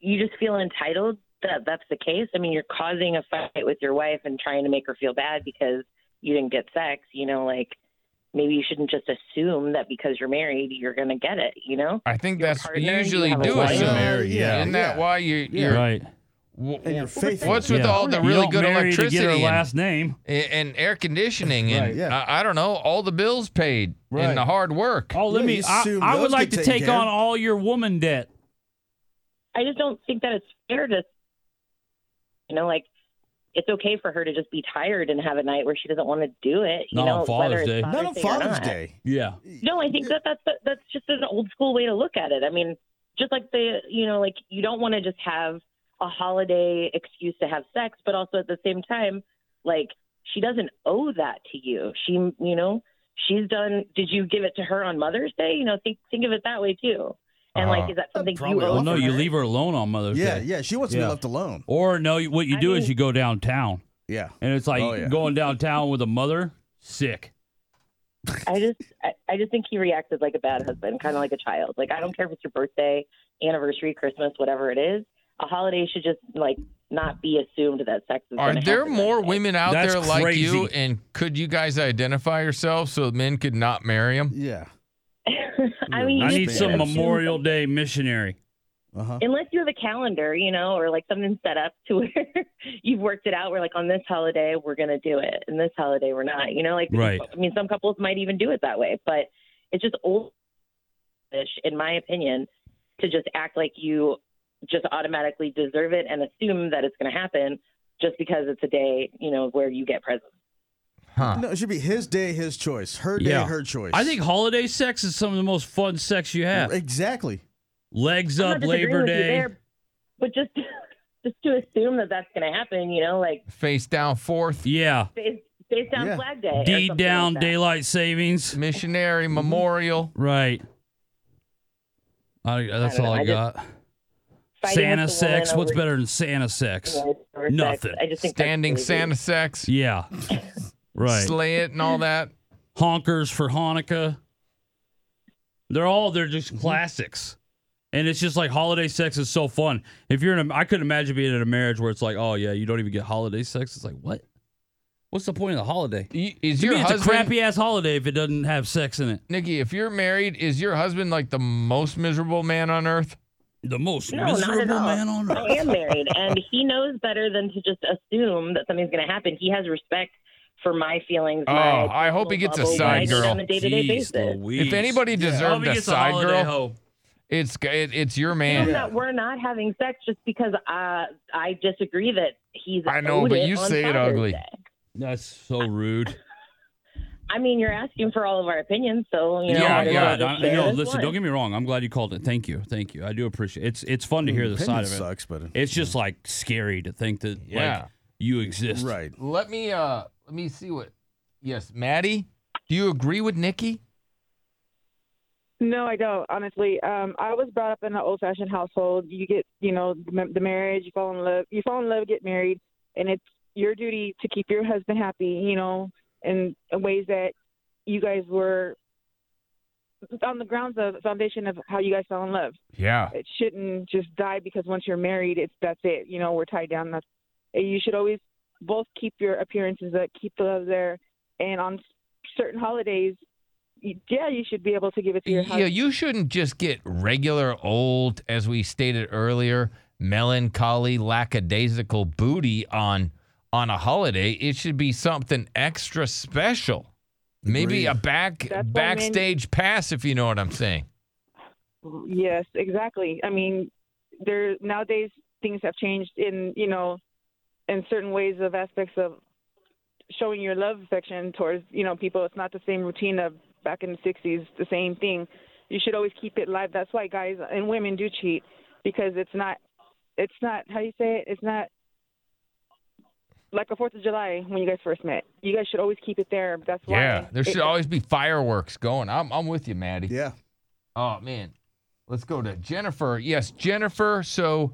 you just feel entitled that that's the case. I mean, you're causing a fight with your wife and trying to make her feel bad because you didn't get sex. You know, like maybe you shouldn't just assume that because you're married, you're going to get it, you know? I think that's partner, you you usually have a do wife. assume. Well, yeah, Isn't that yeah. why you? Yeah. You're, Right. W- And you're faithful. What's with Yeah. all the You really don't good marry to get her electricity and- last name and, and air conditioning and Right, yeah. I, I don't know all the bills paid Right. and the hard work. Oh, let me. I, I would like to take on all your woman debt. I just don't think that it's fair to, you know, like it's okay for her to just be tired and have a night where she doesn't want to do it. You Not know, on whether Father's it's Day. Father's Day or not. Yeah. No, I think that that's that's just an old school way to look at it. I mean, just like the you know, like you don't want to just have a holiday excuse to have sex, but also at the same time, like she doesn't owe that to you. She, you know, she's done. Did you give it to her on Mother's Day? You know, think think of it that way too. And like, Uh-huh. is that something you Probably owe? well, no, to you her? leave her alone on Mother's Yeah, Day. yeah, she wants to be left alone. Or no, you- what you do is you go downtown. Yeah. And it's like Oh, yeah. going downtown with a mother, sick. I just I, I just think he reacted like a bad husband, kind of like a child. Like I don't care if it's your birthday, anniversary, Christmas, whatever it is. A holiday should just like not be assumed that sex is. Are gonna there happen. more women out That's there like you? crazy. And could you guys identify yourselves so men could not marry them? Yeah. I mean, I you need just some assume- Memorial Day missionary. Uh-huh. Unless you have a calendar, you know, or like something set up to where you've worked it out. Where like on this holiday we're gonna do it, and this holiday we're not. You know, like Right. I mean, some couples might even do it that way, but it's just old, in my opinion, to just act like you just automatically deserve it and assume that it's gonna happen just because it's a day, you know, where you get presents. No, it should be his day, his choice. Her day, her choice. I think holiday sex is some of the most fun sex you have. Exactly. Legs I'm not up, disagreeing Labor with you Day. there, but just just to assume that that's going to happen, you know, like Face down, fourth. Yeah. face, face down Yeah. Flag Day. or D something like down, that. daylight savings. Missionary memorial. Right. I, that's don't all know, I, I just- got. Fighting with Santa the woman sex. What's over- better than Santa sex? Yeah, over sex. Nothing. I just think that's Standing crazy. Santa sex. Yeah. right. Slay it and all that. Honkers for Hanukkah. They're all they're just classics. And it's just like holiday sex is so fun. If you're in a I couldn't imagine being in a marriage where it's like, oh yeah, you don't even get holiday sex. It's like what? What's the point of the holiday? Is To your me, it's husband a crappy ass holiday if it doesn't have sex in it. Nikki, if you're married, is your husband like the most miserable man on earth? The most No, not at all. I am married, and he knows better than to just assume that something's going to happen. He has respect for my feelings. Oh, my I hope he personal gets a bubble, what I side do girl. on a day-to-day basis. If anybody deserved Hope he a gets a side holiday girl, hoe. it's it, it's your You man. know that we're not having sex just because uh, I disagree that he's. I know, owed but it you on say it Father's ugly. Day. That's so rude. I mean, you're asking for all of our opinions, so you know. yeah, I'm yeah. glad I, that I know. there's Listen, one. don't get me wrong. I'm glad you called it. Thank you, thank you. I do appreciate. It. It's it's fun to hear the side Opinion of it. sucks, but- it's just like scary to think that Yeah. like you exist. Right. Let me uh let me see what. Yes, Maddie, do you agree with Nikki? No, I don't. Honestly, um, I was brought up in an old-fashioned household. You get, you know, m- the marriage, you fall in love, you fall in love, get married, and it's your duty to keep your husband happy. You know, in, in ways that you guys were on the grounds of foundation of how you guys fell in love. Yeah. It shouldn't just die because once you're married, it's that's it. You know, we're tied down. That's you should always both keep your appearances up, keep the love there, and on certain holidays, you- yeah, you should be able to give it to your Yeah, husband. you shouldn't just get regular old, as we stated earlier, melancholy, lackadaisical booty on on a holiday. It should be something extra special. Maybe a back men- backstage pass, if you know what I'm saying. Yes, exactly. I mean, there nowadays things have changed in you know, in certain ways of aspects of showing your love affection towards you know people. It's not the same routine of back in the '60s. The same thing. You should always keep it live. That's why guys and women do cheat because it's not, it's not how do you say it. It's not like a Fourth of July when you guys first met. You guys should always keep it there. That's why. Yeah, there it- should always be fireworks going. I'm I'm with you, Maddie. Yeah. Oh man, let's go to Jennifer. Yes, Jennifer. So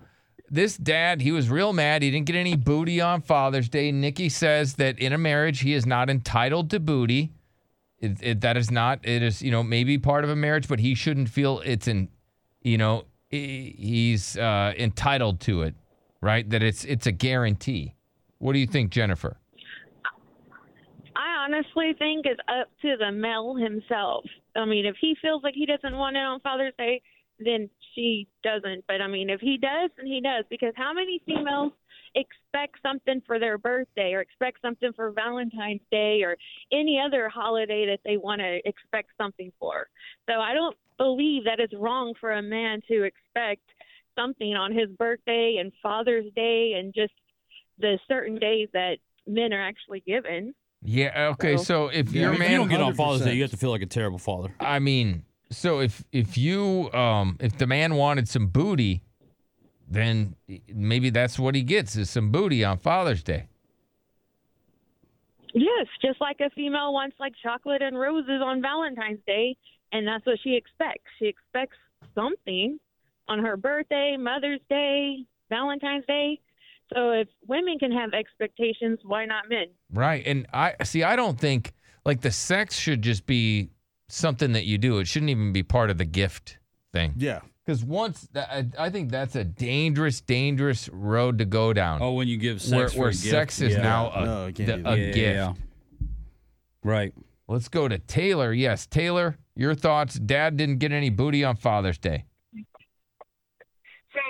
this dad, he was real mad. He didn't get any booty on Father's Day. Nikki says that in a marriage, he is not entitled to booty. It, it, that is not. It is you know maybe part of a marriage, but he shouldn't feel it's in. You know he- he's uh, entitled to it, right? That it's it's a guarantee. What do you think, Jennifer? I honestly think it's up to the male himself. I mean, if he feels like he doesn't want it on Father's Day, then she doesn't. But I mean, if he does, then he does. Because how many females expect something for their birthday or expect something for Valentine's Day or any other holiday that they want to expect something for? So I don't believe that it's wrong for a man to expect something on his birthday and Father's Day and just the certain days that men are actually given. Yeah. uh, Okay. So- So if Yeah, your if you man don't get on Father's Day, you have to feel like a terrible father. I mean, so if if you um if the man wanted some booty, then maybe that's what he gets is some booty on Father's Day. Yes, just like a female wants like chocolate and roses on Valentine's Day, and that's what she expects. She expects something on her birthday, Mother's Day, Valentine's Day. So if women can have expectations, why not men? Right. And I see I don't think like the sex should just be something that you do. It shouldn't even be part of the gift thing. Yeah. Cuz once that, I, I think that's a dangerous dangerous road to go down. Oh, when you give sex where, for where a gift, sex is yeah. now a, No, it can't the- be a that. Yeah, gift. yeah, Right. Let's go to Taylor. Yes, Taylor, your thoughts. Dad didn't get any booty on Father's Day. So,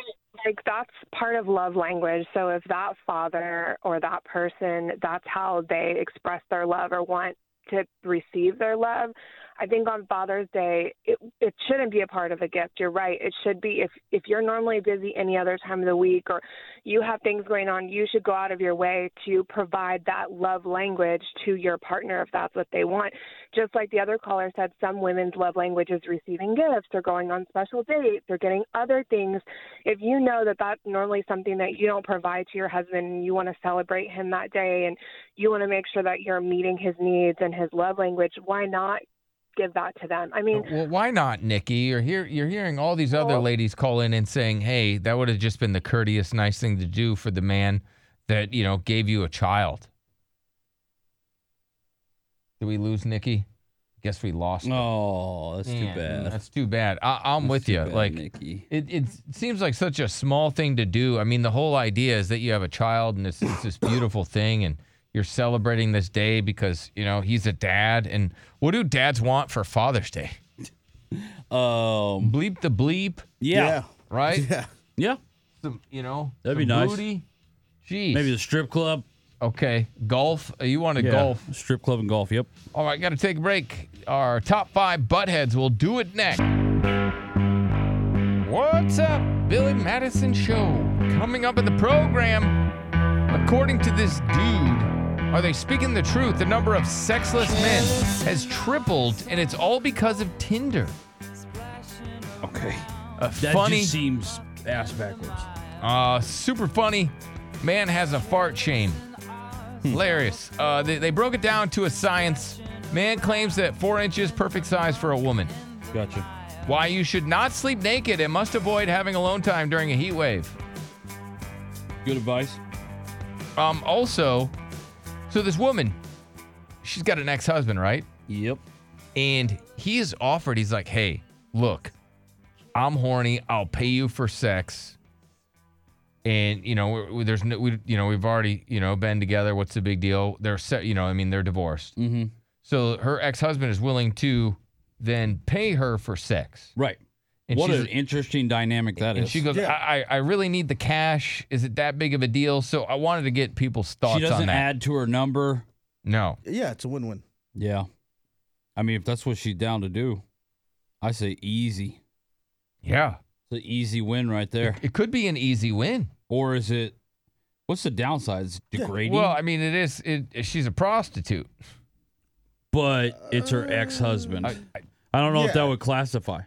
like, that's part of love language. So, if that father or that person, that's how they express their love or want to receive their love. I think on Father's Day, it, it shouldn't be a part of a gift. You're right. It should be if if you're normally busy any other time of the week or you have things going on, you should go out of your way to provide that love language to your partner if that's what they want. Just like the other caller said, some women's love language is receiving gifts or going on special dates or getting other things. If you know that that's normally something that you don't provide to your husband and you want to celebrate him that day and you want to make sure that you're meeting his needs and his love language, why not give that to them? I mean, Well, why not, Nikki? You're hear, you're hearing all these other ladies call in and saying, "Hey, that would have just been the courteous, nice thing to do for the man that you know gave you a child." Did we lose Nikki? Guess we lost. Oh, that's too bad. That's too bad. I, I'm That's with too you. bad, like, it it seems like such a small thing to do. I mean, the whole idea is that you have a child and it's, it's this beautiful thing, and you're celebrating this day because you know he's a dad. And what do dads want for Father's Day? Um, bleep the bleep. Yeah. Yeah. Right. Yeah. Yeah. Some, you know. That'd some be nice. Booty. Jeez. Maybe the strip club. Okay. Golf. Uh, You want to Yeah, golf? Strip club and golf. Yep. All right. Got to take a break. Our top five buttheads. We'll do it next. What's up, Billy Madison Show? Coming up in the program, according to this dude, are they speaking the truth? The number of sexless men has tripled, and it's all because of Tinder. Okay. A That funny, just seems ass backwards. uh, super funny man has a fart shame. Hilarious. Uh, they, they broke it down to a science. Man claims that four inches perfect size for a woman. Gotcha. Why you should not sleep naked and must avoid having alone time during a heat wave. Good advice. Um, also, so this woman, she's got an ex-husband, right? Yep. And he is offered, he's like, hey, look, I'm horny, I'll pay you for sex. And you know, we- we- there's no, we, you know, we've already, you know, been together. What's the big deal? They're, se- you know, I mean, they're divorced. Mm-hmm. So her ex-husband is willing to then pay her for sex. Right. And what she's- an interesting dynamic that is. And she goes, I, I I really need the cash. Is it that big of a deal? So I wanted to get people's thoughts she doesn't on that. add to her number. No. Yeah, it's a win-win. Yeah. I mean, if that's what she's down to do, I say easy. Yeah. It's an easy win right there. It could be an easy win. Or is it, what's the downside? It's degrading. Well, I mean, it is. It, she's a prostitute. But it's her ex husband. I, don't know if that would classify.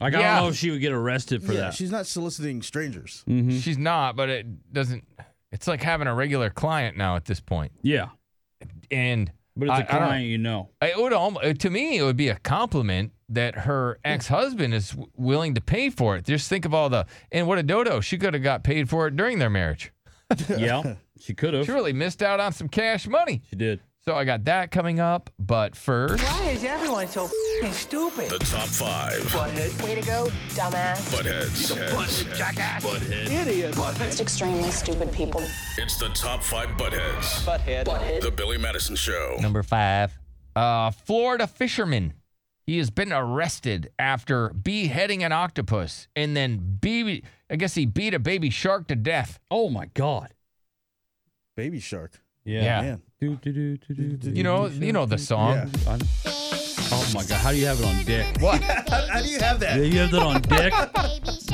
Like, I Yeah. don't know if she would get arrested for yeah, that. she's not soliciting strangers. Mm-hmm. She's not, but it doesn't. It's like having a regular client now at this point. Yeah. And But it's I- a I don't- client you know. It would almost, to me, it would be a compliment that her ex-husband is w- willing to pay for it. Just think of all the and what a dodo. She could have got paid for it during their marriage. yeah, she could have. She really missed out on some cash money. She did. So I got that coming up, but first. Why is everyone so fing stupid? The top five. Butthead. Way to go, dumbass. Buttheads. You butthead jackass. Butthead. Just extremely stupid people. It's the top five buttheads. Butthead. The Billy Madison Show. Number five. Uh, Florida fisherman. He has been arrested after beheading an octopus and then be I guess he beat a baby shark to death. Oh my god. Baby shark. Yeah. Man. Do, do, do, do, do, do, You know, do, you know the do, do. song. I- Oh my god, how do you have it on deck? What? how, how do you have that? You have that on deck.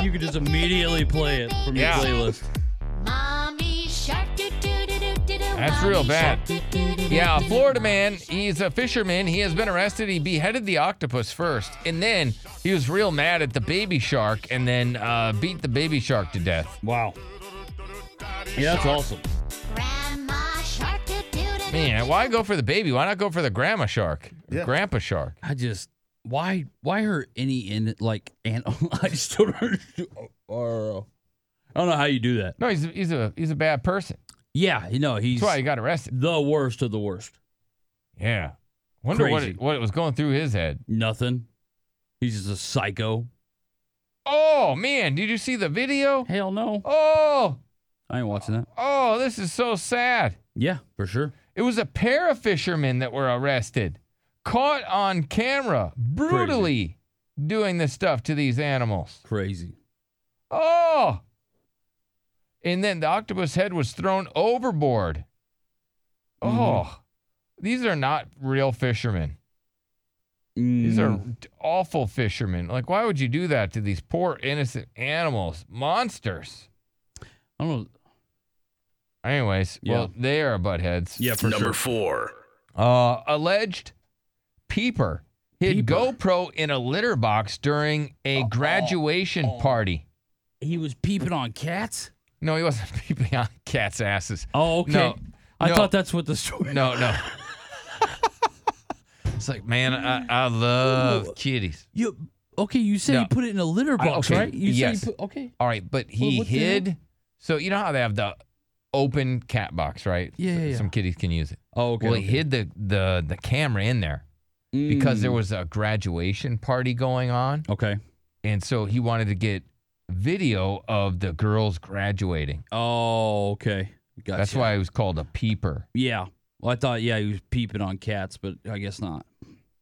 you could just immediately play it from Yeah. your playlist. Mommy shark do do do do do do. That's real bad. Yeah, a Florida man. He's a fisherman. He has been arrested. He beheaded the octopus first, and then he was real mad at the baby shark, and then uh, beat the baby shark to death. Wow. Yeah, that's awesome. Man, why go for the baby? Why not go for the grandma shark, or grandpa shark? I just why why hurt any in it like and I just don't understand. Or I don't know how you do that. No, he's he's a he's a bad person. Yeah, you know he's That's why he got arrested. the worst of the worst. Yeah. Wonder what Crazy. it, what it was going through his head. Nothing. He's just a psycho. Oh man, did you see the video? Hell no. Oh, I ain't watching that. oh, this is so sad. Yeah, for sure. It was a pair of fishermen that were arrested, caught on camera brutally doing this stuff to these animals. Crazy. Oh. And then the octopus head was thrown overboard. Oh. Mm-hmm. These are not real fishermen. These are Mm. d- awful fishermen. Like, why would you do that to these poor innocent animals, monsters? I don't. Anyways, well, they are buttheads. Yeah, for Number four. Uh, alleged peeper hid GoPro in a litter box during a graduation party. Oh. He was peeping on cats. No, he wasn't peeping on cats' asses. Oh, okay. No, I no. thought that's what the story. No, no. it's like, man, I, I love kitties. You okay? You said No. he put it in a litter I- box, okay, right? You yes. said he put, okay. All right, but Well, he what the hell? hid. So you know how they have the open cat box, right? Yeah, yeah, yeah. Some kitties can use it. Oh, okay, Well, he okay. hid the the the camera in there because there Mm. was a graduation party going on. Okay. And so he wanted to get video of the girls graduating. Oh, okay. Gotcha. That's why it was called a peeper. Yeah. Well, I thought yeah he was peeping on cats, but I guess not.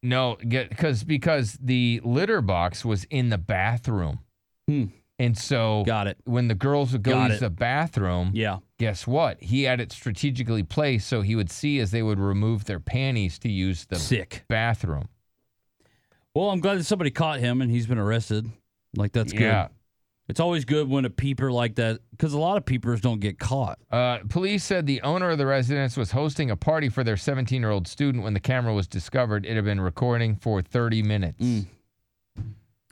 No, because because the litter box was in the bathroom, and so Hmm. got it. When the girls would go Got use it. the bathroom, Yeah. guess what? He had it strategically placed so he would see as they would remove their panties to use the Sick. bathroom. Well, I'm glad that somebody caught him and he's been arrested. Like that's Yeah. good. It's always good when a peeper like that, because a lot of peepers don't get caught. Uh, police said the owner of the residence was hosting a party for their 17 year old student when the camera was discovered. It had been recording for 30 minutes. Hmm.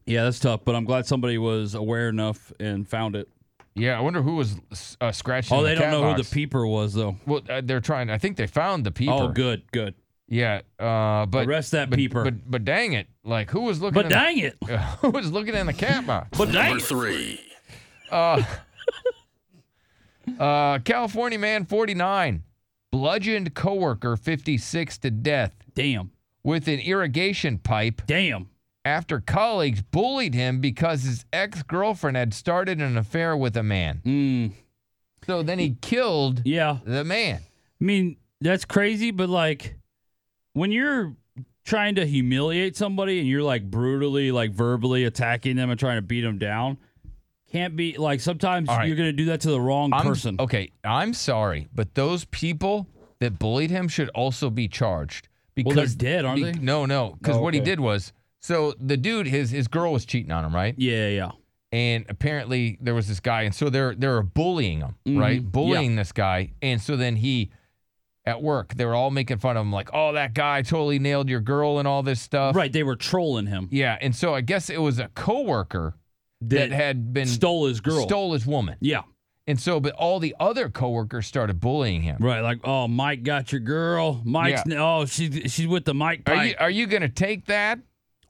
Yeah, that's tough. But I'm glad somebody was aware enough and found it. Yeah, I wonder who was uh, scratching. Oh, the they don't cat know who box. the peeper was though. Well, uh, they're trying. I think they found the peeper. Oh, good, good. Yeah, uh, but arrest that peeper. But but dang it, like who was looking? But in the- dang it. who was looking in the cat box? But dang Number three. Uh, uh, California man 49 bludgeoned coworker 56 to death. Damn. With an irrigation pipe. Damn. After colleagues bullied him because his ex-girlfriend had started an affair with a man. So then he killed Mm. yeah. the man. I mean, that's crazy, but like when you're trying to humiliate somebody and you're like brutally, like verbally attacking them and trying to beat them down, can't be like sometimes All right. you're going to do that to the wrong I'm- person. Okay, I'm sorry, but those people that bullied him should also be charged Well, because they're dead, aren't be- they? No, no, because Oh, what he okay. did was so the dude his his girl was cheating on him, right? Yeah, yeah. And apparently there was this guy, and so they're they're bullying him, right? Mhm, Bullying this guy, and so then he. At work, they were all making fun of him, like, "Oh, that guy totally nailed your girl and all this stuff." Right, they were trolling him. Yeah, and so I guess it was a coworker That that, had been stole his girl. stole his woman. Yeah. And so, but all the other coworkers started bullying him. Right, like, oh, Mike got your girl. Mike's Yeah. oh, she's she's with the Mike. Are pipe. you are you gonna take that?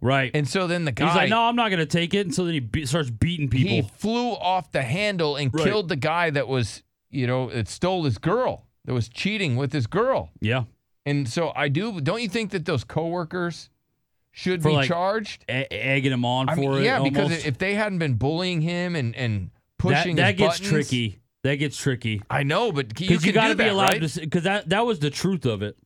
Right. And so then the guy He's like, no, I'm not going to take it. And so then he be- starts beating people. he flew off the handle and Right. killed the guy that was you know that stole his girl that was cheating with his girl. Yeah. And so I do. Don't you think that those coworkers should For, be like, charged? e- egging him on I for mean, it. yeah, almost. because if they hadn't been bullying him and and That- pushing that, his gets buttons- tricky. That gets tricky. I know, but you Because you, can got to do be that, allowed right? to to, because that that was the truth of it.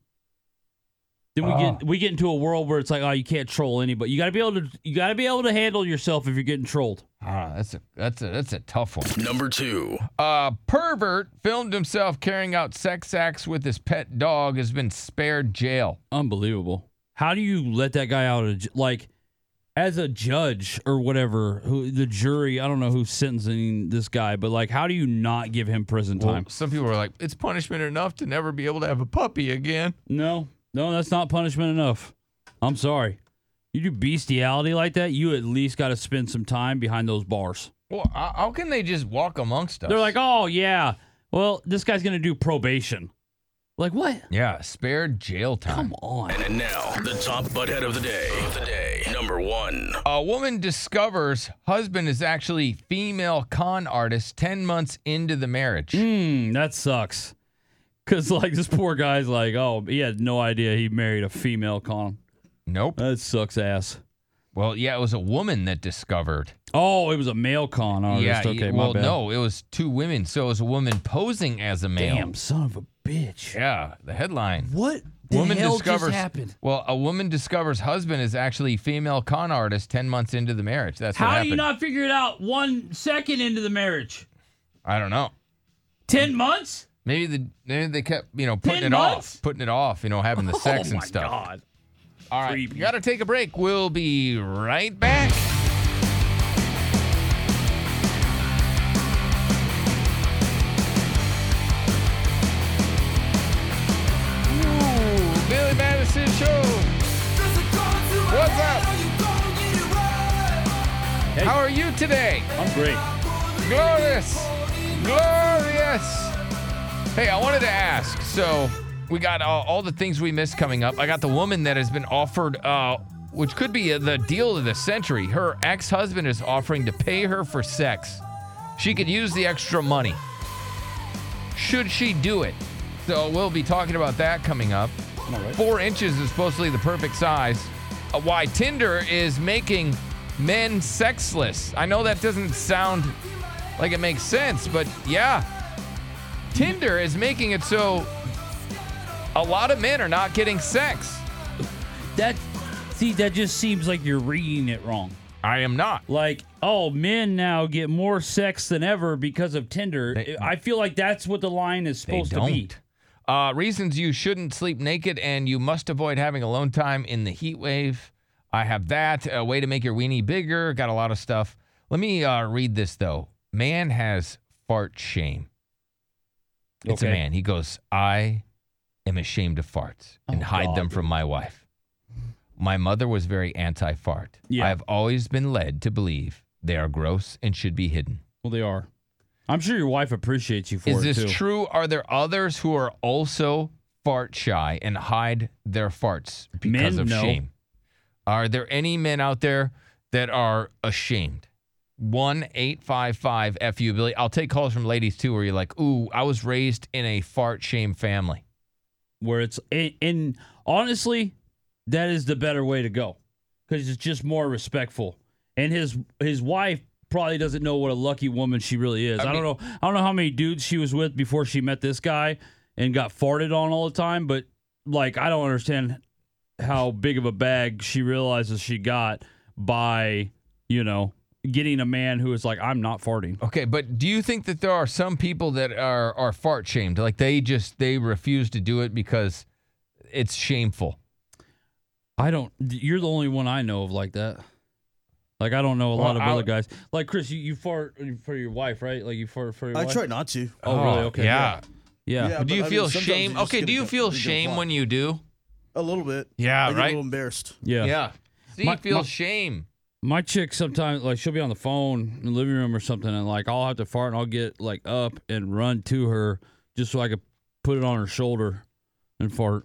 Then we Ah. get we get into a world where it's like, oh, you can't troll anybody. You got to be able to you got to be able to handle yourself if you're getting trolled. Ah, that's a that's a that's a tough one. Number two. A pervert filmed himself carrying out sex acts with his pet dog has been spared jail. Unbelievable. How do you let that guy out of j- like as a judge or whatever? Who the jury? I don't know who's sentencing this guy, but like, how do you not give him prison Well, time? some people are like, it's punishment enough to never be able to have a puppy again. No, no, that's not punishment enough. I'm sorry. You do bestiality like that, you at least got to spend some time behind those bars. Well, h- how can they just walk amongst us? They're like, oh, yeah, well, this guy's going to do probation. Like, what? yeah, spared jail time. Come on. And now, the top butthead of the day. Of the day. Number one. A woman discovers husband is actually female con artist 10 months into the marriage. Mm, that sucks. Because, like, this poor guy's like, oh, he had no idea he married a female con. Nope. That sucks ass. Well, yeah, it was a woman that discovered. Oh, it was a male con artist. yeah, Oh, okay, my well, bad. no, it was two women. So it was a woman posing as a male. Damn, son of a bitch. Yeah, the headline. What the hell just happened? Well, a woman discovers husband is actually female con artist 10 months into the marriage. That's what How do happened. you not figure it out one second into the marriage? I don't know. 10 months? Maybe the maybe they kept, you know, putting 10 it months? off, putting it off, you know, having the sex oh and my stuff. God. All right. we Got to take a break. We'll be right back. Ooh, Billy Madison show. What's up? How are you today? I'm great. Glorious. Glorious. Hey, I wanted to ask. So, we got all, all the things we missed coming up. I got the woman that has been offered, uh, which could be the deal of the century. Her ex husband is offering to pay her for sex. She could use the extra money. Should she do it? So, we'll be talking about that coming up. Four inches is supposedly the perfect size. Uh, why Tinder is making men sexless. I know that doesn't sound like it makes sense, but yeah. Tinder is making it so a lot of men are not getting sex. That see, that just seems like you're reading it wrong. I am not. Like, oh, men now get more sex than ever because of Tinder. I feel like that's what the line is supposed to be. Uh, reasons you shouldn't sleep naked and you must avoid having alone time in the heat wave. I have that. A way to make your weenie bigger. Got a lot of stuff. Let me uh, read this though. Man has fart shame. It's a Okay. man. He goes, I am ashamed of farts Oh, and hide them from my wife. My mother was very anti fart. Yeah. I have always been led to believe they are gross and should be hidden. Well, they are. I'm sure your wife appreciates you for Is it this too. true? Are there others who are also fart shy and hide their farts because Men, of no. shame. Are there any men out there that are ashamed? 1 855 FU Billy. I'll take calls from ladies too, where you're like, ooh, I was raised in a fart shame family. where it's and, and honestly, that is the better way to go because it's just more respectful. And his his wife probably doesn't know what a lucky woman she really is. I, don't know. I don't know how many dudes she was with before she met this guy and got farted on all the time. But like, I don't understand how big of a bag she realizes she got by you know getting a man who is like, I'm not farting. Okay, but do you think that there are some people that are are fart shamed? Like they just they refuse to do it because it's shameful. I don't. You're the only one I know of like that. Like I don't know a lot of Well, I- other guys. Like Chris, you, you fart for your wife, right? Like you fart for your I wife. try not to. Oh, really? Okay. Yeah. Yeah. Yeah, do you but I feel mean, sometimes shame? you just Okay, get do a you gut- feel you get a shame block. when you do? A little bit. Yeah, I get right? A little embarrassed. Yeah. Yeah. See, My- you feel my- shame. My chick sometimes like she'll be on the phone in the living room or something, and like I'll have to fart and I'll get like up and run to her just so I could put it on her shoulder and fart.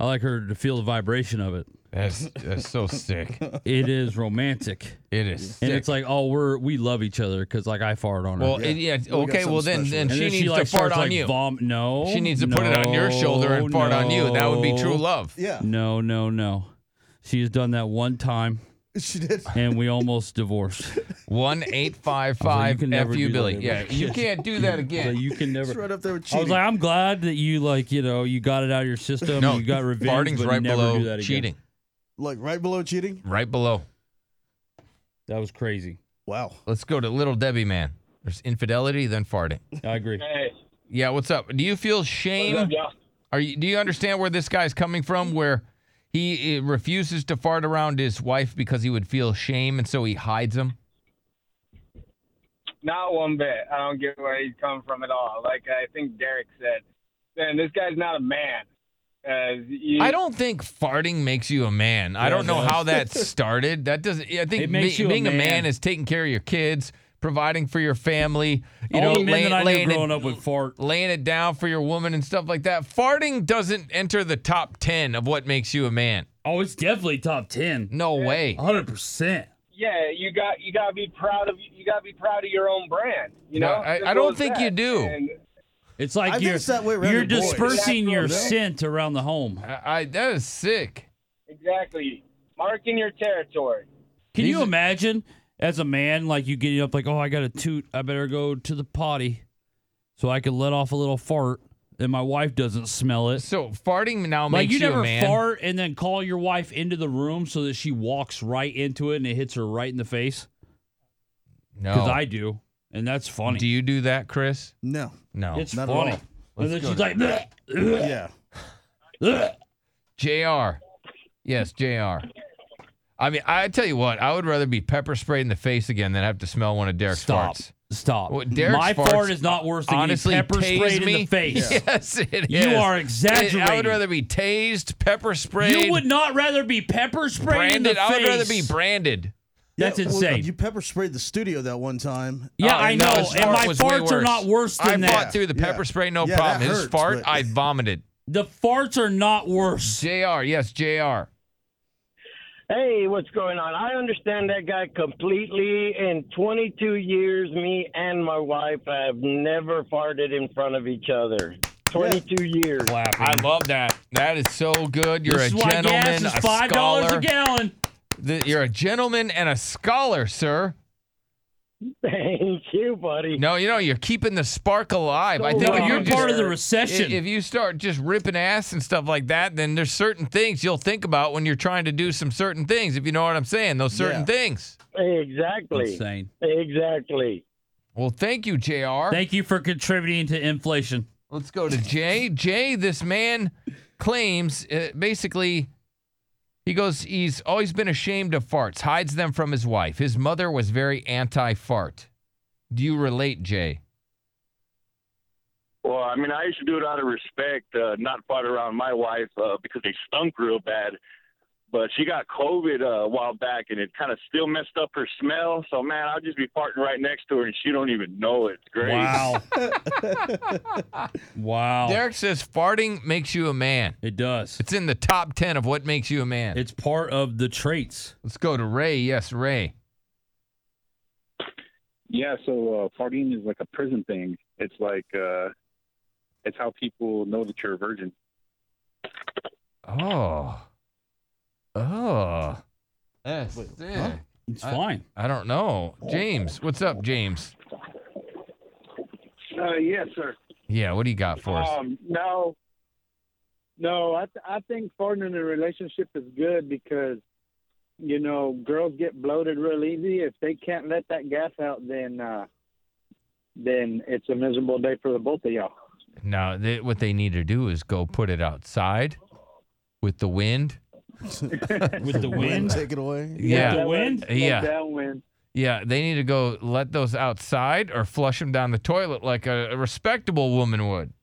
I like her to feel the vibration of it. That's, that's so sick. It is romantic. It is, and sick. it's like oh we're we love each other because like I fart on her. Well, it- yeah, okay. well, then, then she needs to fart on you. Vom- no, she needs to put it on your shoulder and fart on you. That would be true no. love. No, no, no. She has done that one time. She did. And we almost divorced. One eight five five FU Billy. Yeah, you can't do that again. you can never. It's right up there with I was cheating. like, I'm glad that you like, you know, you got it out of your system. No, you got revenge. farting's but right never below do that again. cheating. Like right below cheating. Right below. That was crazy. Wow. Let's go to Little Debbie Man. There's infidelity, then farting. I agree. Yeah, what's up? Do you feel shame? Are you? Do you understand where this guy's coming from? Where he eh, refuses to fart around his wife because he would feel shame, and so he hides him. Not one bit. I don't get where he's coming from at all. Like I think Derek said, man, this guy's not a man. Uh, you, I don't think farting makes you a man. I Yeah, don't it know does. how that started. That doesn't. I think It makes be- you a being a man. man. is taking care of your kids, providing for your family. You All know, the men that I knew laying growing it, up would fart, laying it down for your woman and stuff like that. Farting doesn't enter the top ten of what makes you a man. Oh, it's definitely top ten. No way. 100%. yeah, you got you got to be proud of you got to be proud of your own brand. You No, know, I- Simple I don't as think that. you do. And It's like I think you're, it's that way around you're the boys. dispersing Exactly. your Yeah. scent around the home. I, that is sick. exactly, marking your territory. Can you imagine as a man, like you getting up, like, oh, I got to toot. I better go to the potty so I can let off a little fart and my wife doesn't smell it. So farting now like makes you you a never man. fart and then call your wife into the room so that she walks right into it and it hits her right in the face. No. because I do, and that's funny. Do you do that, Chris? No. No. It's funny. And then Let's go she's to- like, "Bleh, bleh." JR. Yes, JR. I mean, I tell you what, I would rather be pepper sprayed in the face again than have to smell one of Derek's Stop. farts. Stop. Well, Derek's My farts fart is not worse than honestly getting pepper tased sprayed in me. the face. Yes, it You is. are It- I would exaggerating. rather be tased, pepper sprayed. You would not rather be pepper sprayed in the branded. face. I would rather be branded. That's Yeah, well, insane. you pepper sprayed the studio that one time. Yeah, Oh, I no, know. his and fart my was way farts are worse. not worse than I that. fought through the pepper spray, no Yeah, that problem. His hurts, fart, but- I vomited. The farts are not worse. JR, yes, JR. Hey, what's going on? I understand that guy completely. In 22 years, me and my wife have never farted in front of each other. 22 years. I love that. That is so good. You're This is a why gas gentleman, is a $5 a scholar. gallon. The- you're a gentleman and a scholar, sir. Thank you, buddy. No, you know you're keeping the spark alive. I So think if wrong, you're just- part of the i- recession. If you start just ripping ass and stuff like that, then there's certain things you'll think about when you're trying to do some certain things. If you know what I'm saying, those certain things. Exactly. Insane. Exactly. Well, thank you, Jr. Thank you for contributing to inflation. Let's go to Jay. Jay, this man claims uh, basically he goes he's always been ashamed of farts, hides them from his wife. His mother was very anti-fart. Do you relate, Jay? Well, I mean, I used to do it out of respect, uh, not fart around my wife uh, because they stunk real bad. but she got COVID uh, a while back, and it kind of still messed up her smell. So man, I'll just be parking right next to her, and she don't even know it. It's great. Wow. wow. Derek says farting makes you a man. It does. It's in the top 10 of what makes you a man. It's part of the traits. Let's go to Ray. Yes, Ray. Yeah, so uh, farting is like a prison thing. It's like uh, it's how people know that you're a virgin. Oh. Oh. Yes. yeah. It's I- fine. I don't know. James, what's up, James? Uh, yes, sir. Yeah, what do you got for us? Um, no, no, I th- I think farting in a relationship is good because you know girls get bloated real easy. If they can't let that gas out, then uh, then it's a miserable day for the both of y'all. No, they, what they need to do is go put it outside with the wind. with the wind take it away. Yeah. That way- Yeah. Downwind. Yeah, they need to go let those outside or flush them down the toilet like a, a respectable woman would.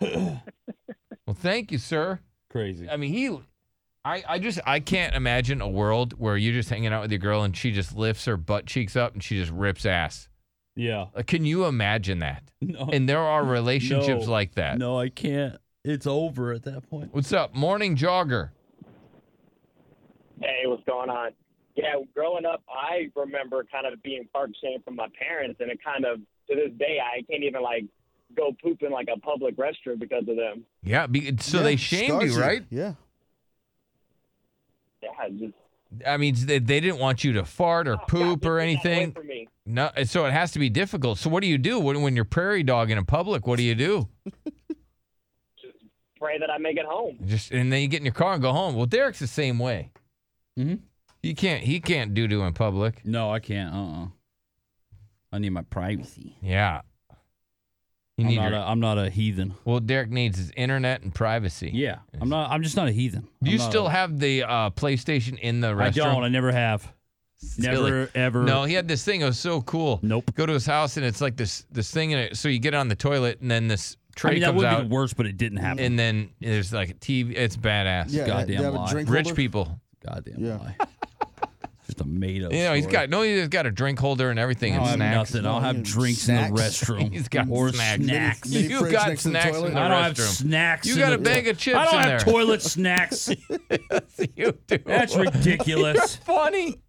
well, thank you, sir. Crazy. I mean, he. I, I just I can't imagine a world where you're just hanging out with your girl and she just lifts her butt cheeks up and she just rips ass. Yeah. Like, Can you imagine that? No. And there are relationships No. like that. No, I can't. It's over at that point. What's up, morning jogger? Hey, what's going on? Yeah, growing up, I remember kind of being park shamed from my parents, and it kind of to this day I can't even like go poop in like a public restroom because of them. Yeah. Be, so Yeah, they shamed stars you, it. right? Yeah. Yeah, it's just I mean, they, they didn't want you to fart or poop or anything. for me. No, and so it has to be difficult. So what do you do when, when you're prairie dogging in public? What do you do? Pray that I make it home. Just and then you get in your car and go home. Well, Derek's the same way. Mm-hmm. You can't. He can't do do in public. No, I can't. Uh. uh I need my privacy. Yeah. I'm You need not, your- a, I'm not a heathen. Well, Derek needs his internet and privacy. Yeah, I'm not. I'm just not a heathen. Do you I'm not still a- have the uh, PlayStation in the I restaurant? don't. I never have. Silly. Never ever. No, he had this thing. It was so cool. Nope. Go to his house and it's like this this thing. In it, so you get it on the toilet and then this tray I mean, that comes would out. be the worst, but it didn't happen. And then there's like a TV. It's badass. Yeah, Goddamn they have a lie. drink Rich holder? people. Goddamn lie. Just a made up. You know, he's got no. He's got a drink holder and everything. I'll and have snacks. nothing. I'll have drinks in the restroom. he's got or snacks. snacks. Mini- mini You fridge got next to the snacks toilet? in the I don't have restroom. snacks. You in got the a bag to- of chips I don't in have there. toilet snacks. That's ridiculous. You're funny.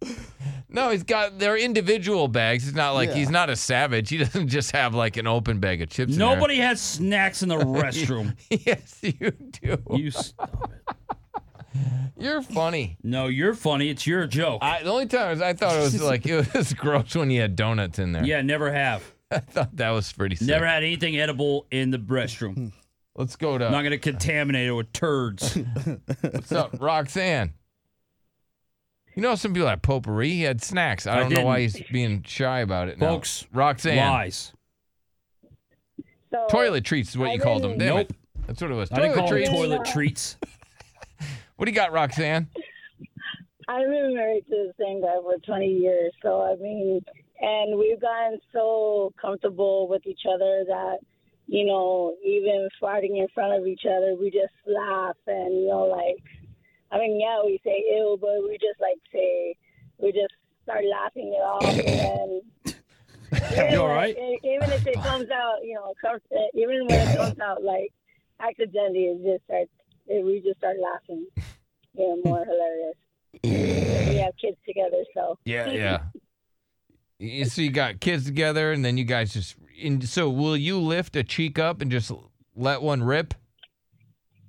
No, he's got they're individual bags. It's not like Yeah. he's not a savage. He doesn't just have like an open bag of chips. in there. Nobody has snacks in the restroom. yes, you do. You. Stop it. You're funny. No, you're funny. It's your joke. I, the only time I thought it was like it was gross when you had donuts in there. yeah, never have. I thought that was pretty. Sick. Never had anything edible in the restroom. Let's go to. Not going to contaminate it with turds. What's up, Roxanne? You know some people had potpourri. He had snacks. I I don't know why he's didn't. being shy about it. now. Folks, Roxanne, lies. So toilet treats is what you called them. Damn Nope. it. that's what it was. I didn't call them treats. toilet treats. What do you got, Roxanne? I've been married to the same guy for 20 years. So, I mean, and we've gotten so comfortable with each other that, you know, even farting in front of each other, we just laugh and, you know, like, I mean, yeah, we say ew, but we just like say, we just start laughing it off. And then, You all right? E- Even if it comes out, you know, com- uh, even when it comes out like accidentally, it just starts, it, we just start laughing. Yeah, more hilarious. we have kids together, so. Yeah, yeah. Y- so you got kids together, and then you guys just. And so will you lift a cheek up and just let one rip?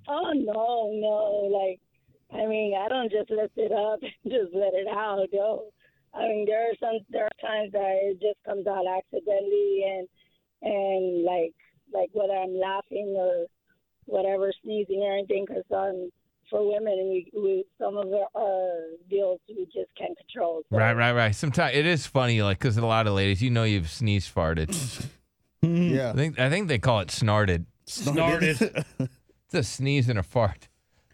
Oh no, no! Like, I mean, I don't just lift it up and just let it out. No, I mean, there are some there are times that it just comes out accidentally, and and like like whether I'm laughing or whatever, sneezing or anything, because um, for women, we, we some of our- our deals we just can't control. So. Right, right, right. Sometimes it is funny, like because a lot of ladies, you know, you've sneeze farted. yeah. I think I think they call it snarted. Snarted. it's a sneeze and a fart.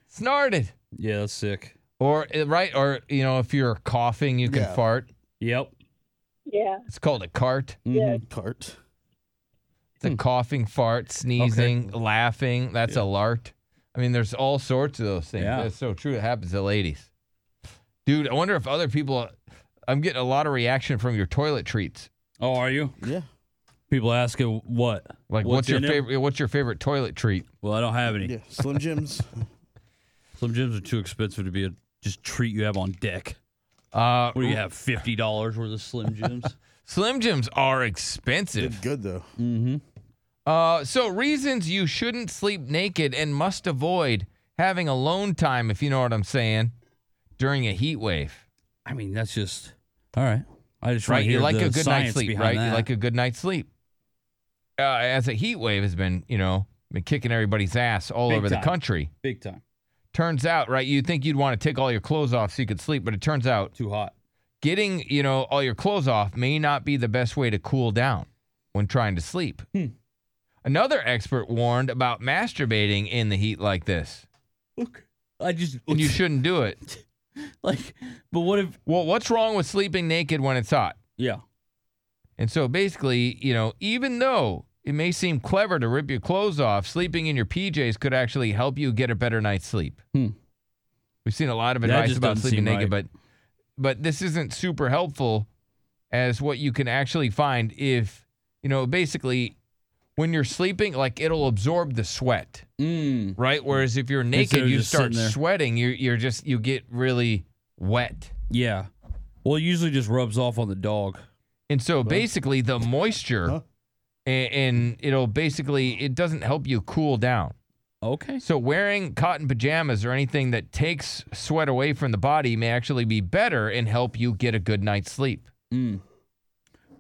Snarted. Yeah, that's sick. Or eh, right, or you know, if you're coughing, you can Yeah. fart. Yep. Yeah. It's called a cart. Yeah. Cart. It's Hmm. a coughing, fart, sneezing, laughing. That's a lart. I mean, there's all sorts of those things. Yeah. That's so true. It happens to ladies. Dude, I wonder if other people. I'm getting a lot of reaction from your toilet treats. Oh, are you? Yeah. People asking what? Like, what's, What's your in it? favorite? What's your favorite toilet treat? Well, I don't have any. Slim Jims. Slim Jims are too expensive to be a just treat you have on deck. Uh, what do you have? Fifty dollars worth of Slim Jims. Slim Jims are expensive. good though. Mm-hmm. Uh, so reasons you shouldn't sleep naked and must avoid having alone time, if you know what I'm saying, during a heat wave. I mean, that's just all right. I just right. want to You hear like the a good night's science sleep, behind right? You that. like a good night's sleep. Uh, as a heat wave has been, you know, been kicking everybody's ass all Big over time. the country. big time. Turns out, right? You think you'd want to take all your clothes off so you could sleep, but it turns out too hot. Getting, you know, all your clothes off may not be the best way to cool down when trying to sleep. Hmm. Another expert warned about masturbating in the heat like this. Look, I just and you shouldn't do it. like, but what if? Well, what's wrong with sleeping naked when it's hot? Yeah. And so basically, you know, even though it may seem clever to rip your clothes off, sleeping in your PJs could actually help you get a better night's sleep. Hmm. We've seen a lot of That advice just about doesn't sleeping seem naked, but but this isn't super helpful as what you can actually find if you know basically when you're sleeping, like it'll absorb the sweat, mm. right? Whereas if you're Instead naked, of you just start sitting there. sweating. You you're just you get really wet. Yeah. Well, it usually just rubs off on the dog. And so basically, the moisture, and, and it'll basically it doesn't help you cool down. Okay. So wearing cotton pajamas or anything that takes sweat away from the body may actually be better and help you get a good night's sleep. Mm.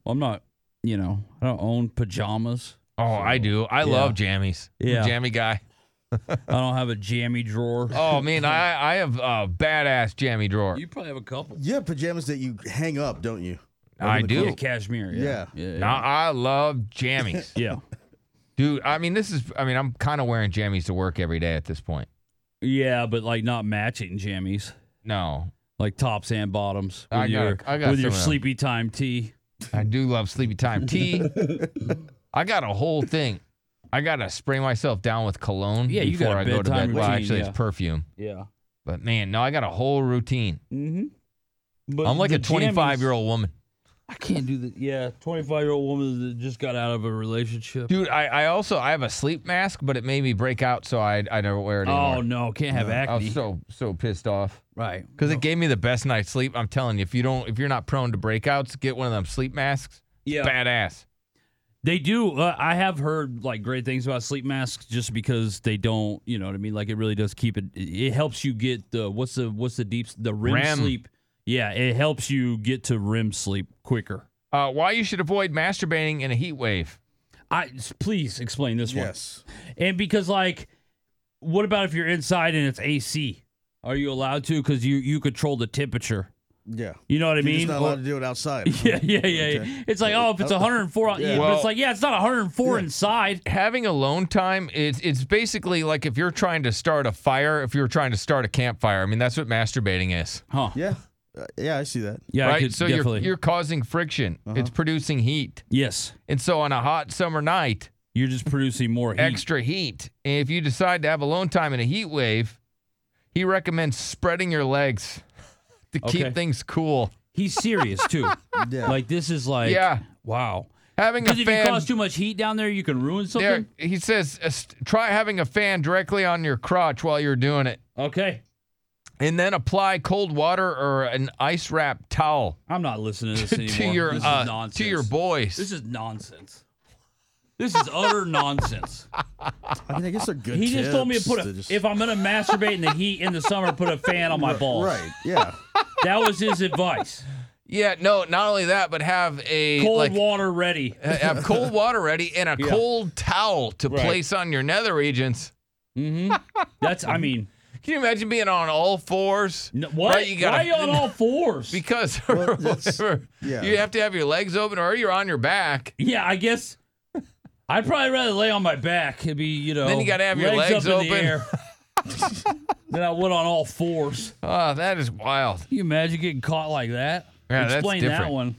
Well, I'm not. You know, I don't own pajamas. Oh, I do. I yeah. love jammies. I'm a Yeah. jammy guy. I don't have a jammy drawer. Oh man, I I have a badass jammy drawer. You probably have a couple. You have pajamas that you hang up, don't you? I Over the do. clothes. Yeah, cashmere. Yeah. Yeah. yeah. Nah, I love jammies. yeah. Dude, I mean, this is, I mean, I'm kind of wearing jammies to work every day at this point. Yeah, but like not matching jammies, No, like tops and bottoms. With I got- your, I got with your some of them. sleepy time tea. I do love sleepy time tea. I got a whole thing. I got to spray myself down with cologne Yeah, you before got a I go to bed. bedtime well, routine, actually, yeah. it's perfume. Yeah. But man, no, I got a whole routine. Mm-hmm. But I'm like the a 25 jammies- year old woman. I can't do that. Yeah, 25 year old woman that just got out of a relationship. Dude, I, I also, I have a sleep mask, but it made me break out, so I, I never wear it anymore. oh no, can't have I acne. was so, so pissed off. right. Because it gave me the best night's sleep. I'm telling you, if you don't, if you're not prone to breakouts, get one of them sleep masks. It's Yeah. Badass. They do. Uh, I have heard like great things about sleep masks, just because they don't. You know what I mean? Like it really does keep it. It it helps you get the what's the what's the deep the REM, REM. sleep. Yeah, it helps you get to REM sleep quicker. Uh, why you should avoid masturbating in a heat wave. I s- please explain this Yes. one. And because like, what about if you're inside and it's AC? Are you allowed to? Because you you control the temperature. Yeah. You know what I You're mean? just not Or- allowed to do it outside. Yeah, yeah, yeah, yeah. Okay. It's like, oh, if it's 104, out- Yeah. yeah, but Well- it's like, yeah, it's not 104 inside. having alone time it's it's basically like if you're trying to start a fire if you're trying to start a campfire i mean that's what masturbating is Huh? Yeah. Uh, yeah, I see that. Yeah, I right could so definitely- you're you're causing friction it's producing heat Yes, and so on a hot summer night you're just producing more heat. extra heat and if you decide to have alone time in a heat wave he recommends spreading your legs to Okay. keep things cool He's serious too. Yeah. Like this is like, Yeah. wow. having a Because if you fan cause too much heat down there, you can ruin there, something. he says uh, st- try having a fan directly on your crotch while you're doing it Okay, and then apply cold water or an ice wrap towel I'm not listening to this to, anymore. your this is uh, nonsense. to your boys. This is nonsense. This is utter nonsense. I mean, I guess they're good. He just told me to tips. put a. They're just- If I'm gonna masturbate in the heat in the summer, put a fan on my balls. Right. Yeah. That was his advice. yeah, no, not only that, but have a Cold like water ready. ha- have cold water ready and a Yeah. cold towel to Right. place on your nether regions. Mm-hmm. That's. I mean, Can you imagine being on all fours? no, what? Right, you gotta- Why are you on all fours? Because Well, that's- whatever, yeah. you have to have your legs open or you're on your back. yeah, I guess. I'd probably rather lay on my back. It'd be you know. Then you gotta have your legs up In open. the air. then I would on all fours. Oh, that is wild. Can you imagine getting caught like that? Yeah, that's Explain that different. one.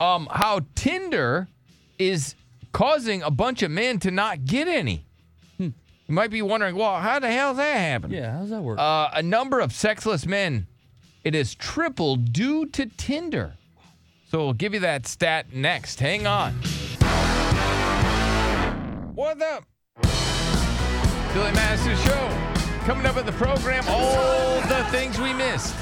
Um, how Tinder is causing a bunch of men to not get any. Hmm. You might be wondering, well, how the hell's that happening? Yeah, how's that work? Uh, a number of sexless men It is triple due to Tinder. So we'll give you that stat next. Hang on. What up? Billy Madison Show. Coming up in the program, all the things we missed.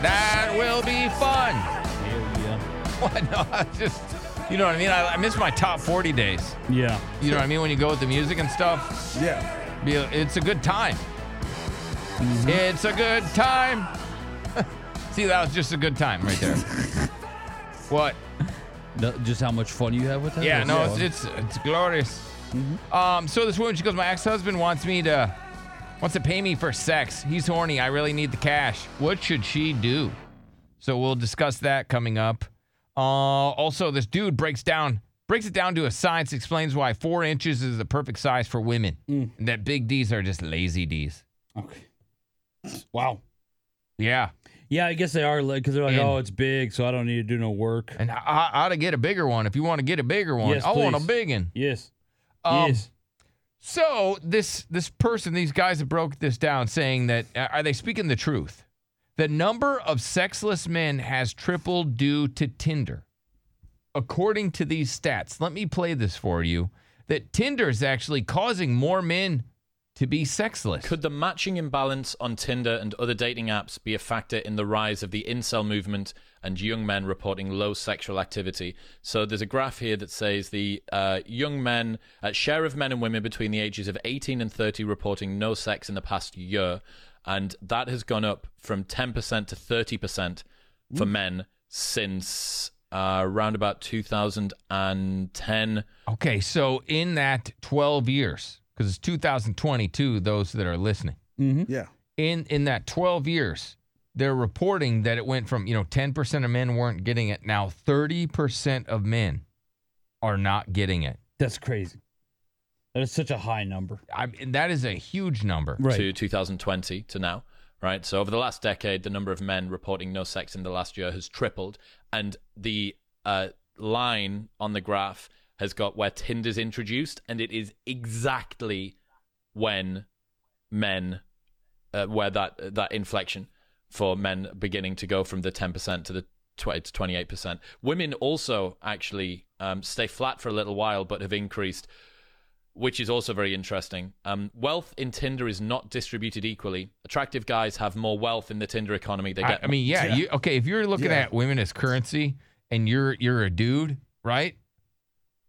That will be fun. What? No, I just, you know what I mean? I, I miss my top 40 days. Yeah. You know what I mean? When you go with the music and stuff. Yeah. It's a good time. It's a good time. See, that was just a good time right there. what? just how much fun you have with that? Mm-hmm. Yeah, That's no, all. it's it's, it's glorious. Um, so this woman, she goes, my ex-husband wants me to wants to pay me for sex. He's horny. I really need the cash. What should she do? So we'll discuss that coming up. Uh, also, this dude breaks down breaks it down to a science, explains why four inches is the perfect size for women, and that big D's are just lazy D's. Mm. Okay. Wow. Yeah. Yeah, I guess they are because they're like, oh, it's big, so I don't need to do no work. And I, I ought to get a bigger one. If you want to get a bigger one, Yes, I want a please. big one. Yes. Um, yes. So this this person, these guys have broke this down, saying that uh, are they speaking the truth? The number of sexless men has tripled due to Tinder, according to these stats. Let me play this for you. That Tinder is actually causing more men to be sexless. Could the matching imbalance on Tinder and other dating apps be a factor in the rise of the incel movement and young men reporting low sexual activity? So there's a graph here that says the uh, young men uh, share of men and women between the ages of 18 and 30 reporting no sex in the past year, and that has gone up from 10% to 30% for men since uh, around about 2010. Okay, so in that 12 years, because it's 2022, those that are listening, Mm-hmm. Yeah. in in that 12 years, they're reporting that it went from you know 10% of men weren't getting it. Now 30% of men are not getting it. That's crazy. That is such a high number. I mean, that is a huge number. to 2020 to now, right? So over the last decade, the number of men reporting no sex in the last year has tripled, and the uh, line on the graph has got where Tinder's introduced, and it is exactly when men uh, where that that inflection for men beginning to go from the 10% to the 20 to 28%. Women also actually um, stay flat for a little while, but have increased which is also very interesting. Um, wealth in Tinder is not distributed equally. Attractive guys have more wealth in the Tinder economy. They I- get. I, mean, yeah, You, okay. If you're looking Yeah. at women as currency, and you're you're a dude, right?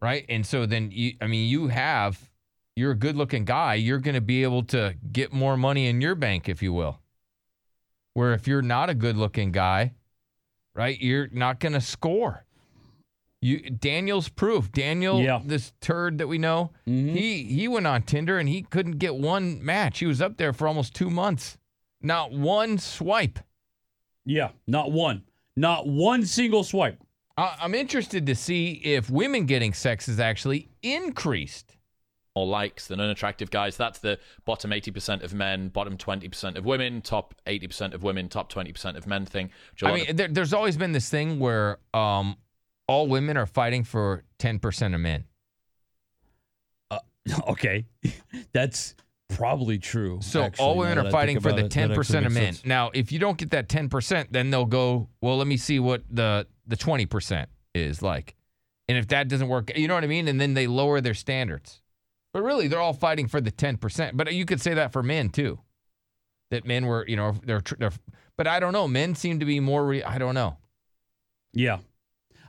Right, and so then you, I mean, you have you're a good looking guy. You're going to be able to get more money in your bank, if you will. Where if you're not a good looking guy, right, you're not going to score. You Daniel's proof. Daniel, Yeah. this turd that we know, he he went on Tinder and he couldn't get one match. He was up there for almost two months, not one swipe. Yeah, not one. Not one single swipe. I- I'm interested to see if women getting sex is actually increased. more likes than unattractive guys. That's the bottom 80% of men, bottom 20% of women, top 80% of women, top 20% of men thing. which a I lot of- mean, there, there's always been this thing where um, all women are fighting for 10% of men. uh, Okay. That's probably true. So all women are fighting for the 10% of men. Now, if you don't get that 10%, then they'll go, well, let me see what the, the 20% is like. And if that doesn't work, you know what I mean? And then they lower their standards. But really, they're all fighting for the 10%. But you could say that for men too. That men were, you know, they're, tr- they're but I don't know. Men seem to be more, re- I don't know. Yeah.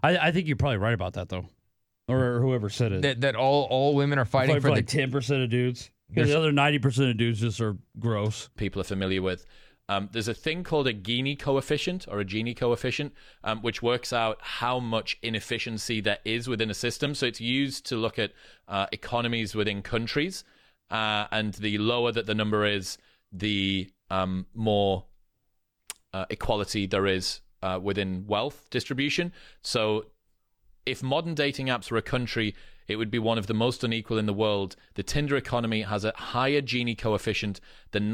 I, I think you're probably right about that, though. Or whoever said it. That, that all, all women are fighting Fight for for the like 10% of dudes. 'Cause There's- The other 90% of dudes just are gross. people are familiar with. Um, there's a thing called a Gini coefficient or a Gini coefficient, um, which works out how much inefficiency there is within a system. So it's used to look at uh, economies within countries, uh, and the lower that the number is, the um, more uh, equality there is uh, within wealth distribution. So if modern dating apps were a country, it would be one of the most unequal in the world. The Tinder economy has a higher Gini coefficient than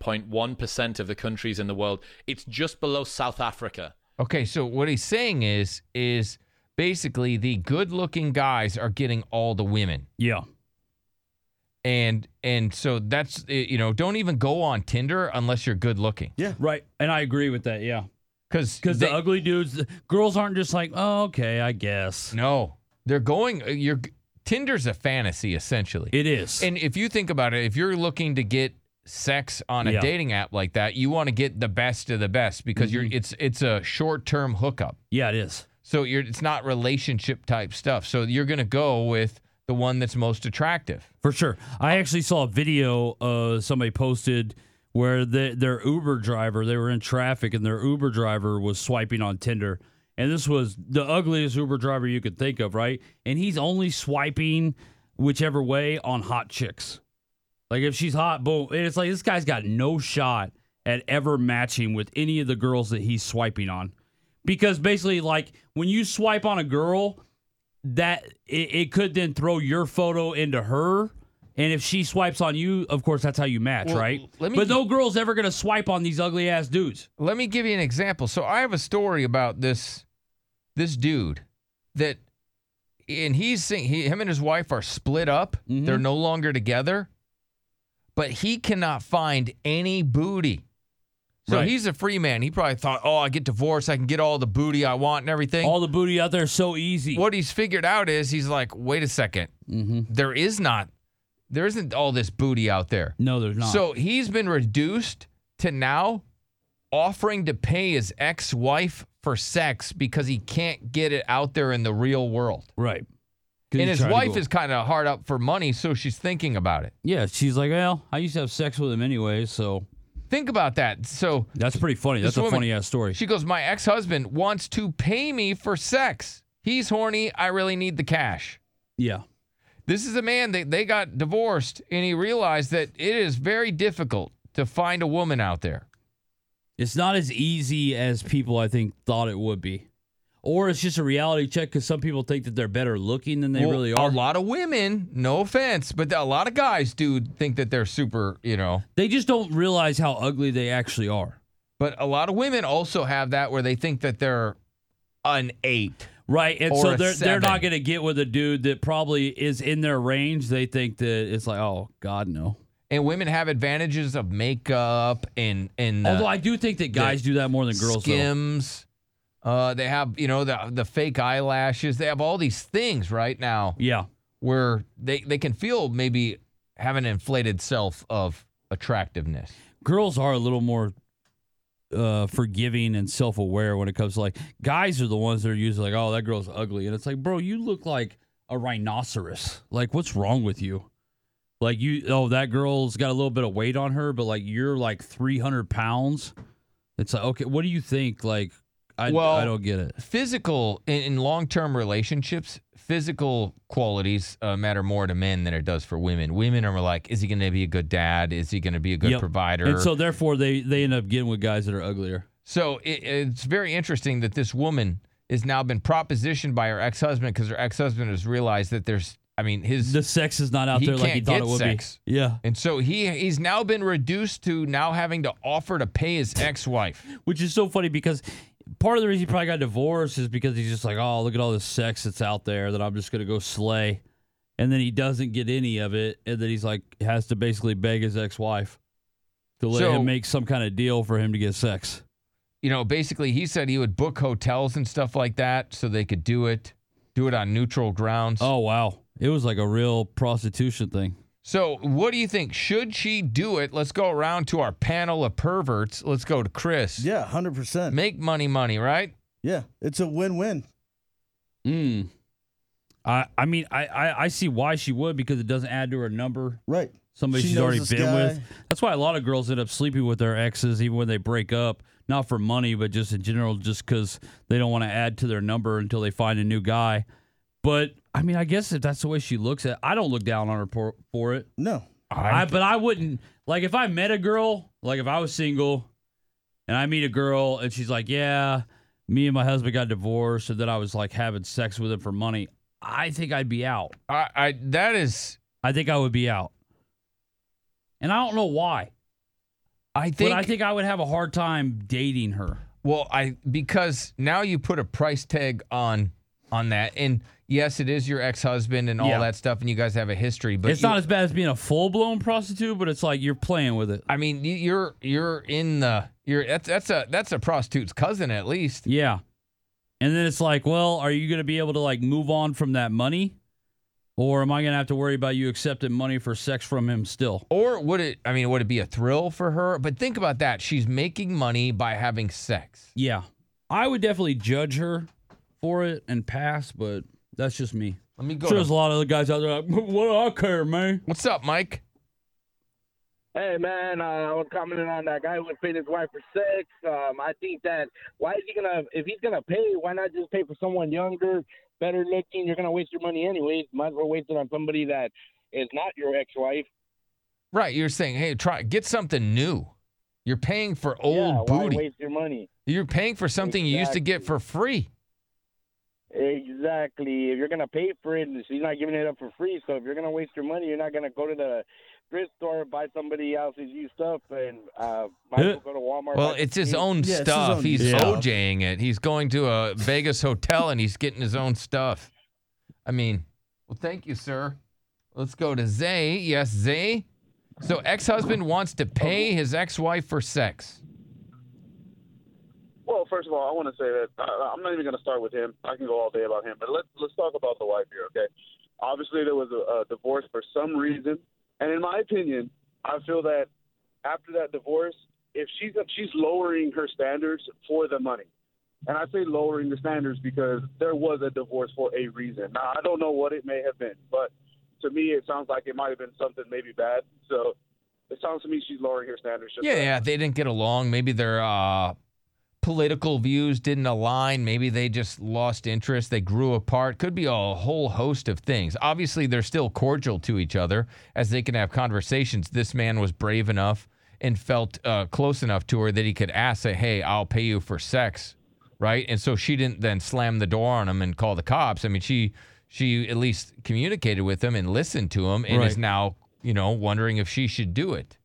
95.1% of the countries in the world. It's just below South Africa. Okay, so what he's saying is is basically the good-looking guys are getting all the women. Yeah. and and so that's eh, you know don't even go on Tinder unless you're good looking. Yeah, right. And I agree with that. Yeah, because because the ugly dudes, the girls aren't just like, oh, okay, I guess. No, they're going. uh, You're Tinder's a fantasy essentially. It is. And if you think about it, if you're looking to get sex on a Yeah. dating app like that, you want to get the best of the best because you're it's it's a short term hookup. Mm-hmm. Yeah, it is. So you're it's not relationship type stuff. So you're gonna go with the one that's most attractive. For sure. I actually saw a video uh, somebody posted where the, their Uber driver, they were in traffic and their Uber driver was swiping on Tinder. And this was the ugliest Uber driver you could think of, right? And he's only swiping whichever way on hot chicks. Like if she's hot, boom. And it's like this guy's got no shot at ever matching with any of the girls that he's swiping on. Because basically, like when you swipe on a girl, that it, it could then throw your photo into her. And if she swipes on you, of course, that's how you match, Well, right? let me- but no girl's ever going to swipe on these ugly ass dudes. Let me give you an example. So I have a story about this this dude that and he's saying he, him and his wife are split up. Mm-hmm. They're no longer together. But he cannot find any booty. So Right. he's a free man. He probably thought, "Oh, I get divorced, I can get all the booty I want and everything." All the booty out there is so easy. Mm-hmm. What he's figured out is he's like, "Wait a 2nd There is not there isn't all this booty out there." No, there's not. So he's been reduced to now offering to pay his ex wife for sex because he can't get it out there in the real world. Right. 'Cause And he's his trying to wife go- is kind of hard up for money, so she's thinking about it. Yeah, she's like, well, I used to have sex with him anyway, so Think about that. So that's pretty funny. That's This a woman- funny ass story. She goes, My ex husband wants to pay me for sex. He's horny. I really need the cash. yeah. This is a man that they got divorced, and he realized that it is very difficult to find a woman out there. It's not as easy as people I think thought it would be. Or it's just a reality check because some people think that they're better looking than they Well, really are. A lot of women, no offense, but a lot of guys do think that they're super, you know. They just don't realize how ugly they actually are. But a lot of women also have that where they think that they're an eight. Right. And or so a they're they they're seven. not gonna get with a dude that probably is in their range. They think that it's like, oh God no. And women have advantages of makeup and and uh, Although I do think that guys do that more than girls though. skims. Uh, they have you know the the fake eyelashes. They have all these things right now. Yeah, where they they can feel maybe have an inflated self of attractiveness. girls are a little more uh forgiving and self-aware when it comes to like guys are the ones that are usually like oh that girl's ugly and it's like bro you look like a rhinoceros like what's wrong with you like you oh that girl's got a little bit of weight on her but like you're like 300 pounds it's like okay what do you think like i, I don't get it Physical in, in long term relationships, physical qualities uh, matter more to men than it does for women. Women are like, is he going to be a good dad? Is he going to be a good Yep. provider? and so therefore they they end up getting with guys that are uglier So it, it's very interesting that this woman has now been propositioned by her ex husband because her ex husband has realized that there's, I mean, his the sex is not out there like he can't thought get it would sex. be yeah And so he he's now been reduced to now having to offer to pay his ex-wife. which is so funny because part of the reason he probably got divorced is because he's just like, oh, look at all this sex that's out there that I'm just gonna go slay, and then he doesn't get any of it, and then he's like has to basically beg his ex-wife to let So- him make some kind of deal for him to get sex. You know, basically he said he would book hotels and stuff like that so they could do it, do it on neutral grounds. Oh wow, it was like a real prostitution thing. So, what do you think? Should she do it? Let's go around to our panel of perverts. Let's go to Chris. Yeah, hundred percent. Make money, money, right? Yeah, it's a win-win. Mm. I I mean I, I I see why she would because it doesn't add to her number. Right. Somebody She she's knows already this been guy. with. That's why a lot of girls end up sleeping with their exes even when they break up, not for money, but just in general, just because they don't want to add to their number until they find a new guy. But I mean, I guess if that's the way she looks at, I don't look down on her for, for it. No. I, but I wouldn't like if I met a girl, like if I was single and I meet a girl and she's like, "Yeah, me and my husband got divorced and then I was like having sex with him for money." I think I'd be out. I, I that is I think I would be out. And I don't know why. I but I think I would have a hard time dating her. Well, I because now you put a price tag on on that. And yes, it is your ex husband and all Yeah. that stuff, and you guys have a history. But it's you- not as bad as being a full blown prostitute, but it's like you're playing with it. I mean, you- you're you're in the you're that's that's a that's a prostitute's cousin at least. Yeah. And then it's like, well, are you going to be able to like move on from that money? Or am I going to have to worry about you accepting money for sex from him still? Or would it? I mean, would it be a thrill for her? But think about that. She's making money by having sex. Yeah. I would definitely judge her for it and pass, but that's just me. Let me go. Sure, there's a lot of other guys out there like, what do I care, man? What's up, Mike? Hey man, uh, I was commenting on that guy who would pay his wife for sex. Um, I think that why is he gonna if he's gonna pay, why not just pay for someone younger, better looking? You're gonna waste your money anyways. Might as well waste it on somebody that is not your ex-wife. Right. You're saying, hey, try get something new. You're paying for Yeah, old why booty. waste your money? You're paying for something you used to get for free. Exactly. If you're gonna pay for it, she's not giving it up for free. So if you're gonna waste your money, you're not gonna go to the thrift store and buy somebody else's used stuff, and uh, might as well go to Walmart. Well, buy it's his some own shoes. stuff. he's OJing it. He's going to a Vegas hotel and he's getting his own stuff. I mean, well, thank you, sir. Let's go to Zay. Yes, Zay. So, ex husband wants to pay his ex wife for sex. Well, first of all, I want to say that I, I'm not even going to start with him. I can go all day about him, but let's let's talk about the wife here, okay? Obviously, there was a, a divorce for some reason, and in my opinion, I feel that after that divorce, if she's she's lowering her standards for the money, and I say lowering the standards because there was a divorce for a reason. Now, I don't know what it may have been, but to me, it sounds like it might have been something maybe bad. So it sounds to me she's lowering her standards. just Yeah, to- yeah. They didn't get along. Maybe their uh, political views didn't align. Maybe they just lost interest. They grew apart. Could be a whole host of things. Obviously, they're still cordial to each other as they can have conversations. This man was brave enough and felt uh, close enough to her that he could ask, say, hey, I'll pay you for sex. Right. And so she didn't then slam the door on him and call the cops. I mean, she. She at least communicated with him and listened to him and is Right. now, you know, wondering if she should do it.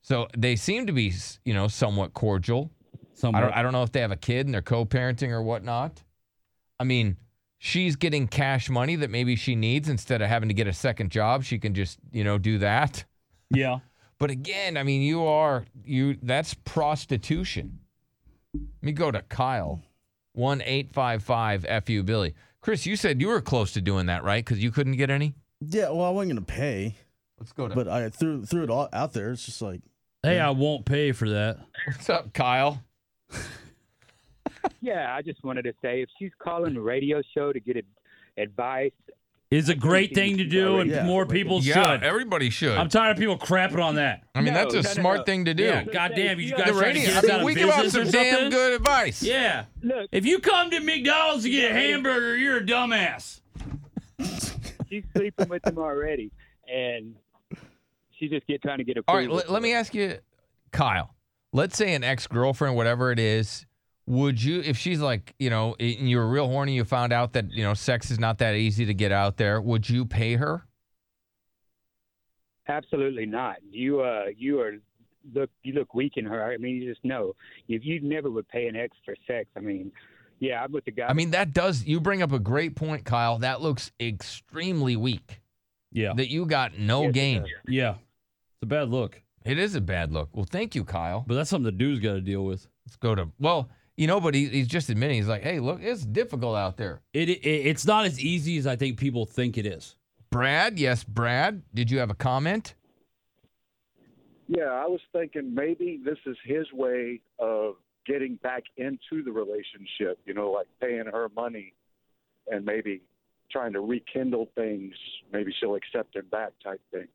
So they seem to be, you know, somewhat cordial. I Somewhat. don't, I don't know if they have a kid and they're co-parenting or whatnot. I mean, she's getting cash money that maybe she needs instead of having to get a second job. She can just, you know, do that. Yeah. But again, I mean, you are you. That's prostitution. Let me go to Kyle, one eight five five fu Billy. Chris, you said you were close to doing that, right? Because you couldn't get any. Yeah, well, I wasn't gonna pay. Let's go to. But I threw threw it all out there. It's just like Hey, I won't pay for that. What's up, Kyle? Yeah, I just wanted to say if she's calling the radio show to get ad- advice, It's a great thing to do, and Yeah. more people Yeah, should. everybody should. I'm tired of people crapping on that. I mean, No, that's a no, no, smart no. thing to do. Yeah, goddamn, you The guys trying to radio- get I us mean, out of we give business out or some damn something? good advice. Yeah. Look. if you come to McDonald's to get a hamburger, you're a dumbass. she's sleeping with him already, and she just get trying to get a. All right, let, let me ask you, Kyle. Let's say an ex girlfriend, whatever it is, would you, if she's like, you know, and you were real horny, you found out that you know sex is not that easy to get out there. Would you pay her? Absolutely not. You uh, you are look you look weak in her. I mean, you just know if you never would pay an ex for sex. I mean, yeah, I'm with the guy. I mean, that does. You bring up a great point, Kyle. That looks extremely weak. Yeah. That you got no game. Yeah. It's a bad look. It is a bad look. Well, thank you, Kyle. But that's something the dude's got to deal with. Let's go to. Well, you know, but he, he's just admitting. He's like, hey, look, it's difficult out there. It, it it's not as easy as I think people think it is. Brad, yes, Brad. Did you have a comment? Yeah, I was thinking maybe this is his way of getting back into the relationship, you know, like paying her money and maybe trying to rekindle things. Maybe she'll accept him back type thing.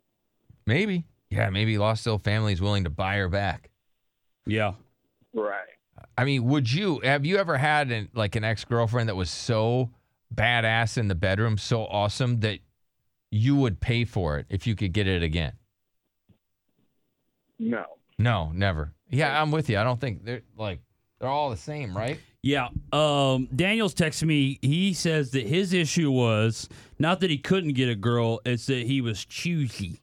Maybe. Yeah, maybe Lost Hill family is willing to buy her back. Yeah. Right. I mean, would you have you ever had an, like an ex girlfriend that was so badass in the bedroom, so awesome that you would pay for it if you could get it again? No. No, never. Yeah, I'm with you. I don't think they're like they're all the same, right? Yeah. Um, Daniel's texting me. He says that his issue was not that he couldn't get a girl, it's that he was choosy.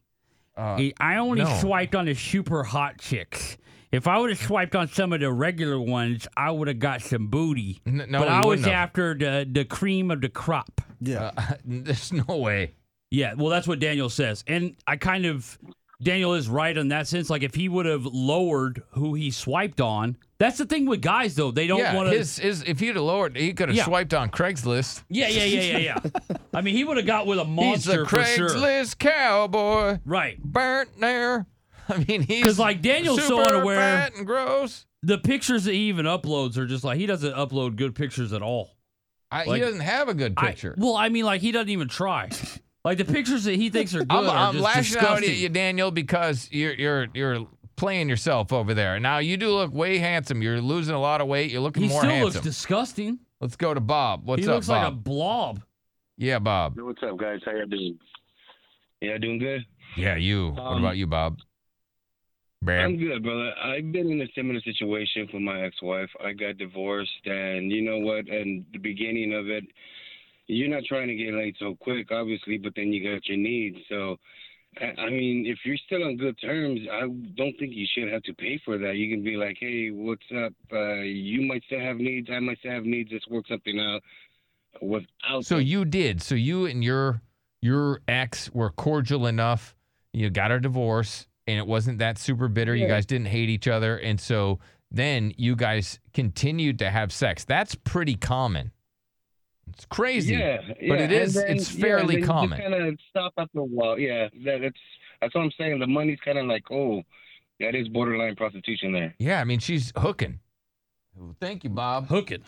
He- I only Uh, no. swiped on the super hot chicks. If I would have swiped on some of the regular ones, I would have got some booty. no, but you I was wouldn't have. after the the cream of the crop. Yeah, Uh, there's no way. Yeah, well, that's what Daniel says, and I kind of Daniel is right in that sense. Like if he would have lowered who he swiped on, that's the thing with guys though; they don't yeah, want his, his, if he'd have lowered, he could have Yeah. swiped on Craigslist. Yeah, yeah, yeah, yeah, yeah. I mean, he would have got with a He's monster a for sure. Craigslist cowboy. Right. Burnt there. I mean, he's Because like Daniel's so super unaware. fat and gross. The pictures that he even uploads are just like he doesn't upload good pictures at all. I, Like- he doesn't have a good I- picture. well, I mean, like he doesn't even try. Like the pictures that he thinks are good I'm, are I'm just lashing out disgusting. at you, Daniel, because you're you're you're playing yourself over there. Now you do look way handsome. You're losing a lot of weight. You're looking He more still looks handsome. disgusting. Let's go to Bob. What's he up, looks Bob? like a blob. Yeah, Bob. What's up, guys? How y'all doing? Yeah, doing good. Yeah, you. what Um, about you, Bob? I'm Bam. good, brother. I've been in a similar situation for my ex-wife. I got divorced, and you know what? And the beginning of it, you're not trying to get laid so quick, obviously, but then you got your needs. So, I I mean, if you're still on good terms, I don't think you should have to pay for that. You can be like, hey, what's up? Uh, you might still have needs. I might still have needs. Let's work something out. Without So you did. So you and your your ex were cordial enough. You got a divorce, and it wasn't that super bitter. You Yeah. guys didn't hate each other, and so then you guys continued to have sex. That's pretty common. It's crazy. Yeah, but yeah, it is. and then- it's yeah, fairly and then common. You kind of stop after a while. Yeah, that, that's that's what I'm saying. The money's kind of like, oh, that is borderline prostitution there. Yeah, I mean she's hooking. Well, thank you, Bob. Hooking.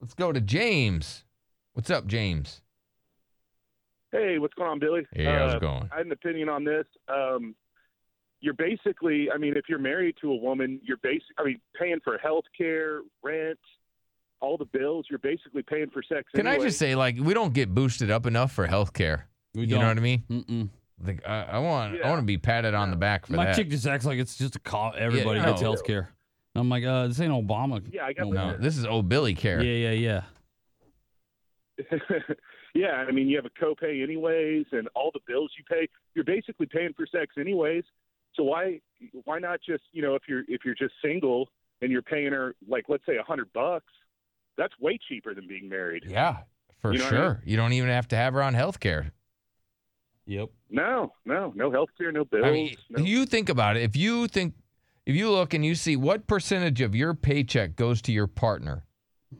Let's go to James. What's up, James? Hey, what's going on, Billy? Uh, Hey, how's it going? I had an opinion on this. Um, you're basically, I mean, if you're married to a woman, you're basically, I mean, paying for health care, rent, all the bills. You're basically paying for sex. Can I anyway. just say, like, we don't get boosted up enough for healthcare. you know don't. what I mean? Mm-mm. Like, I, I want, I want to be patted on the back for My that. chick just acts like it's just a call. Everybody no. gets health care. I'm like, uh, this ain't Obama. Yeah, I got no, this is old Billy care. Yeah, yeah, yeah. yeah, I mean, you have a copay anyways, and all the bills you pay, you're basically paying for sex anyways. So why why not just you know if you're if you're just single and you're paying her like let's say a hundred bucks, that's way cheaper than being married. Yeah, for You know what I sure. mean? You don't even have to have her on healthcare. Yep. No, no, no health care, no bills. I mean, you think about it. If you think, if you look and you see what percentage of your paycheck goes to your partner,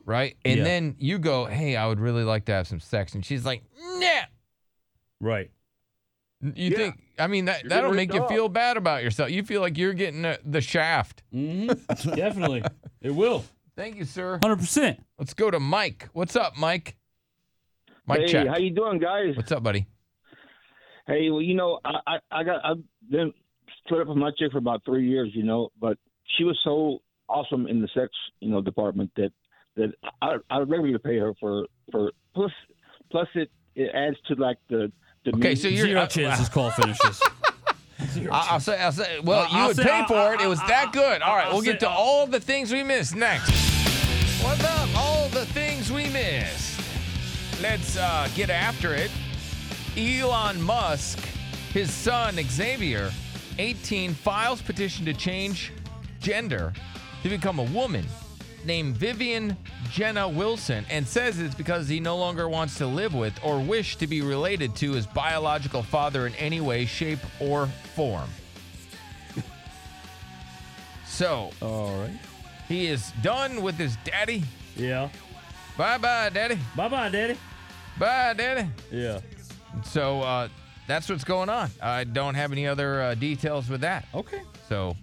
right? And Yeah. then you go, hey, I would really like to have some sex. And she's like, nah. Right. You think, I mean, that, You're that'll getting make ripped you off. feel bad about yourself. You feel like you're getting uh, the, the shaft. Mm-hmm. Definitely. It will. Thank you, sir. 100%. Let's go to Mike. What's up, Mike? Mike hey, check. how you doing, guys? What's up, buddy? Hey, well, you know, I, I, I got I've been split up with my chick for about three years, you know, but she was so awesome in the sex, you know, department that that I I regularly pay her for for plus plus it it adds to like the the Okay, so you're- Zero chances call finishes. I, I'll say, I'll say, well, Uh, you I'll would say- pay I- for it. It was that good. All right, we'll get to all the things we missed next. What's up? All the things we missed. Let's uh, get after it. Elon Musk, his son Xavier, 18, files petition to change gender to become a woman named Vivian Jenna Wilson and says it's because he no longer wants to live with or wish to be related to his biological father in any way, shape, or form. So, all right, he is done with his daddy. Yeah. Bye, bye, daddy. Bye, bye, daddy. Bye, daddy. Yeah. So uh, that's what's going on. I don't have any other uh, details with that. Okay. So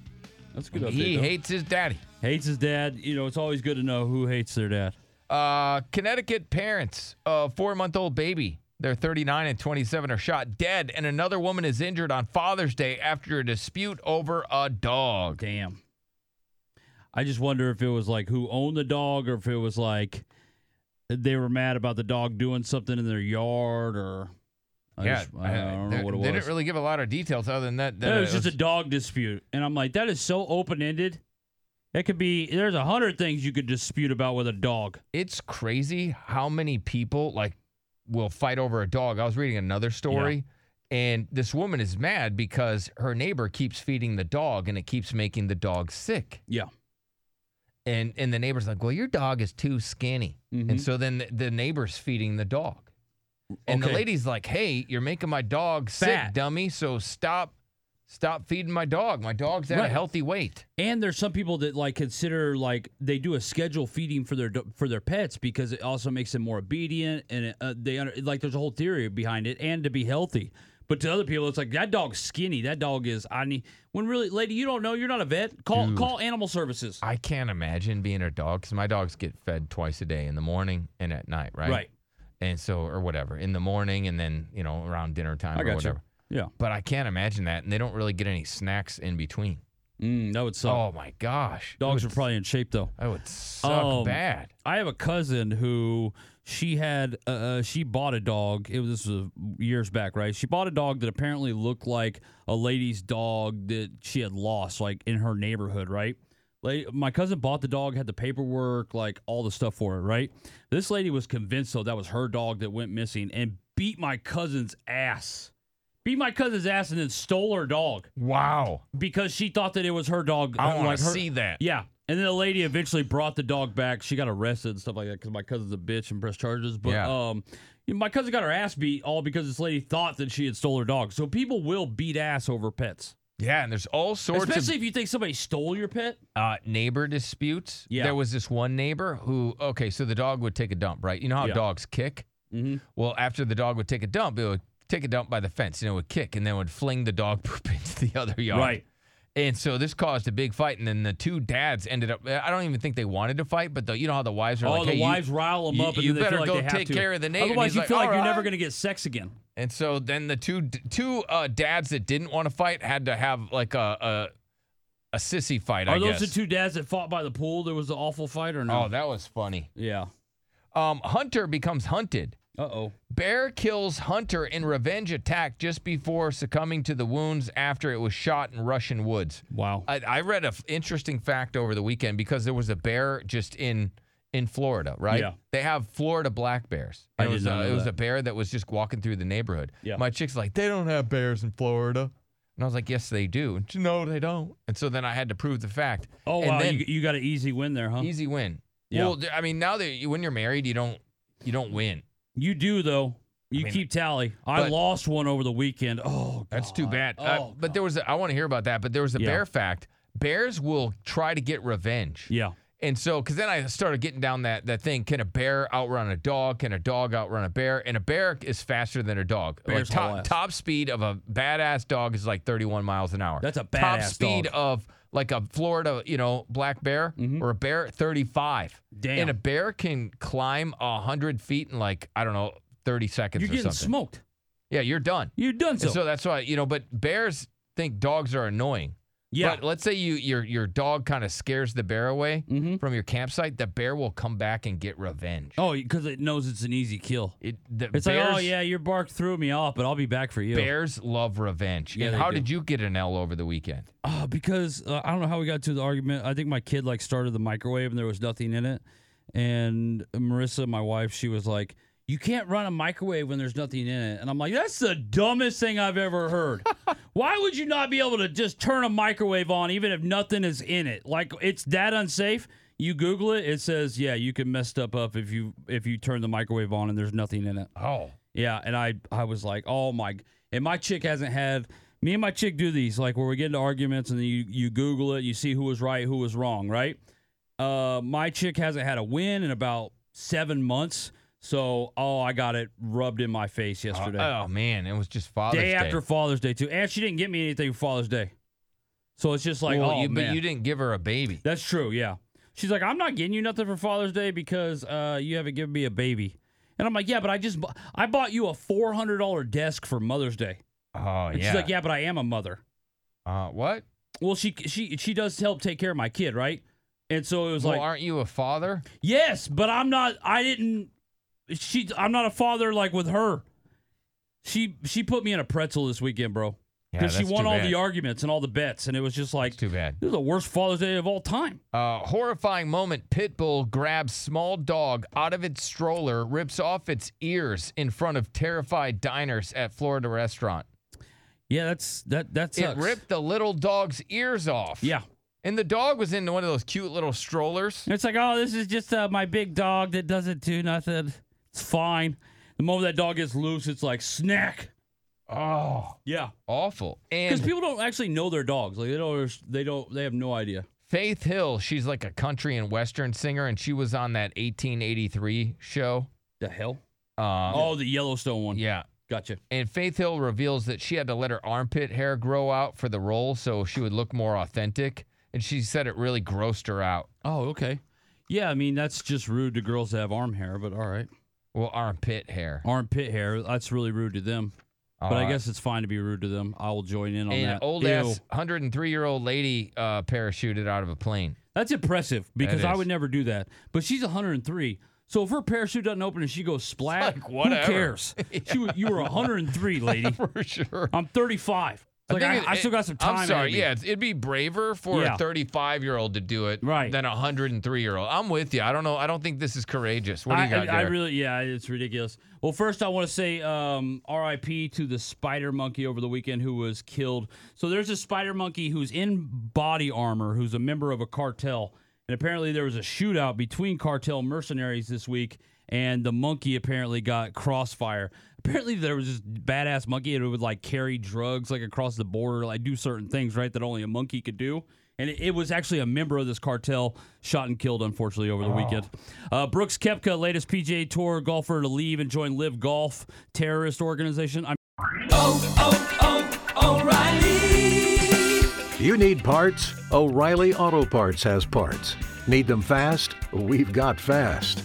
that's good. He update, though. hates his daddy. Hates his dad. You know, it's always good to know who hates their dad. Uh, Connecticut parents of four-month-old baby, they're 39 and 27, are shot dead, and another woman is injured on Father's Day after a dispute over a dog. Damn. I just wonder if it was like who owned the dog or if it was like they were mad about the dog doing something in their yard or. I yeah, just- I, I don't they, know what it was. They didn't really give a lot of details other than that. that That was just a dog dispute, and I'm like, that is so open ended. That could be. There's a hundred things you could dispute about with a dog. It's crazy how many people like will fight over a dog. I was reading another story And this woman is mad because her neighbor keeps feeding the dog and it keeps making the dog sick. Yeah. And and the neighbor's like, "Well, your dog is too skinny." Mm-hmm. And so then the, the neighbor's feeding the dog. And the Okay. lady's like, "Hey, you're making my dog sick, Fat. dummy. So stop stop feeding my dog. My dog's at a Right. healthy weight." And there's some people that like consider like they do a schedule feeding for their do- for their pets because it also makes them more obedient and it, uh, they under, like there's a whole theory behind it and to be healthy. But to other people, it's like that dog's skinny. That dog is I need when really, lady, you don't know. You're not a vet. Call Dude. call animal services. I can't imagine being a dog because my dogs get fed twice a day in the morning and at night, right? Right. And so, or whatever, in the morning and then, you know, around dinner time I or gotcha. whatever. Yeah. But I can't imagine that. And they don't really get any snacks in between. Mm, that would suck. Oh, my gosh. Dogs are probably in shape though. That would suck bad. Um, I have a cousin who she had uh, uh, she bought a dog. It was this was years back, right? She bought a dog that apparently looked like a lady's dog that she had lost, like in her neighborhood, right? Like my cousin bought the dog, had the paperwork, like all the stuff for it, right? This lady was convinced though that was her dog that went missing and beat my cousin's ass. Beat my cousin's ass and then stole her dog. Wow. Because she thought that it was her dog. I uh, wanna her- see that. Yeah. And then the lady eventually brought the dog back. She got arrested and stuff like that because my cousin's a bitch and pressed charges. But Yeah. um, you know, my cousin got her ass beat all because this lady thought that she had stole her dog. So people will beat ass over pets. Yeah. And there's all sorts of. Especially if you think somebody stole your pet. uh, neighbor disputes. Yeah. There was this one neighbor who, okay, so the dog would take a dump, right? You know how Yeah. dogs kick? Mm-hmm. Well, after the dog would take a dump, it would take a dump by the fence and it would kick and then would fling the dog poop into the other yard. Right. And so this caused a big fight. And then the two dads ended up, I don't even think they wanted to fight, but the, you know how the wives are Oh, like, the hey, you- wives rile them you- up and you then they better feel like go they have take to. care of the neighbor. And Otherwise, he's you like, feel like "All you're right." never going to get sex again. And so then the two two uh, dads that didn't want to fight had to have like a a, a sissy fight. I Are those guess. the two dads that fought by the pool? There was an awful fight or no? Oh, that was funny. Yeah. Um, Hunter becomes hunted. Uh oh. Bear kills Hunter in revenge attack just before succumbing to the wounds after it was shot in Russian woods. Wow. I, I read an interesting fact over the weekend because there was a bear just in in Florida, right? Yeah. They have Florida black bears. I And it did was not a, know it was that. a bear that was just walking through the neighborhood. Yeah. My chick's like, they don't have bears in Florida. And I was like, yes, they do. And she, no, they don't. And so then I had to prove the fact. Oh, and wow. then- you, you got an easy win there, huh? Easy win. Yeah. Well, I mean, now that you, when you're married, you don't you don't win. You do though. You mean, keep tally. I but- lost one over the weekend. Oh, That's too bad. Oh, Uh, but there was, a, I want to hear about that. But there was a Yeah. bear fact. Bears will try to get revenge. Yeah. And so, because then I started getting down that that thing: can a bear outrun a dog? Can a dog outrun a bear? And a bear is faster than a dog. Bears like haul top ass. top speed of a badass dog is like 31 miles an hour. That's a top badass speed dog. Mm-hmm. of like a Florida, you know, black bear or a bear 35. Damn. And a bear can climb hundred feet in like I don't know 30 seconds. you're or getting something. smoked. Yeah, you're done. You're done. And So, So. that's why you know. But bears think dogs are annoying. Yeah. But let's say you your your dog kind of scares the bear away from your campsite. The bear will come back and get revenge. Mm-hmm. oh, because it knows it's an easy kill. It, the it's like, oh bears- yeah, your bark threw me off, but I'll be back for you. Bears love revenge. Yeah, and they how do. did you get an L over the weekend? Uh, because uh, I don't know how we got to the argument. I think my kid like started the microwave and there was nothing in it. And Marissa, my wife, she was like, "You can't run a microwave when there's nothing in it." And I'm like, "That's the dumbest thing I've ever heard. Why would you not be able to just turn a microwave on even if nothing is in it? Like it's that unsafe." You Google it, it says, "Yeah, you can mess stuff up if you if you turn the microwave on and there's nothing in it." Oh. Yeah, and I I was like, oh my, and my chick hasn't had me and my chick do these like where we get into arguments and then you you Google it, you see who was right, who was wrong, right? Uh, my chick hasn't had a win in about seven months, so oh I got it rubbed in my face yesterday. Oh, oh, man, it was just Father's day Day. after Father's Day too, and she didn't get me anything for Father's Day, so it's just like Well, oh you, man, but you didn't give her a baby. that's true. Yeah. She's like, I'm not getting you nothing for Father's Day because uh, you haven't given me a baby. And I'm like, yeah, but I just bu- I bought you a four hundred dollar desk for Mother's Day. Oh And yeah. she's like, yeah, but I am a mother. Uh, what? Well, she she she does help take care of my kid, right? And so it was Well, like, aren't you a father? yes, but I'm not. I didn't. She I'm not a father like with her. She she put me in a pretzel this weekend, bro. Yeah, Because she that's won too all bad. the arguments and all the bets, and it was just like Too bad. this is the worst Father's Day of all time. Uh, horrifying moment. Pitbull grabs small dog out of its stroller, rips off its ears in front of terrified diners at Florida restaurant. Yeah, that's that that sucks. It ripped the little dog's ears off. Yeah. And the dog was in one of those cute little strollers. It's like, oh, this is just uh, my big dog that doesn't do nothing. It's fine. The moment that dog gets loose, it's like snack. Oh, yeah, awful. Because people don't actually know their dogs. Like they don't. They don't. They have no idea. Faith Hill, she's like a country and western singer, and she was on that 1883 show. The Hill? Um, oh, the Yellowstone one. Yeah. Gotcha. And Faith Hill reveals that she had to let her armpit hair grow out for the role so she would look more authentic. And she said it really grossed her out. Oh, okay. Yeah, I mean that's just rude to girls that have arm hair, but all right. Well, armpit hair. Armpit hair. That's really rude to them. but All I right. guess it's fine to be rude to them. I will join in on An that. old Ew. ass 103 year old lady uh, parachuted out of a plane. That's impressive because That I is. would never do that. But she's 103. So if her parachute doesn't open and she goes splat, whatever. who cares? She was, you were 103, lady. For sure. I'm 35. It's like I, think it- I still got some time. I'm in sorry. me. Yeah, it's- it'd be braver for Yeah. a 35 year old to do it Right. than a 103 year old. I'm with you. I don't know. I don't think this is courageous. What do you I, got I, I Derek? really, yeah, it's ridiculous. Well, first, I want to say um, R.I.P. to the spider monkey over the weekend who was killed. So there's a spider monkey who's in body armor, who's a member of a cartel, and apparently there was a shootout between cartel mercenaries this week, and the monkey apparently got crossfire. Apparently there was this badass monkey that would like carry drugs like across the border, like do certain things, right, that only a monkey could do. And it, it was actually a member of this cartel shot and killed, unfortunately, over the weekend. Uh, Brooks Kepka, latest PGA Tour golfer to leave and join Live Golf terrorist organization. I'm- You need parts? O'Reilly Auto Parts has parts. Need them fast? We've got fast.